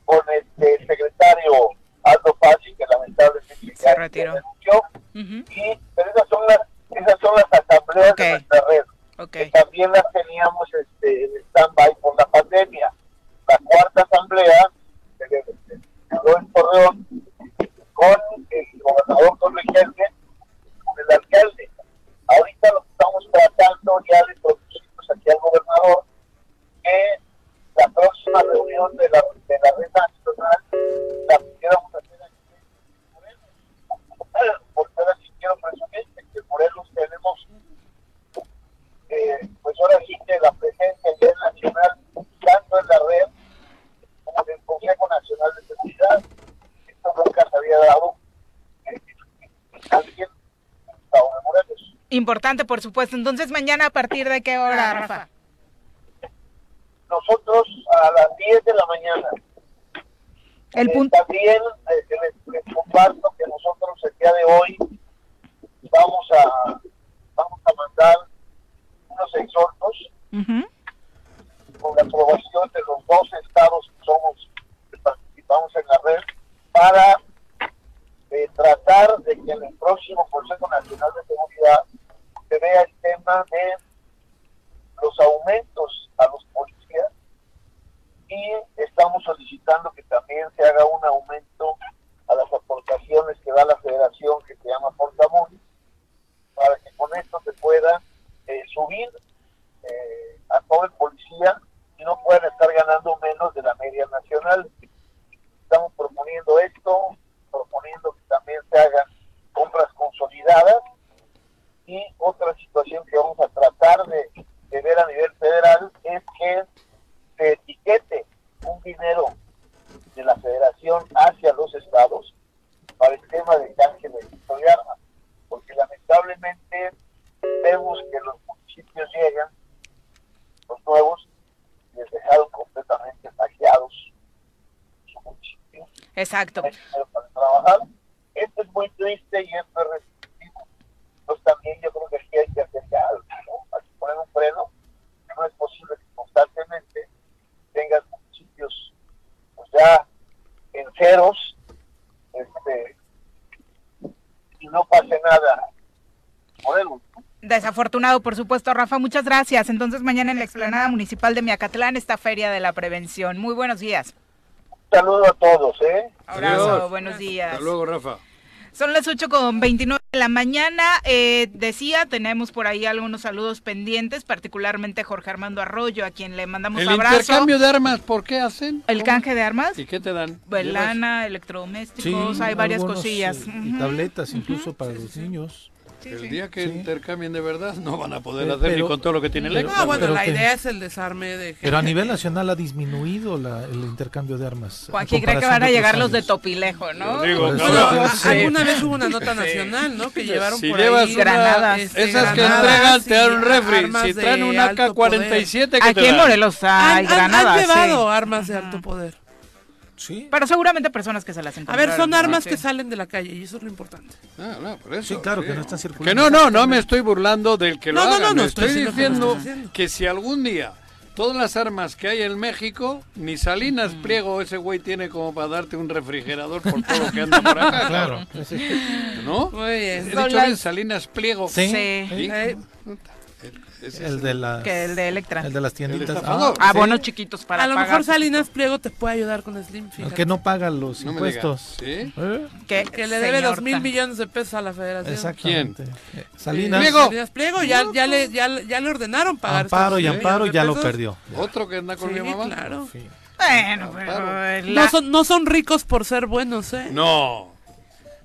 S9: con este, el secretario Aldo Pazzi, que lamentablemente
S1: Se retiró.
S9: renunció.
S1: Ujú.
S9: Y, pero esas son las, esas son las asambleas
S1: Ok.
S9: de nuestra red.
S1: Ok.
S9: que también las teníamos este, en stand-by por la pandemia. La cuarta asamblea se le- se celebró en Torreón con el gobernador Torrijente, con el alcalde. Ahorita lo que estamos tratando ya le propusimos aquí al gobernador que la próxima reunión de la, de la red nacional la pudiéramos hacer aquí en Morelos. Porque ahora sí quiero presumir que en Morelos tenemos eh, pues ahora sí que la presencia a nivel nacional, tanto en la red como en el Consejo Nacional de Seguridad, esto nunca se había dado eh, a alguien en el Estado de Morelos.
S1: Importante, por supuesto. Entonces, mañana a partir de qué hora, Rafa?
S9: Nosotros a las 10 de la mañana,
S1: El
S9: eh,
S1: punto.
S9: también eh, que les, les comparto que nosotros el día de hoy vamos a, vamos a mandar unos exhortos
S1: Ujú.
S9: con la aprobación de los dos estados que somos que participamos en la red para eh, tratar de que en el próximo Consejo Nacional de Seguridad se vea el tema de los aumentos a los policías y estamos solicitando que también se haga un aumento a las aportaciones que da la federación que se llama Portamón para que con esto se pueda eh, subir eh, a todo el policía y no pueden estar ganando menos de la media nacional. Estamos proponiendo esto, proponiendo que también se hagan compras consolidadas y otra situación que vamos a tratar de, de ver a nivel federal es que se etiquete un dinero de la federación hacia los estados para el tema de canje de armas, porque
S1: Exacto.
S10: tener dinero para trabajar. Esto es muy triste y esto es restrictivo. Entonces también yo creo que aquí hay que hacer ya algo, ¿no? Hay que poner un freno. que No es posible que constantemente tengas municipios pues ya en ceros este, y no pase nada. Morelos, ¿no?
S1: Desafortunado, por supuesto, Rafa. Muchas gracias. Entonces, mañana en la explanada municipal de Miacatlán está Feria de la Prevención. Muy buenos días.
S10: Un saludo a todos, ¿eh?
S1: Abrazo,
S2: Adiós.
S1: buenos días.
S2: Hasta luego, Rafa.
S1: Son las 8 con 29 de la mañana. Eh, decía, tenemos por ahí algunos saludos pendientes, particularmente Jorge Armando Arroyo, a quien le mandamos
S2: El
S1: abrazo.
S2: intercambio de armas, ¿por qué hacen?
S1: El canje de armas.
S2: ¿Y qué te dan?
S1: Pues,
S2: Llevas-
S1: lana, electrodomésticos, hay varias
S3: algunos,
S1: cosillas.
S3: eh, Y
S1: Ujú.
S3: tabletas incluso para los niños.
S2: El día que
S3: Sí.
S2: intercambien de verdad no van a poder
S3: Pe-
S2: hacer
S3: pero-
S2: ni con todo lo que tiene el
S3: pero-
S2: ex.
S6: No, Ah, bueno,
S3: Pero
S6: la
S3: que-
S6: idea es el desarme de
S3: Pero a
S6: gente.
S3: nivel nacional ha disminuido la- el intercambio de armas. en
S1: Joaquín cree que
S3: comparación
S1: van a
S3: de otros
S1: llegar los de
S3: años.
S1: Topilejo, ¿no?
S2: Yo digo,
S3: Por eso
S6: Bueno,
S2: cabrón,
S3: te
S6: a-
S3: hace-
S6: alguna vez hubo una nota nacional, ¿no? Que llevaron
S2: Si
S6: por
S2: llevas
S6: ahí
S1: granadas.
S6: este,
S2: Esas que
S6: granadas
S2: entregan te dan
S6: y
S2: un refri.
S6: armas
S2: Si traen
S6: de
S2: un
S6: alto poder.
S2: AK-47 que
S1: Aquí
S2: te
S1: en
S2: dan.
S1: Morelos hay
S6: Han, han- han
S1: granadas. sí.
S6: llevado armas de alto poder.
S3: Sí,
S1: Pero seguramente personas que se las
S6: A
S1: encontraron.
S6: ver, son
S1: ¿no?
S6: armas
S1: Sí.
S6: que salen de la calle y eso es lo importante.
S2: Ah, no, por eso,
S3: Sí, claro, que no están circulando.
S2: Que no, no, no me estoy burlando del que
S6: No,
S2: lo
S6: no,
S2: haga.
S6: no, no
S2: Me
S6: estoy
S2: estoy,
S6: diciendo que lo
S2: diciendo
S6: estás haciendo.
S2: que si algún día todas las armas que hay en México, ni Salinas
S6: Mm.
S2: Pliego ese güey tiene como para darte un refrigerador por todo lo que anda por acá.
S3: Claro.
S2: cabrón, ¿No?
S6: Muy
S2: He
S6: bien.
S2: dicho
S1: Son las-
S2: bien, Salinas Pliego.
S3: Sí.
S1: Sí.
S6: Eh,
S2: Ese es
S3: El de, las,
S1: Que el de Electra.
S3: el de las tienditas.
S2: estafador.
S1: Ah,
S3: sí.
S1: bonos chiquitos para
S6: a lo
S1: pagar.
S6: mejor Salinas Pliego te puede ayudar con Slim,
S3: El
S6: fíjate.
S3: que no paga los
S2: No me
S3: impuestos.
S2: digas, ¿sí?
S3: ¿Eh?
S1: Que,
S6: Que le debe
S1: señor
S6: dos mil
S1: tan-
S6: millones de pesos a la federación.
S3: Exactamente. Eh,
S2: Eh,
S3: Salinas,
S2: Pliego.
S6: Salinas Pliego, pues. ya, ya, le, ya, le- ya le ordenaron pagar.
S3: Amparo
S6: esos
S3: y
S6: mil
S3: Amparo
S6: millones de
S3: ya lo
S6: pesos.
S3: perdió.
S2: Otro que anda con
S6: Sí,
S2: mi mamá.
S6: claro.
S3: Sí.
S1: Bueno, pero... la-
S6: No, son, no son ricos por ser buenos, ¿eh?
S2: No.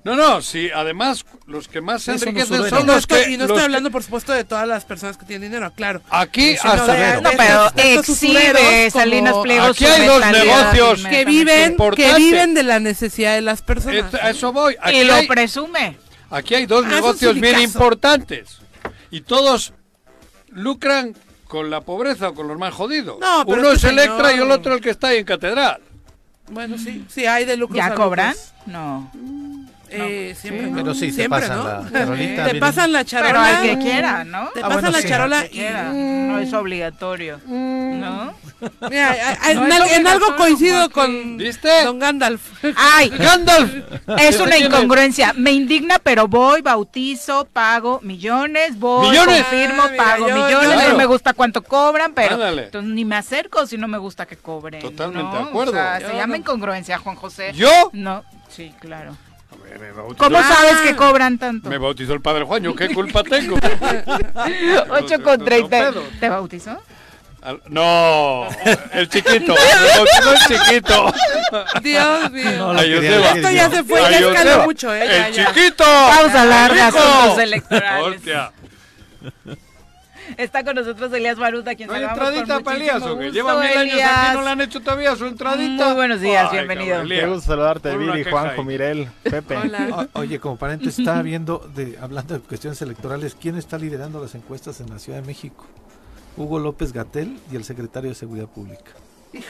S2: No, no, sí, además los que más se
S3: Eso no
S2: enriquecen
S3: sube,
S2: son
S6: No
S2: los
S6: estoy-
S2: que...
S6: y no
S2: los
S6: estoy
S2: que-
S6: hablando, por supuesto, de todas las personas que tienen dinero, claro.
S2: Aquí
S6: Sino
S2: hasta...
S6: de-
S1: No,
S6: de
S1: pero
S6: estos- de estos
S1: exhibe
S6: usureros como-
S1: Salinas Pliego
S2: Aquí
S1: su
S2: hay dos
S1: mentalidad
S2: negocios
S1: inmensamente
S6: que viven, que
S2: Importante.
S6: viven de la necesidad de las personas.
S2: Et- a eso voy. Aquí
S1: Y lo
S2: hay,
S1: presume.
S2: aquí hay dos
S6: Ah, es un
S2: negocios bien
S6: sindicazo.
S2: importantes. Y todos lucran con la pobreza o con los más jodidos.
S6: No, pero
S2: Uno es
S6: este
S2: Electra y
S6: señor-
S2: el otro el que está ahí en Catedral.
S6: Bueno, sí, sí, hay de lucros. a
S1: ¿Ya
S6: lucros.
S1: cobran? No.
S6: Eh, siempre, ¿no?
S3: Pero sí, te
S6: Siempre,
S3: pasan
S6: ¿no? Eh,
S3: la charolita,
S6: Te
S3: vienen-
S6: pasan la
S1: Pero
S6: charola.
S1: al que quiera, ¿no?
S6: Te
S3: Ah,
S6: pasan
S3: bueno,
S6: la
S3: sí.
S6: charola
S1: Al que
S6: y...
S1: quiera.
S6: Mm.
S1: No es obligatorio. ¿No?
S6: Mira, a-
S1: No
S6: a- en,
S1: es
S6: al- en
S1: obligatorio,
S6: algo coincido
S1: Joaquín.
S6: con
S2: ¿Viste?
S6: Don Gandalf.
S1: ¡Ay!
S2: ¡Gandalf!
S1: Es
S2: ¿Ese
S1: una
S2: quién
S1: incongruencia. Me indigna, pero voy, bautizo, pago millones, voy,
S2: ¡Millones!
S1: confirmo,
S6: Ah, mira,
S1: pago
S6: yo-
S1: millones.
S2: yo-
S1: No me gusta cuánto cobran, pero
S2: Ándale.
S1: entonces ni me acerco si no me gusta que cobren.
S2: Totalmente
S1: ¿no?
S2: de acuerdo.
S1: O sea, se
S6: Yo
S1: llama
S6: no.
S1: incongruencia, Juan José.
S2: ¿Yo?
S1: No, sí, claro.
S2: A ver, me bautizó-
S1: ¿Cómo
S6: Ah.
S1: sabes que cobran tanto?
S2: Me bautizó el padre Juan, ¿yo qué culpa tengo?
S1: 8 con 30. ¿Te bautizó?
S2: Al- No, el chiquito, me bautizó el chiquito.
S6: Dios mío.
S3: No, la
S2: Ay,
S3: quería
S2: Joseba.
S3: decir
S6: Esto ya
S3: yo.
S6: se fue,
S2: Ay,
S6: ya
S2: Joseba.
S6: escaló mucho, ¿eh? Ya,
S2: El
S6: ya.
S2: chiquito.
S1: Vamos a hablar de
S2: Hijo.
S1: asuntos electorales.
S2: ¡Ah, Hostia.
S1: Está con nosotros Elías Baruta, quien
S2: ¿No hay
S1: saludamos con
S2: entradita para
S1: muchísimo
S2: Elías o qué?
S1: gusto,
S2: Lleva mil años
S1: Elías.
S2: aquí, no le han hecho todavía su entradita.
S1: Muy buenos días,
S2: Ay,
S1: bienvenido.
S2: cabrón,
S11: Qué
S2: Elías.
S11: gusto saludarte,
S2: Pon una
S11: Viri,
S2: queja
S11: Juanjo,
S2: ahí.
S11: Mirel, Pepe.
S6: Hola.
S3: O- Oye, como paréntesis, estaba viendo, de, hablando de cuestiones electorales, ¿quién está liderando las encuestas en la Ciudad de México? Hugo López Gatel y el secretario de Seguridad Pública.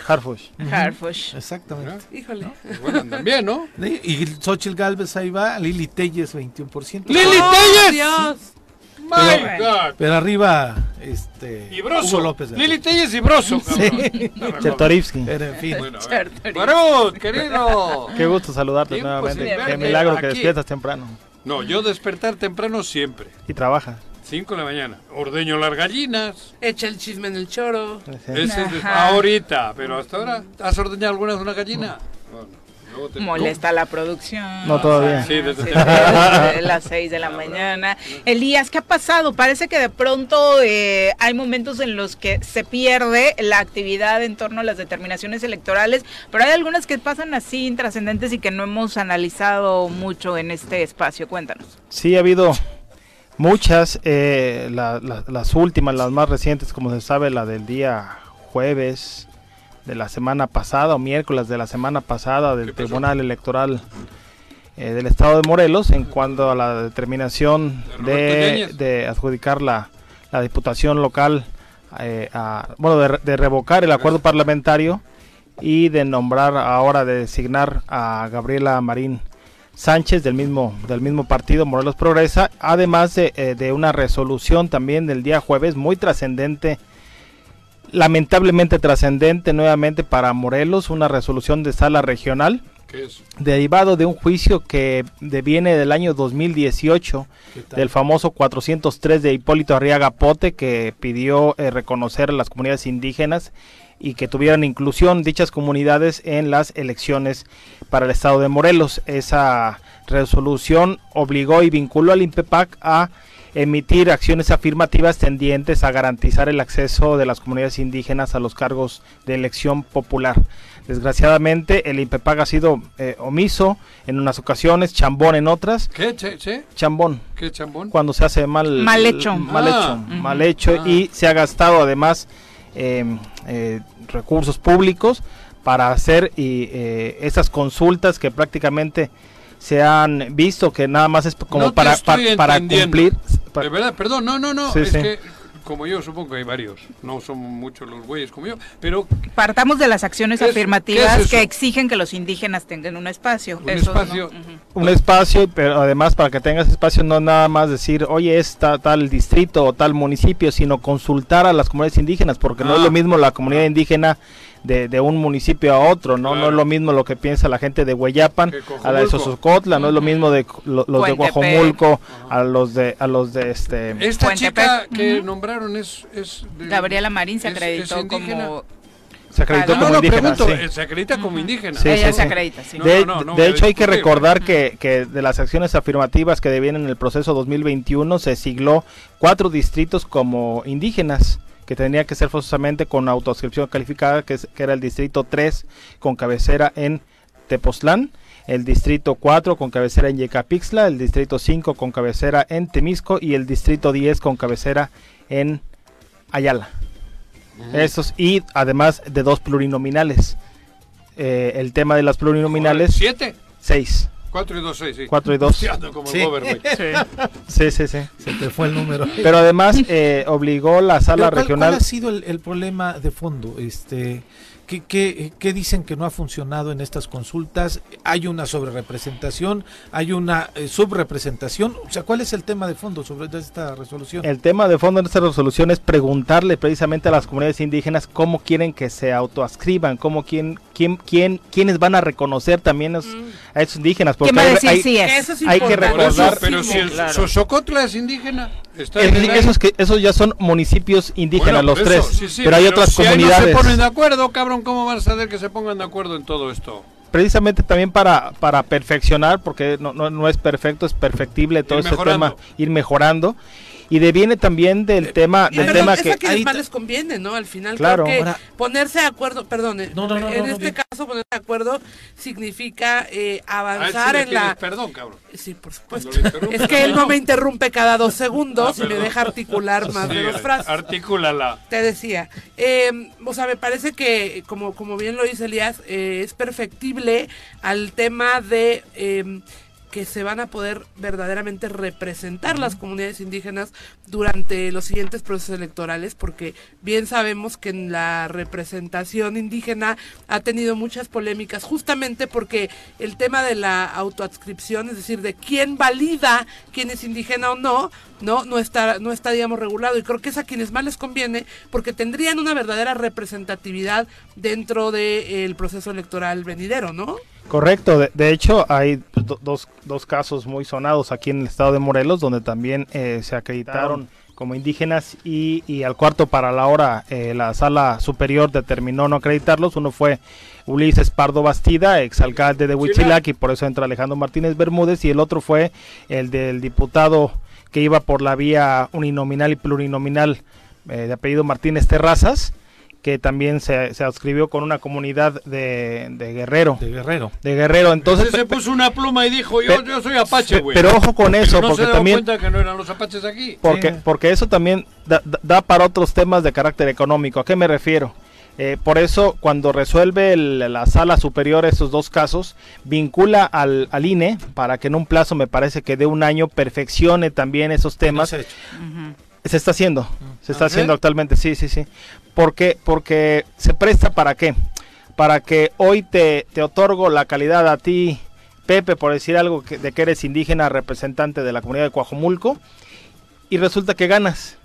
S11: Harfush.
S1: Harfush.
S3: Exactamente.
S6: Híjole.
S2: Pues Bueno, andan bien, ¿no?
S3: Y Xochitl Galvez ahí va, Lili Telles
S2: ¡Lili!
S3: 21%.
S2: ¡Lili
S6: ¡Oh,
S2: Telles!
S6: Dios!
S2: My God.
S3: Pero arriba, este.
S2: Y
S3: Hugo
S2: Broso.
S3: López Gatel.
S2: Lili Telles y Broso. cabrón.
S3: Sí.
S11: Chertorivsky.
S3: Pero en fin.
S2: Bueno, a ver. Barut, querido.
S11: Qué gusto saludarte
S9: Pues
S2: Tiempo
S11: nuevamente.
S2: sin
S11: Qué
S2: verte
S11: milagro que
S2: pues, aquí.
S11: despiertas temprano
S2: No, yo despertar temprano siempre.
S11: y trabajas.
S2: 5 de la mañana. Ordeño las gallinas.
S6: Echa el chisme en el choro.
S2: Ese es de-
S1: Ajá.
S2: ahorita, pero hasta ahora. ¿Has ordeñado alguna de una gallina? Bueno, luego te-
S1: Molesta la producción.
S11: No, todavía.
S2: Este, Sí, desde-
S1: desde las 6 de la mañana. Elías, ¿qué ha pasado? Parece que de pronto eh, hay momentos en los que se pierde la actividad en torno a las determinaciones electorales, pero hay algunas que pasan así intrascendentes y que no hemos analizado mucho en este espacio. Cuéntanos.
S11: Sí, ha habido muchas, eh, la- la- las últimas, las más recientes, como se sabe, la del día jueves de la semana pasada o miércoles de la semana pasada
S2: ¿Qué
S11: del
S2: pasó?
S11: Tribunal Electoral eh, del Estado de Morelos en cuanto a la determinación
S2: De
S11: de,
S2: Roberto Yáñez.
S11: de adjudicar la, la diputación local, eh, a- bueno, de, re- de revocar el acuerdo parlamentario
S9: y de nombrar ahora, de designar a Gabriela Marín Sánchez del mismo, del mismo partido Morelos Progresa, además de, eh, de una resolución también del día jueves muy trascendente, lamentablemente trascendente nuevamente para Morelos, una resolución de sala regional
S2: ¿Qué es?
S9: derivado de un juicio que deviene del año 2018
S3: ¿Qué tal?
S9: del famoso 403 de Hipólito Arriaga Pote que pidió eh, reconocer a las comunidades indígenas y que tuvieran inclusión dichas comunidades en las elecciones para el estado de Morelos. Esa resolución obligó y vinculó al INPEPAC a emitir acciones afirmativas tendientes a garantizar el acceso de las comunidades indígenas a los cargos de elección popular. Desgraciadamente, el INPEPAC ha sido eh, omiso en unas ocasiones, chambón en otras,
S2: ¿Qué? ¿Che? che?
S9: chambón
S2: ¿Qué chambón?
S9: cuando se hace mal
S1: Mal hecho.
S9: mal
S2: Ah.
S9: hecho, mal hecho y se ha gastado además eh, eh, recursos públicos para hacer y, eh, esas consultas que prácticamente se han visto que nada más es como
S2: Ah. No te
S9: para
S2: estoy
S9: pa- para
S2: entendiendo.
S9: cumplir pa-
S2: De verdad, perdón, no, no, no.
S9: Sí,
S2: es
S9: sí.
S2: que, como yo, supongo que hay varios. No son muchos los güeyes como yo. Pero
S1: Partamos de las acciones
S2: ¿Qué es-
S1: afirmativas
S2: qué es eso?
S1: que exigen que los indígenas tengan un espacio.
S2: Un
S1: Eso, ¿no?
S2: espacio.
S1: Ujú.
S9: un espacio, pero además para que tengas espacio no nada más decir, oye, es ta- tal distrito o tal municipio, sino consultar a las comunidades indígenas, porque no
S2: Ah.
S9: es lo mismo la comunidad indígena de, de un municipio a otro, ¿no? No
S2: Claro.
S9: es lo mismo lo que piensa la gente de Hueyapan
S2: Que
S9: a la de
S2: Cojomulco.
S9: Sosocotla, no es lo mismo de co- lo- los
S1: Coentepec.
S9: de Guajomulco a los de a los de este
S2: esta
S1: Fuente
S2: chica
S1: Pec.
S2: que
S1: Ujú.
S2: nombraron es. es de-
S1: Gabriela Marín se
S2: es- es
S1: acreditó
S2: indígena.
S1: como...
S9: se acreditó
S1: Ah,
S2: No,
S9: como
S2: no,
S9: indígena,
S2: pregunto,
S9: sí.
S2: eh, se acredita como indígena.
S9: Sí,
S1: ella se
S9: sí, sí.
S1: acredita, sí.
S2: No,
S9: de,
S2: no, no,
S9: de
S2: me
S9: hecho, hay que
S2: disculpe.
S9: recordar que, que de las acciones afirmativas que debían en el proceso 2021 se sigló cuatro distritos como indígenas, que tendría que ser forzosamente con autoscripción calificada, que, es- que era el distrito 3 con cabecera en Tepoztlán, el distrito 4 con cabecera en Yecapixtla, el distrito 5 con cabecera en Temisco y el distrito 10 con cabecera en Ayala. Estos, y además de dos plurinominales. Eh, el tema de las plurinominales.
S2: ¿Siete?
S9: 6.
S2: Cuatro y dos, seis, sí.
S9: 4 y 2.
S2: Sí, ando como el
S3: Sí.
S2: Gober, güey.
S9: Sí, sí, sí.
S3: Se te fue el número.
S9: Pero además eh, obligó la
S3: Pero
S9: sala
S3: ¿cuál-
S9: regional.
S3: ¿Cuál ha sido el, el problema de fondo? Este, ¿qué, qué, qué dicen que no ha funcionado en estas consultas? ¿Hay una sobrerepresentación? ¿Hay una eh, subrepresentación? O sea, ¿cuál es el tema de fondo sobre esta resolución?
S9: El tema de fondo en esta resolución es preguntarle precisamente a las comunidades indígenas cómo quieren que se autoascriban, cómo quién, quién, quién, quiénes van a reconocer también a esos, a esos indígenas. Porque
S1: ¿Quién va a
S9: hay-
S1: decir
S9: hay-
S1: sí es?
S6: Eso es
S9: hay que
S6: importante.
S2: Por eso,
S9: recordar-
S2: pero si el
S9: Claro.
S2: Sosocotla es indígena, está
S9: es
S2: en
S9: decir,
S2: el aire.
S9: esos, que, esos ya son municipios indígenas,
S2: Bueno,
S9: los
S2: por
S9: tres.
S2: eso, sí, sí,
S9: pero hay otras
S2: si ahí
S9: comunidades.
S2: no se ponen de acuerdo, cabrón, ¿cómo van a saber que se pongan de acuerdo en todo esto?
S9: precisamente también para, para perfeccionar, porque no, no, no es perfecto, es perfectible todo
S2: Ir
S9: este
S2: mejorando. Ah,
S9: tema, ir mejorando. Y deviene también del tema,
S6: Y
S9: del
S6: además
S9: tema
S6: es a
S9: que...
S6: quienes
S3: ahí
S6: más
S3: te-
S6: les conviene, ¿no? Al final, claro.
S9: Claro.
S6: creo que
S3: Ahora-
S6: ponerse de acuerdo, perdone,
S3: No, no, no, no,
S6: en
S3: no,
S6: este
S3: bien.
S6: caso ponerse de acuerdo significa eh,
S2: A él Ah, sí
S6: avanzar
S2: le
S6: en la...
S2: pides Perdón, cabrón.
S6: Sí, por supuesto.
S2: Cuando lo interrumpes,
S6: Es que él
S2: no.
S6: no me interrumpe cada dos segundos
S2: Ah,
S6: y me
S2: perdón.
S6: deja articular más de dos
S2: Sí,
S6: frases.
S2: Articúlala.
S6: Te decía, eh, o sea, me parece que, como, como bien lo dice Elías, eh, es perfectible al tema de eh, que se van a poder verdaderamente representar las comunidades indígenas durante los siguientes procesos electorales, porque bien sabemos que en la representación indígena ha tenido muchas polémicas, justamente porque el tema de la autoadscripción, es decir, de quién valida quién es indígena o no, no, no está, no está, digamos, regulado. Y creo que es a quienes más les conviene, porque tendrían una verdadera representatividad dentro del proceso electoral venidero, ¿no?
S9: Correcto, de, de hecho hay do- dos, dos casos muy sonados aquí en el estado de Morelos, donde también eh, se acreditaron como indígenas y, y al cuarto para la hora eh, la sala superior determinó no acreditarlos. Uno fue Ulises Pardo Bastida, exalcalde de Huitzilac, y por eso entra Alejandro Martínez Bermúdez, y el otro fue el del diputado que iba por la vía uninominal y plurinominal eh, de apellido Martínez Terrazas, que también se, se adscribió con una comunidad de, de Guerrero.
S3: de Guerrero.
S9: De Guerrero, entonces.
S2: Entonces se puso una pluma y dijo, yo,
S9: pe-
S2: yo soy apache,
S9: pe-
S2: güey.
S9: pero ojo con eso,
S2: no se
S9: porque
S2: daba
S9: también.
S2: cuenta que no eran los apaches aquí.
S9: Porque,
S3: Sí.
S9: porque eso también da, da- da para otros temas de carácter económico. ¿A qué me refiero? Eh, por eso, cuando resuelve el- la sala superior estos dos casos, vincula al, al INE para que en un plazo, me parece que de un año, perfeccione también esos temas.
S3: No se ha hecho.
S1: Ujú.
S9: Se está haciendo, se está
S2: ¿Ah, sí?
S9: haciendo actualmente, sí, sí, sí. Porque, porque se presta para qué?
S11: para que hoy te, te otorgo la calidad a ti, Pepe, por decir algo, que- de que eres indígena representante de la comunidad de Coajomulco, y resulta que ganas.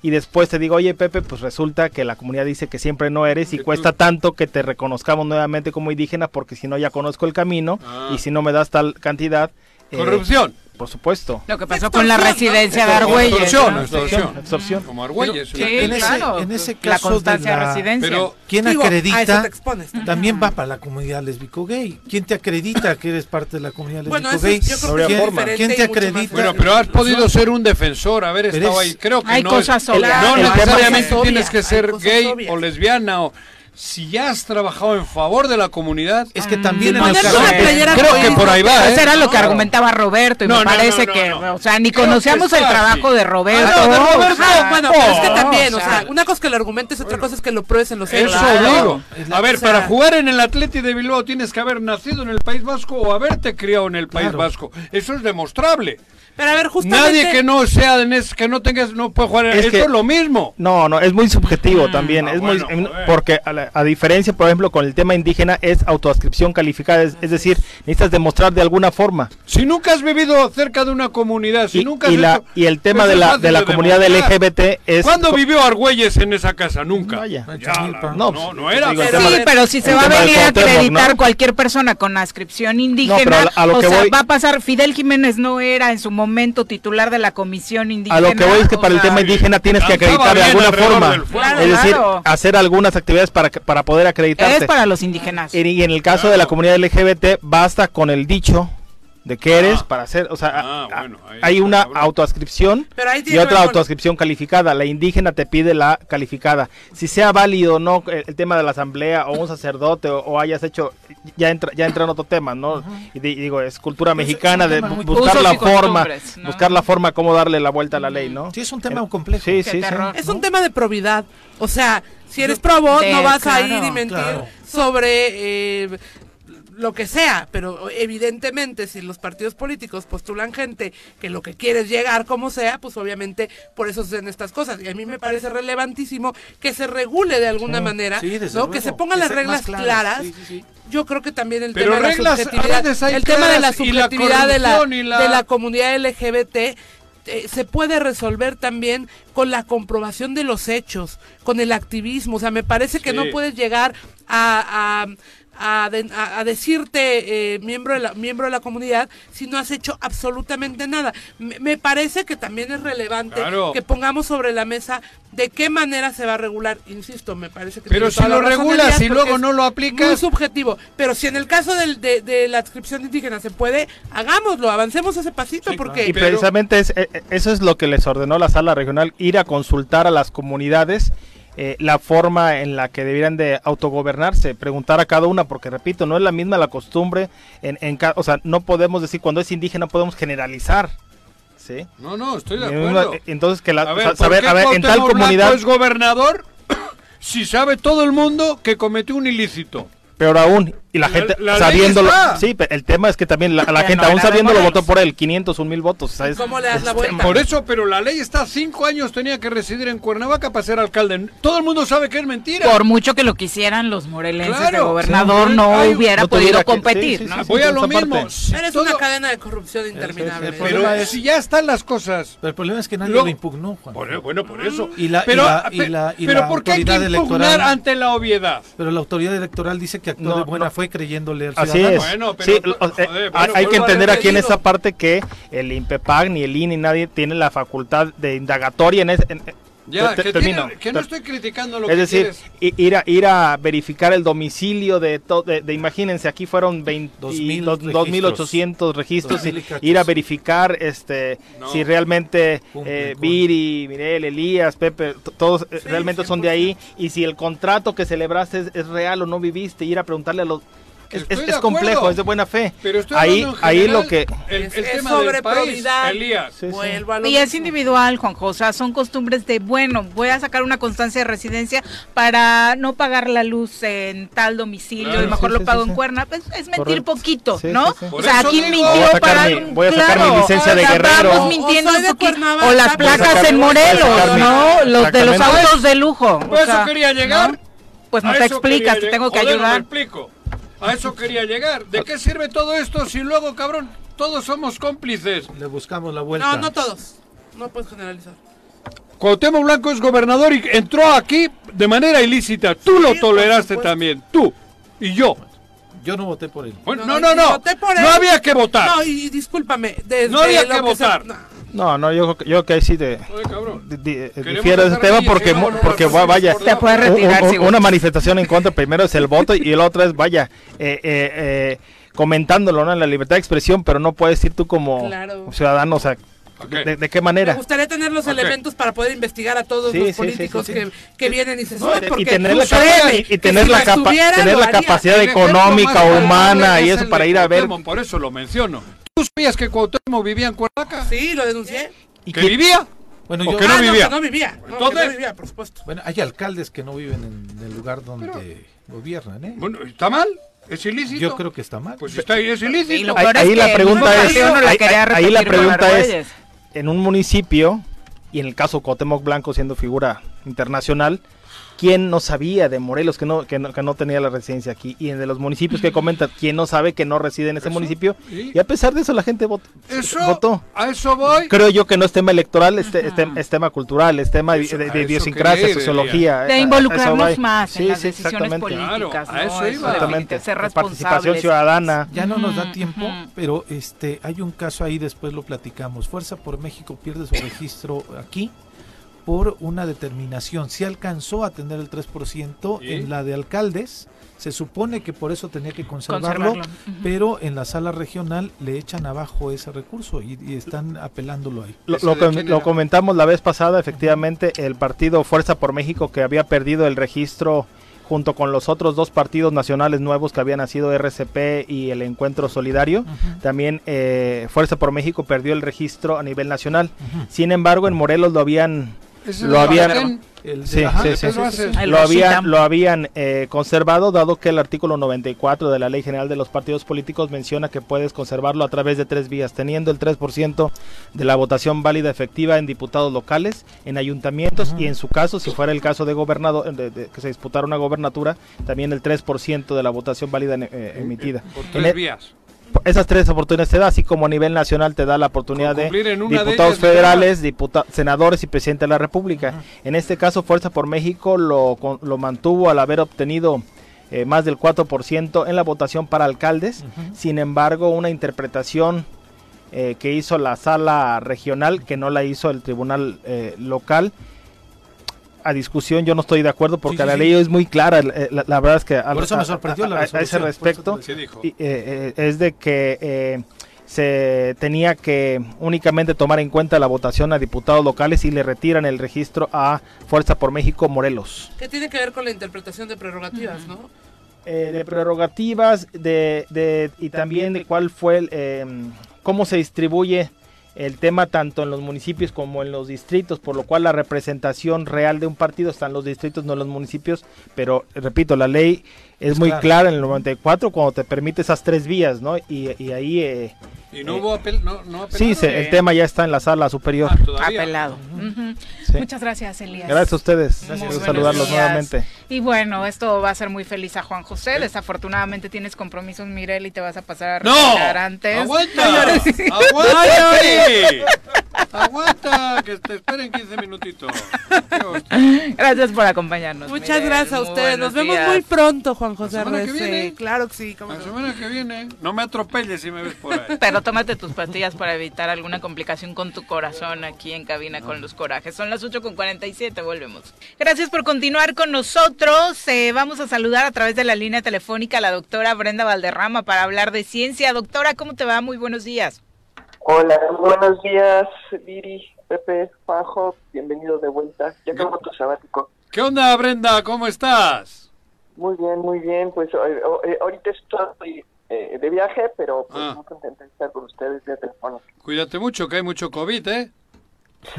S11: Y después te digo, oye Pepe, pues resulta que la comunidad dice que siempre no eres y
S2: Que tú-
S11: cuesta tanto que te reconozcamos nuevamente como indígena porque si no ya conozco el camino
S2: Ah.
S11: y si no me das tal cantidad... eh,
S2: Corrupción.
S11: Por supuesto.
S1: Lo que pasó con la residencia de Argüelles.
S2: Extorsión,
S1: ¿no?
S2: extorsión.
S11: Extorsión.
S2: Como Argüelles.
S1: Sí,
S2: una-
S3: en, ese,
S1: claro.
S3: en ese
S1: La
S3: caso de
S1: constancia de,
S3: la-
S1: residencia.
S2: Pero
S3: ¿Quién
S6: Digo, a eso
S3: acredita?
S6: te expones.
S3: También va para la comunidad lésbico gay. ¿Quién te acredita que eres parte de la comunidad
S6: Bueno,
S3: lésbico
S6: eso
S3: gay?
S6: yo creo que
S11: No habría
S3: ¿Quién,
S11: forma.
S3: quién te
S6: diferente y mucho más
S3: acredita?
S2: Bueno, pero has podido ser un defensor, haber
S3: Pero
S2: estado
S3: es-
S2: ahí. Creo que
S1: Hay
S2: no,
S1: cosas
S2: es-
S1: obvias.
S2: no
S1: Hay
S2: necesariamente
S6: cosas
S2: tienes que
S6: obvias, hay
S2: ser
S6: cosas
S2: gay
S6: obvias.
S2: o lesbiana o si ya has trabajado en favor de la comunidad.
S3: Es que también en el
S6: Ponernos
S3: caso
S6: una
S3: de-
S6: playera
S2: creo
S6: con-
S2: que por ahí va,
S1: Eso
S2: ¿eh?
S1: era lo que argumentaba Roberto y
S2: No,
S1: me
S2: no,
S1: parece
S2: no, no,
S1: que,
S2: no.
S1: o sea, ni
S2: Creo que
S1: conocíamos el
S2: está
S1: trabajo
S2: así.
S1: de Roberto.
S2: Ah, no, de Roberto.
S1: sea,
S6: bueno, pero es que
S1: no, Ah,
S6: también,
S1: o
S6: o sea, una cosa es que lo argumentes, otra cosa es que lo pruebes en los hechos.
S2: Eso
S1: Claro.
S2: digo. A ver,
S6: O sea-
S2: para jugar en el Atleti de Bilbao tienes que haber nacido en el País Vasco o haberte criado en el País
S3: Claro.
S2: Vasco. Eso es demostrable.
S6: Pero a ver, justamente
S2: Nadie que no sea en es- que no tengas no puede jugar. en-
S11: Es
S2: Esto
S11: que-
S2: es lo mismo.
S11: No, no, es muy subjetivo también.
S2: ah,
S11: es muy,
S2: bueno,
S11: em,
S2: joder.
S11: porque a, la- a diferencia, por ejemplo, con el tema indígena es autoascripción calificada, es, es decir, necesitas demostrar de alguna forma.
S2: Si nunca has vivido cerca de una comunidad, si
S11: Y,
S2: nunca
S11: y
S2: has
S11: la,
S2: hecho-
S11: y el tema
S2: Pues
S11: de
S2: es
S11: la,
S2: fácil
S11: de la comunidad
S2: demostrar.
S11: LGBT es...
S2: ¿Cuándo vivió Argüelles en esa casa? Nunca.
S11: Vaya.
S2: Ya, la-
S11: No,
S2: no,
S11: pues,
S2: no,
S11: te
S2: era.
S11: digo, el
S2: pero-
S6: tema
S1: Sí,
S6: de-
S1: pero si se
S11: el
S1: va a
S11: tema de
S1: venir a
S11: Cuauhtémoc,
S1: acreditar
S11: ¿no?
S1: cualquier persona con ascripción indígena,
S11: No, pero a lo- a lo
S1: o
S11: que
S1: sea,
S11: voy-
S1: va a pasar, Fidel Jiménez no era en su momento titular de la comisión indígena.
S11: A lo que voy es que
S1: o
S11: para el
S1: sea,
S11: tema indígena tienes que
S2: Andaba
S11: acreditar de
S2: bien
S11: alguna
S2: alrededor
S11: forma.
S2: del fuego.
S11: es decir,
S1: Claro.
S11: hacer algunas actividades para, que- para poder acreditarte.
S1: Es para los indígenas.
S11: Y, y en el caso de la comunidad LGBT, basta con el dicho de que eres
S2: Ah.
S11: para hacer, o sea,
S2: Ah,
S11: a- a-
S2: bueno, ahí
S11: hay
S2: está,
S11: una
S2: cabrón.
S11: autoascripción
S6: Pero ahí
S11: y
S6: tiene que
S11: otra
S6: ver con-
S11: autoascripción calificada. La indígena te pide la calificada. Si sea válido o no el, el tema de la asamblea o un sacerdote o, o hayas hecho, ya entra, ya entra en otro tema, ¿no? y, di- digo, es cultura mexicana de bu- buscar
S1: Usos
S11: la
S1: y
S11: forma,
S1: costumbres, ¿no?
S11: buscar la forma cómo darle la vuelta a la ley, ¿no?
S3: Sí, es un tema complejo.
S11: Sí,
S1: Qué
S11: sí, sí.
S1: terror.
S6: Es un tema de probidad. O sea, si eres probo,
S1: De-
S6: no vas a
S1: claro,
S6: ir y mentir
S3: claro.
S6: sobre eh, lo que sea. Pero evidentemente, si los partidos políticos postulan gente que lo que quiere es llegar como sea, pues obviamente por eso se hacen estas cosas. Y a mí me parece relevantísimo que se regule de alguna manera,
S3: sí, desde
S6: ¿no?
S3: luego.
S6: Que se pongan las
S3: Que sean más
S6: reglas
S3: claras,
S6: claras.
S3: sí, sí, sí.
S6: Yo creo que también el
S2: Pero
S6: tema de la
S2: reglas a
S6: subjetividad,
S2: veces hay
S6: el tema de la
S2: claras y la
S6: subjetividad de, la,
S2: corrupción y la-
S6: de la comunidad LGBT eh, se puede resolver también con la comprobación de los hechos, con el activismo. O sea, me parece que
S2: Sí.
S6: no puedes llegar a, a- a de- a- a decirte eh, miembro, de la, miembro de la comunidad si no has hecho absolutamente nada. Me, me parece que también es relevante
S2: Claro.
S6: que pongamos sobre la mesa de qué manera se va a regular. Insisto, me parece que...
S2: Pero
S6: tiene
S2: si
S6: toda la
S2: lo
S6: razón
S2: regulas
S6: Elías,
S2: y
S6: porque
S2: luego
S6: es
S2: no lo aplicas.
S6: muy subjetivo. Pero si en el caso del- de, de la adscripción indígena se puede, hagámoslo, avancemos ese pasito porque...
S11: Y
S2: Pero-
S11: precisamente es- e- e- eso es lo que les ordenó la sala regional, ir a consultar a las comunidades eh, la forma en la que debieran de autogobernarse, preguntar a cada una, porque repito, no es la misma la costumbre, en, en ca- o sea, no podemos decir cuando es indígena podemos generalizar, ¿sí?
S2: No, no, estoy de
S11: Y en
S2: acuerdo.
S11: una- eh, entonces que la,
S2: A
S11: o
S2: ver,
S11: sea,
S2: ¿por
S11: saber,
S2: qué
S11: a ver, en tal
S2: Cuauhtémoc Blanco
S11: comunidad,
S2: es gobernador si sabe todo el mundo que cometió un ilícito?
S11: peor aún, y la,
S2: La-
S11: gente
S2: la ley
S11: sabiéndolo,
S2: está.
S11: sí, pe- el tema es que también la, la
S1: Ya
S11: gente
S1: no
S11: aún
S1: era de
S11: sabiéndolo
S1: Morelos.
S11: votó por él, 500, un mil votos, o sea, es-
S6: ¿Cómo le das la
S11: es-
S6: vuelta?
S2: Este, Por eso, pero la ley está cinco años tenía que residir en Cuernavaca para ser alcalde. Todo el mundo sabe que es mentira.
S1: Por mucho que lo quisieran los morelenses, el
S2: Claro.
S1: gobernador
S2: Sí,
S1: no
S2: hay-
S1: hubiera
S11: no tuviera que-
S1: podido
S11: sí,
S1: competir.
S11: sí, sí,
S1: ¿no?
S2: Ah, Voy a lo
S11: esa parte.
S2: mismo. Si
S6: Eres
S2: todo-
S6: una cadena de
S11: Eh,
S6: corrupción interminable.
S3: es el
S2: Pero
S3: problema es-
S2: si ya están las cosas.
S3: Pero el problema es que nadie
S2: Luego-
S3: lo impugnó, Juan.
S11: e,
S2: Por- bueno, por eso.
S3: Y la- y
S2: pero
S3: la- y la- y
S2: ah, pero
S3: la
S2: ¿por qué hay que
S3: autoridad
S2: impugnar
S3: electoral?
S2: ante la obviedad?
S3: Pero la autoridad electoral dice que actuó
S11: No,
S3: de buena
S11: no.
S3: fe creyéndole al
S11: Así
S3: ciudadano.
S11: es.
S2: Bueno, pero-
S11: Sí, lo- o- eh, hay-
S2: joder, bueno,
S11: hay que
S2: vuelvo a
S11: entender aquí en
S6: repetirlo.
S11: esta parte que el INPEPAG, ni el INE, ni nadie tiene la facultad de indagatoria en ese. en- eh,
S2: Ya,
S11: te-
S2: que,
S11: termino.
S2: tiene- que no
S11: Te-
S2: estoy criticando lo
S11: es
S2: que
S11: decir,
S2: quieres.
S11: i- ir a, ir a verificar el domicilio de, to- de, de- imagínense, aquí fueron 20
S3: Dos mil
S11: dos-
S3: registros.
S11: 2.800 registros,
S3: Dos mil y cachos.
S11: y ir a verificar este
S2: No.
S11: si realmente
S3: Cumple
S11: eh,
S3: con-
S11: Viri, Mirel, Elías, Pepe, t- todos eh,
S6: Sí,
S11: realmente son de ahí, y si el contrato que celebraste es, es real o no viviste, ir a preguntarle a los... Es,
S2: Estoy
S11: es-
S2: de
S11: es complejo,
S2: acuerdo.
S11: es de buena fe.
S2: Pero estoy
S11: ahí,
S2: hablando en
S11: ahí
S2: general,
S11: lo que...
S2: El,
S6: Es-
S2: el
S6: es
S2: tema
S6: sobre
S2: del país,
S6: probidad.
S2: Elías.
S11: Sí, sí.
S6: Vuelvo a lo
S1: Y es
S6: mismo.
S1: individual, Juanjo, o sea, son costumbres de, bueno, voy a sacar una constancia de residencia para no pagar la luz en tal domicilio
S2: Claro.
S1: y mejor
S11: Ah, Sí,
S1: lo
S11: sí,
S1: pago
S11: sí,
S1: en
S11: sí.
S1: cuerna, pues es mentir
S11: Correcto.
S1: poquito,
S11: Sí,
S1: ¿no?
S11: sí, sí.
S1: O
S2: Por
S1: sea,
S2: eso
S1: aquí
S2: digo-
S1: mintió
S11: Voy a sacar
S1: para...
S11: mi- voy a sacar mi licencia
S1: o
S11: de
S1: sea,
S11: guerrero.
S1: Vamos
S6: O
S1: mintiendo
S6: soy
S1: un
S6: de
S1: poquito.
S6: Cuernavaca,
S1: O las
S11: voy a
S1: placas
S11: sacar
S1: en
S11: mi- voy a
S1: Morelos,
S11: sacar mi-
S1: ¿no? Los de los
S11: Exactamente.
S1: autos de lujo.
S2: Por
S1: o
S2: Pues eso
S1: sea,
S2: quería llegar.
S1: ¿no? pues no
S2: A
S1: te
S2: eso
S1: explicas, te
S2: quería
S1: tengo que
S2: llegar. Joder, no me
S1: ayudar.
S2: explico. A eso quería llegar. ¿De qué sirve todo esto si luego, cabrón, todos somos cómplices?
S3: Le buscamos la
S6: No,
S3: vuelta.
S6: no todos. No puedes generalizar.
S2: Cuauhtémoc Blanco es gobernador y entró aquí de manera ilícita. Tú lo
S6: Sí, por
S2: toleraste
S6: supuesto.
S2: también, tú y yo.
S3: Yo no voté por él.
S2: Bueno, no, no, no.
S6: voté por
S2: No
S6: él.
S2: había que votar.
S6: No, y discúlpame. desde
S2: No había
S6: lo
S2: que
S6: se-
S2: votar.
S6: no.
S11: No, no, yo, creo que- yo creo que ahí sí te,
S2: Oye, cabrón.
S11: di- di- eh,
S2: Queremos ¿eh?
S11: difiero de ese
S2: estar
S11: tema
S2: bien,
S11: porque,
S2: si no,
S11: mo-
S2: no nos
S11: porque va-
S2: recibimos
S11: vaya,
S2: por debajo.
S1: Te puedes
S11: un- un-
S1: retirar, si
S11: una manifestación en contra primero es el voto y la otra es, vaya, eh, eh, eh, comentándolo, ¿no? En la libertad de expresión, pero no puedes ir tú como
S6: Claro.
S11: ciudadano, o sea,
S2: Ok.
S11: de, de qué
S6: Me
S11: manera?
S6: gustaría tener los
S2: Ok.
S6: elementos para poder investigar a todos
S11: Sí,
S6: los
S11: sí, sí,
S6: políticos
S11: sí, sí.
S6: Que, que vienen y se
S11: No, y
S6: suben.
S11: te-
S6: porque
S11: y tener la,
S6: tú
S11: capa-
S6: créeme
S11: y- y
S6: que
S11: tener
S6: si
S11: la,
S6: las
S11: capa-
S6: tuviera,
S11: tener
S6: lo
S11: la
S6: haría.
S11: capacidad
S2: El ejemplo
S11: económica,
S2: más claro
S11: humana y
S2: es
S11: eso
S2: el
S11: para
S2: de
S11: ir a ver.
S2: Cuauhtémoc, Por eso lo menciono. ¿Tú sabías que Cuauhtémoc vivía en Cuernavaca?
S6: Sí, lo denuncié.
S11: y
S2: ¿Que
S11: que-
S2: vivía?
S3: Bueno,
S2: ¿O
S3: yo,
S2: que no
S6: ah,
S2: vivía.
S6: No, que no vivía. No, que
S2: Entonces-
S6: no vivía, por supuesto.
S3: bueno, hay alcaldes que no viven en el lugar donde gobiernan, ¿eh?
S2: Bueno, ¿está mal? ¿Es ilícito?
S3: Yo creo que está mal.
S2: Pues está ahí, es ilícito.
S1: Y lo
S11: Ahí-
S1: peor es
S11: ahí la
S1: que el
S11: pregunta
S1: mismo
S11: es-
S1: partido no la
S11: ahí-
S1: quería
S11: ahí- ahí la
S1: repetir con
S11: pregunta es-
S1: Argüelles.
S11: en un municipio, y en el caso Cotemoc Blanco siendo figura internacional, ¿quién no sabía de Morelos que no, que no, que no tenía la residencia aquí? Y en de los municipios que comentan, ¿quién no sabe que no reside en ese municipio?
S2: sí.
S11: Y a pesar de eso la gente vot-
S2: Eso,
S11: votó.
S2: a eso voy.
S11: Creo yo que no es tema electoral, es, te- es tem- es tema cultural, es tema de-
S2: Eso-
S11: de,
S2: a
S11: de
S2: eso
S11: idiosincrasia,
S2: quería ir,
S11: sociología.
S1: De
S11: eh, a- a eso
S1: involucrarnos
S11: voy.
S1: más en
S11: Sí,
S1: las
S11: sí,
S1: decisiones
S11: exactamente.
S1: políticas.
S2: Claro, a
S1: ¿no?
S2: eso iba.
S1: definitivamente,
S11: Exactamente.
S1: Ser
S11: De participación
S1: responsables.
S11: ciudadana.
S3: Ya no nos da
S1: Ujú,
S3: tiempo,
S1: ujú.
S3: pero este hay un caso ahí, después lo platicamos. Fuerza por México pierde su registro aquí por una determinación. Si alcanzó a tener el 3%
S2: ¿Y?
S3: en la de alcaldes, se supone que por eso tenía que conservarlo,
S1: Conservarlo. Ujú.
S3: pero en la sala regional le echan abajo ese recurso y, y están apelándolo ahí.
S11: Lo,
S2: ¿Ese
S11: lo
S2: de
S11: com-
S2: quién
S11: lo
S2: era?
S11: comentamos la vez pasada, efectivamente, el partido Fuerza por México que había perdido el registro junto con los otros dos partidos nacionales nuevos que habían nacido RCP y el Encuentro Solidario, también eh, Fuerza por México perdió el registro a nivel nacional. Sin embargo, en Morelos lo habían
S2: Ese
S11: lo
S2: es
S11: habían-
S2: Martín.
S3: El de-
S11: Sí,
S3: ajá,
S11: sí,
S3: el
S11: sí,
S3: de-
S11: sí,
S2: sí, sí.
S1: El
S11: lo
S1: Rosita.
S11: habían, lo habían eh, conservado, dado que el artículo 94 de la Ley General de los Partidos Políticos menciona que puedes conservarlo a través de tres vías, teniendo el 3% de la votación válida efectiva en diputados locales, en ayuntamientos y en su caso, si fuera el caso de gobernador, de- de que se disputara una gobernatura, también el 3% de la votación válida eh, emitida.
S2: Por
S11: En
S2: tres
S11: e-
S2: vías.
S11: esas tres oportunidades te da, así como a nivel nacional te da la oportunidad de
S2: Cumplir en una de
S11: diputados
S2: ellas, nada
S11: federales, diputa- senadores y presidente de la República. En este caso, Fuerza por México lo, con- lo mantuvo al haber obtenido eh, más del 4% en la votación para alcaldes. Sin embargo, una interpretación eh, que hizo la sala regional, que no la hizo el tribunal eh, local. A discusión yo no estoy de acuerdo porque
S3: Sí, sí,
S11: la
S3: sí.
S11: ley es muy clara. eh, La, la verdad es que al-
S3: Por eso
S11: a-
S3: me sorprendió la
S11: a- a- a ese
S3: resolución, por eso te
S11: respecto
S2: ¿Qué dijo?
S11: y, eh, eh, es de que eh, se tenía que únicamente tomar en cuenta la votación a diputados locales y le retiran el registro a Fuerza por México Morelos.
S6: Que tiene que ver con la interpretación de prerrogativas, ¿no?
S11: Eh, de prerrogativas de, de- y también de cuál fue el, eh, cómo se distribuye el tema tanto en los municipios como en los distritos, por lo cual la representación real de un partido está en los distritos, no en los municipios, pero eh, repito, la ley es
S3: Es
S11: muy
S3: clara.
S11: clara en el 94 cuando te permite esas tres vías, ¿no? Y, y ahí... eh,
S2: ¿Y no hubo apel? No, no apelaron?
S11: Sí, se- el tema ya está en la sala superior.
S2: Ah, todavía.
S1: Apelado. Ujú.
S11: Sí.
S1: Muchas gracias, Elías.
S11: Gracias a ustedes.
S1: Muy
S11: Gracias
S1: buenos
S11: por saludarlos
S1: días.
S11: nuevamente.
S1: Y bueno, esto va a ser muy feliz a Juan José. Desafortunadamente tienes compromisos, Mirel, y te vas a pasar a
S2: ¡No!
S1: retirar antes.
S2: ¡Aguanta! ¡Aguanta! Peri! ¡Aguanta! Que te esperen 15 minutitos. Qué hostia.
S1: Gracias por acompañarnos.
S6: Muchas
S1: Mirel.
S6: gracias a
S1: Muy
S6: ustedes. Nos
S1: Pues buenos
S6: vemos
S1: días.
S6: muy pronto, Juan José
S2: La semana que
S6: Arrece.
S2: viene.
S6: Claro que sí. cómo
S2: La
S6: no.
S2: semana que viene. No me atropelles si me ves por ahí.
S1: Pero tómate tus pastillas para evitar alguna complicación con tu corazón aquí en cabina con los corajes. Son las 8 con 47, volvemos. Gracias por continuar con nosotros. Eh, vamos a saludar a través de la línea telefónica a la doctora Brenda Valderrama para hablar de ciencia. Doctora, ¿cómo te va? Muy buenos días.
S9: Hola, buenos días, Viri, Pepe, Juanjo, bienvenidos de vuelta. Ya acabó tu sabático.
S2: ¿Qué onda, Brenda? ¿Cómo estás?
S9: Muy bien, muy bien, pues hoy- hoy- eh, ahorita estoy eh, de viaje, pero pues,
S2: Ah.
S9: muy contenta de estar con ustedes de teléfono.
S2: Cuídate mucho, que hay mucho COVID, ¿eh?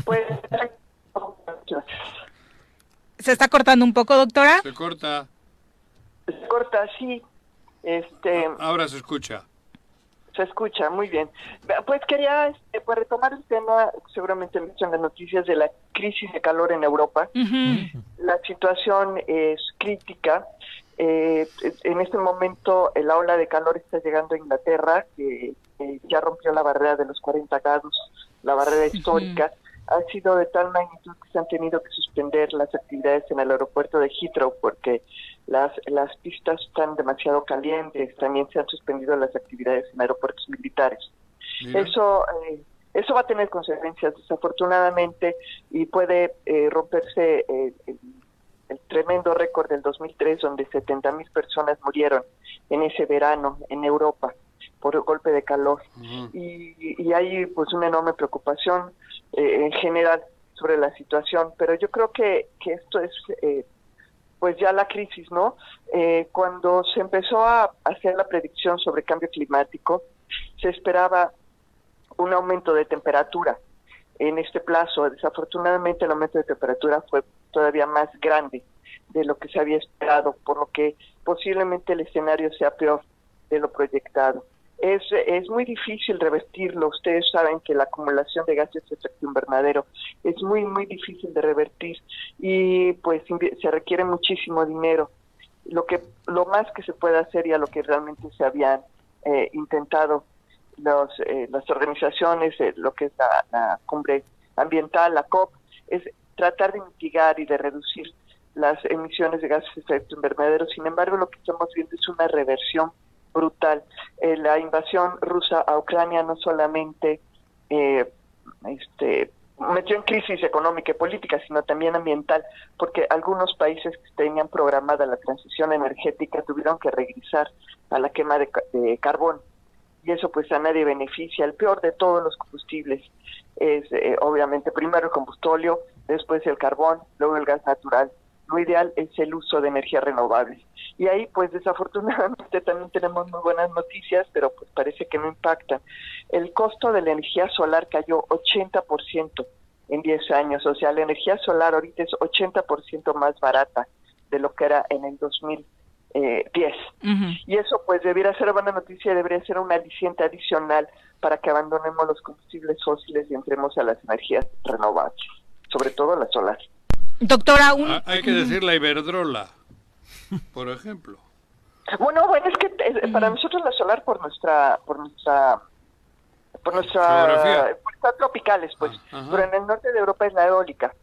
S9: Pues,
S1: ¿Se está cortando un poco, doctora?
S2: Se corta.
S9: se corta así, este,
S11: Ah,
S2: Ahora se escucha.
S9: Se escucha, muy bien. Pues quería este, pues, retomar el tema, seguramente lo visto en las noticias de la crisis de calor en Europa. La situación es crítica. Eh, en este momento eh, la ola de calor está llegando a Inglaterra, que eh, ya rompió la barrera de los 40 grados, la barrera histórica. Ha sido de tal magnitud que se han tenido que suspender las actividades en el aeropuerto de Heathrow porque las, las pistas están demasiado calientes. También se han suspendido las actividades en aeropuertos militares.
S10: Mira.
S9: Eso eh, eso va a tener consecuencias desafortunadamente y puede eh, romperse eh, el, el tremendo récord del 2003 donde 70.000 mil personas murieron en ese verano en Europa por el golpe de calor y, y hay pues una enorme preocupación eh, en general sobre la situación pero yo creo que, que esto es eh, pues ya la crisis no Eh, cuando se empezó a hacer la predicción sobre cambio climático se esperaba un aumento de temperatura en este plazo. Desafortunadamente el aumento de temperatura fue todavía más grande de lo que se había esperado, por lo que posiblemente el escenario sea peor de lo proyectado. Es, es muy difícil revertirlo. Ustedes saben que la acumulación de gases de efecto invernadero es muy, muy difícil de revertir y pues invi- se requiere muchísimo dinero. Lo, que, lo más que se puede hacer y a lo que realmente se habían eh, intentado los, eh, las organizaciones, eh, lo que es la, la cumbre ambiental, la COP, es tratar de mitigar y de reducir las emisiones de gases de efecto invernadero. Sin embargo, lo que estamos viendo es una reversión brutal. Eh, la invasión rusa a Ucrania no solamente eh, este, metió en crisis económica y política, sino también ambiental, porque algunos países que tenían programada la transición energética tuvieron que regresar a la quema de, ca- de carbón y eso pues a nadie beneficia. El peor de todos los combustibles es eh, obviamente primero el combustóleo, después el carbón, luego el gas natural. Lo ideal es el uso de energías renovables. Y ahí pues desafortunadamente también tenemos muy buenas noticias, pero pues parece que no impactan. El costo de la energía solar cayó 80% en 10 años. O sea, la energía solar ahorita es 80% más barata de lo que era en el 2010. Y eso pues debiera ser buena noticia y debería ser una aliciente adicional para que abandonemos los combustibles fósiles y entremos a las energías renovables, sobre todo la solar.
S1: Doctora, un...
S2: Ah, Hay que decir la Iberdrola, por ejemplo.
S9: Bueno, bueno, es que eh, para nosotros la solar por nuestra por nuestra por nuestra
S2: Geografía. Ah,
S9: por estar tropicales pues, pero en el norte de Europa es la eólica.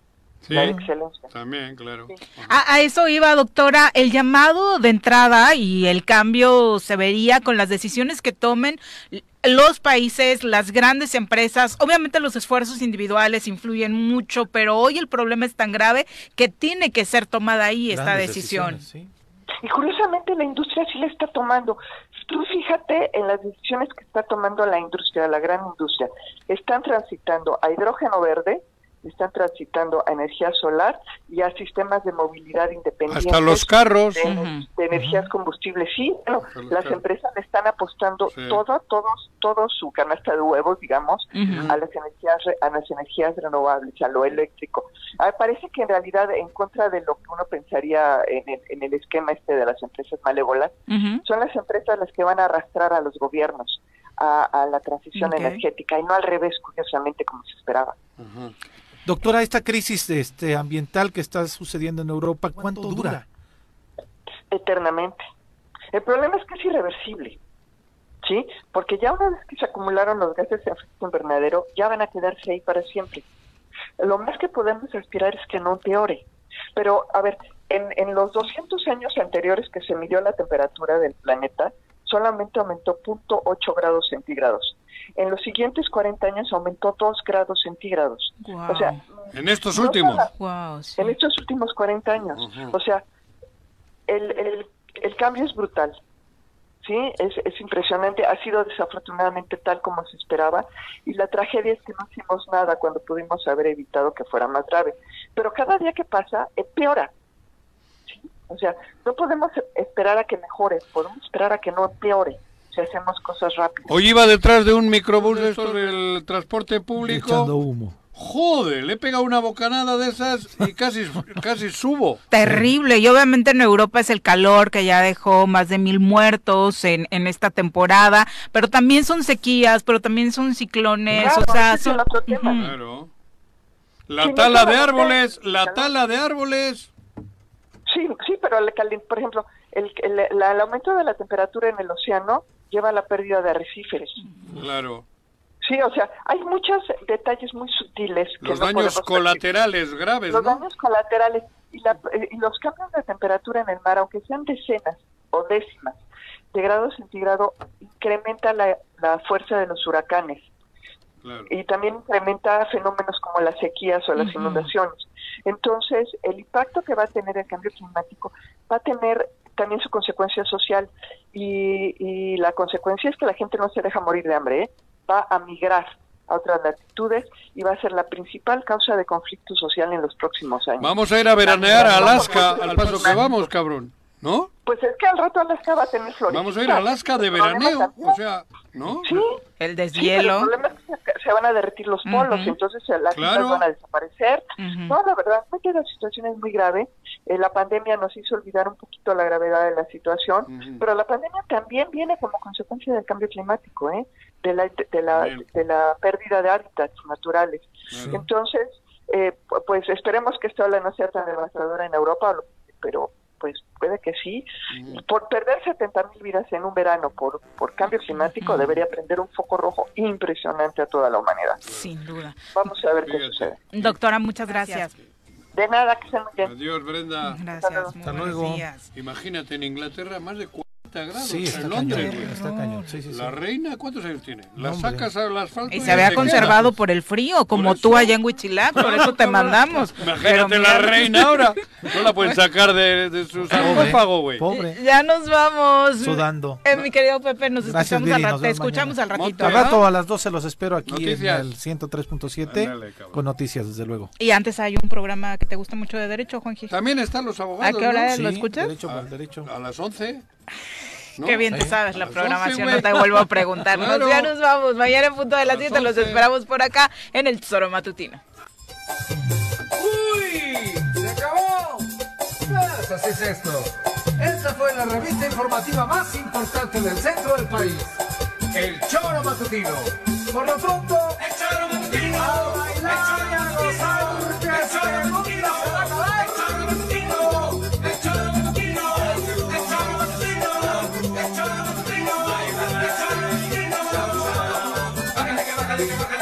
S2: Sí,
S9: La de excelencia.
S2: también, claro.
S1: A, a eso iba, doctora. El llamado de entrada y el cambio se vería con las decisiones que tomen l- los países, las grandes empresas. Obviamente los esfuerzos individuales influyen mucho, pero hoy el problema es tan grave que tiene que ser tomada ahí esta
S3: Grandes
S1: decisión.
S3: decisiones, sí.
S9: Y curiosamente la industria sí la está tomando. Tú fíjate en las decisiones que está tomando la industria, la gran industria. Están transitando a hidrógeno verde, están transitando a energía solar y a sistemas de movilidad independientes.
S2: Hasta los carros.
S9: De, de energías combustibles. Sí, bueno,
S2: Hasta los
S9: las
S2: carros.
S9: empresas le están apostando
S2: Sí.
S9: todo, todos, todo su canasta de huevos, digamos,
S1: Ujú.
S9: a las energías re- a las energías renovables, a lo eléctrico. Ah, parece que en realidad en contra de lo que uno pensaría en el, en el esquema este de las empresas malévolas,
S1: Ujú.
S9: son las empresas las que van a arrastrar a los gobiernos a, a la transición
S1: Ok.
S9: energética y no al revés, curiosamente, como se esperaba.
S2: Ajá.
S3: Doctora, esta crisis este, ambiental que está sucediendo en Europa, ¿cuánto, dura?
S9: eternamente. El problema es que es irreversible, ¿sí? Porque ya una vez que se acumularon los gases de efecto invernadero, ya van a quedarse ahí para siempre. Lo más que podemos aspirar es que no empeore. Pero, a ver, en, en los 200 años anteriores que se midió la temperatura del planeta, solamente aumentó 0.8 grados centígrados. En los siguientes 40 años aumentó 2 grados centígrados.
S1: Guau.
S9: O sea,
S2: En estos
S9: No
S2: últimos.
S9: nada.
S1: Guau, sí.
S9: en estos últimos 40 años.
S2: Ujú.
S9: O sea, el, el, el cambio es brutal. Sí, es, es impresionante. Ha sido desafortunadamente tal como se esperaba. Y la tragedia es que no hicimos nada cuando pudimos haber evitado que fuera más grave. Pero cada día que pasa, empeora. ¿sí? O sea, no podemos esperar a que mejore, podemos esperar a que no empeore si hacemos cosas rápidas.
S2: Hoy iba detrás de un microbús de estos del transporte público.
S3: Echando humo.
S2: Joder, le he pegado una bocanada de esas y casi, casi subo.
S1: Terrible. Y obviamente en Europa es el calor que ya dejó más de mil muertos en, en esta temporada, pero también son sequías, pero también son ciclones,
S9: Claro,
S1: o sea,
S9: ese es el
S1: son-
S9: otro tema.
S1: Ujú.
S2: Claro. La
S9: Sí, no
S2: tala de
S9: solamente-
S2: árboles, la tala de árboles.
S9: Sí, sí, pero el calen- por ejemplo, el, el- la- el aumento de la temperatura en el océano lleva a la pérdida de arrecifes.
S2: Claro.
S9: Sí, o sea, hay muchos detalles muy sutiles. Que
S2: Los
S9: no
S2: daños
S9: podemos
S2: colaterales
S9: percibir.
S2: graves,
S9: Los
S2: ¿no?
S9: daños colaterales y, la- y los cambios de temperatura en el mar, aunque sean decenas o décimas de grado centígrado, incrementa la, la fuerza de los huracanes
S2: Claro.
S9: y también incrementa fenómenos como las sequías o las
S1: Ujú.
S9: inundaciones. Entonces, el impacto que va a tener el cambio climático va a tener también su consecuencia social y, y la consecuencia es que la gente no se deja morir de hambre, ¿eh? va a migrar a otras latitudes y va a ser la principal causa de conflicto social en los próximos años.
S2: Vamos a ir a veranear a
S9: Vamos,
S2: Alaska
S9: vamos,
S2: al paso
S9: vamos.
S2: que vamos, cabrón. ¿No?
S9: Pues es que al rato Alaska va a tener flores.
S2: Vamos a ir a Alaska de veraneo. O sea, ¿no?
S9: Sí,
S1: El
S9: sí, pero
S1: deshielo.
S9: el problema es que se- se van a derretir los polos,
S1: Ujú.
S9: entonces las
S2: Claro.
S9: islas van a desaparecer,
S1: Ujú.
S9: No, la verdad es que la situación es muy grave. Eh, la pandemia nos hizo olvidar un poquito la gravedad de la situación,
S2: Ujú.
S9: pero la pandemia también viene como consecuencia del cambio climático, ¿eh? de, la, de, la,
S2: Bien.
S9: de la pérdida de hábitats naturales.
S2: Sí.
S9: Entonces, eh, pu- pues esperemos que esta ola no sea tan devastadora en Europa, lo- pero pues puede que sí. Y Por perder 70 mil vidas en un verano por, por cambio climático debería prender un foco rojo impresionante a toda la humanidad.
S1: Sin duda.
S9: Vamos a ver qué
S2: Fíjate.
S9: sucede.
S1: Doctora, muchas gracias.
S9: De nada, que estén muy bien.
S2: Adiós, Brenda.
S1: Gracias. Muy
S3: Hasta
S1: buenos
S3: luego.
S1: días.
S2: Imagínate, en Inglaterra más de 40 grados.
S3: Sí, está
S2: en
S3: cañón.
S2: Londres, güey.
S3: Está cañón. Sí, sí, sí.
S2: La reina, ¿cuántos años tiene? La
S3: No, hombre.
S2: sacas al asfalto.
S1: Y se había
S2: te
S1: conservado por el frío, como tú
S2: eso.
S1: allá en Huichilac, por eso te mandamos.
S2: queda. Imagínate la reina ahora. No la pueden sacar de, de su sarcófago, güey.
S3: Ah, Pobre,
S1: Ya nos vamos.
S3: sudando.
S1: Eh, mi querido Pepe, nos
S3: Gracias,
S1: escuchamos,
S3: Viri,
S1: al,
S3: nos
S1: rato, te
S3: vemos
S1: escuchamos al
S3: mañana.
S1: ratito.
S3: Al
S2: ¿verdad?
S3: rato a las 12 los espero aquí
S2: Noticias.
S3: en el
S2: Ándale, cabrón.
S3: 103.7 con noticias, desde luego.
S1: Y antes hay un programa que te gusta mucho de derecho, Juanji.
S2: También están los
S1: ¿A
S2: abogados.
S1: qué hora
S2: ¿no?
S1: es? ¿Lo escuchas?
S3: Derecho
S2: Ah.
S3: para el derecho.
S2: A las 11. ¿no?
S1: Qué bien te
S3: Sí.
S1: sabes
S2: A
S1: la
S2: las
S1: programación,
S2: 11,
S1: no te
S2: güey.
S1: vuelvo a preguntar. Nos-
S2: Claro.
S1: Ya nos vamos. Mañana en punto de las
S2: A las
S1: 7 los
S2: 11.
S1: esperamos por acá en el Tesoro Matutino.
S7: ¡Uy! ¡Se acabó! Pues así es esto. Esta fue la revista informativa más importante del centro del país. El Choro Matutino. Por lo pronto, el Choro Matutino. A bailar y a gozar, que el Choro Matutino se va a acabar. El Choro Matutino. El Choro Matutino. El Choro Matutino. El Choro Matutino. El Choro Matutino. Bájale que bájale que bájale.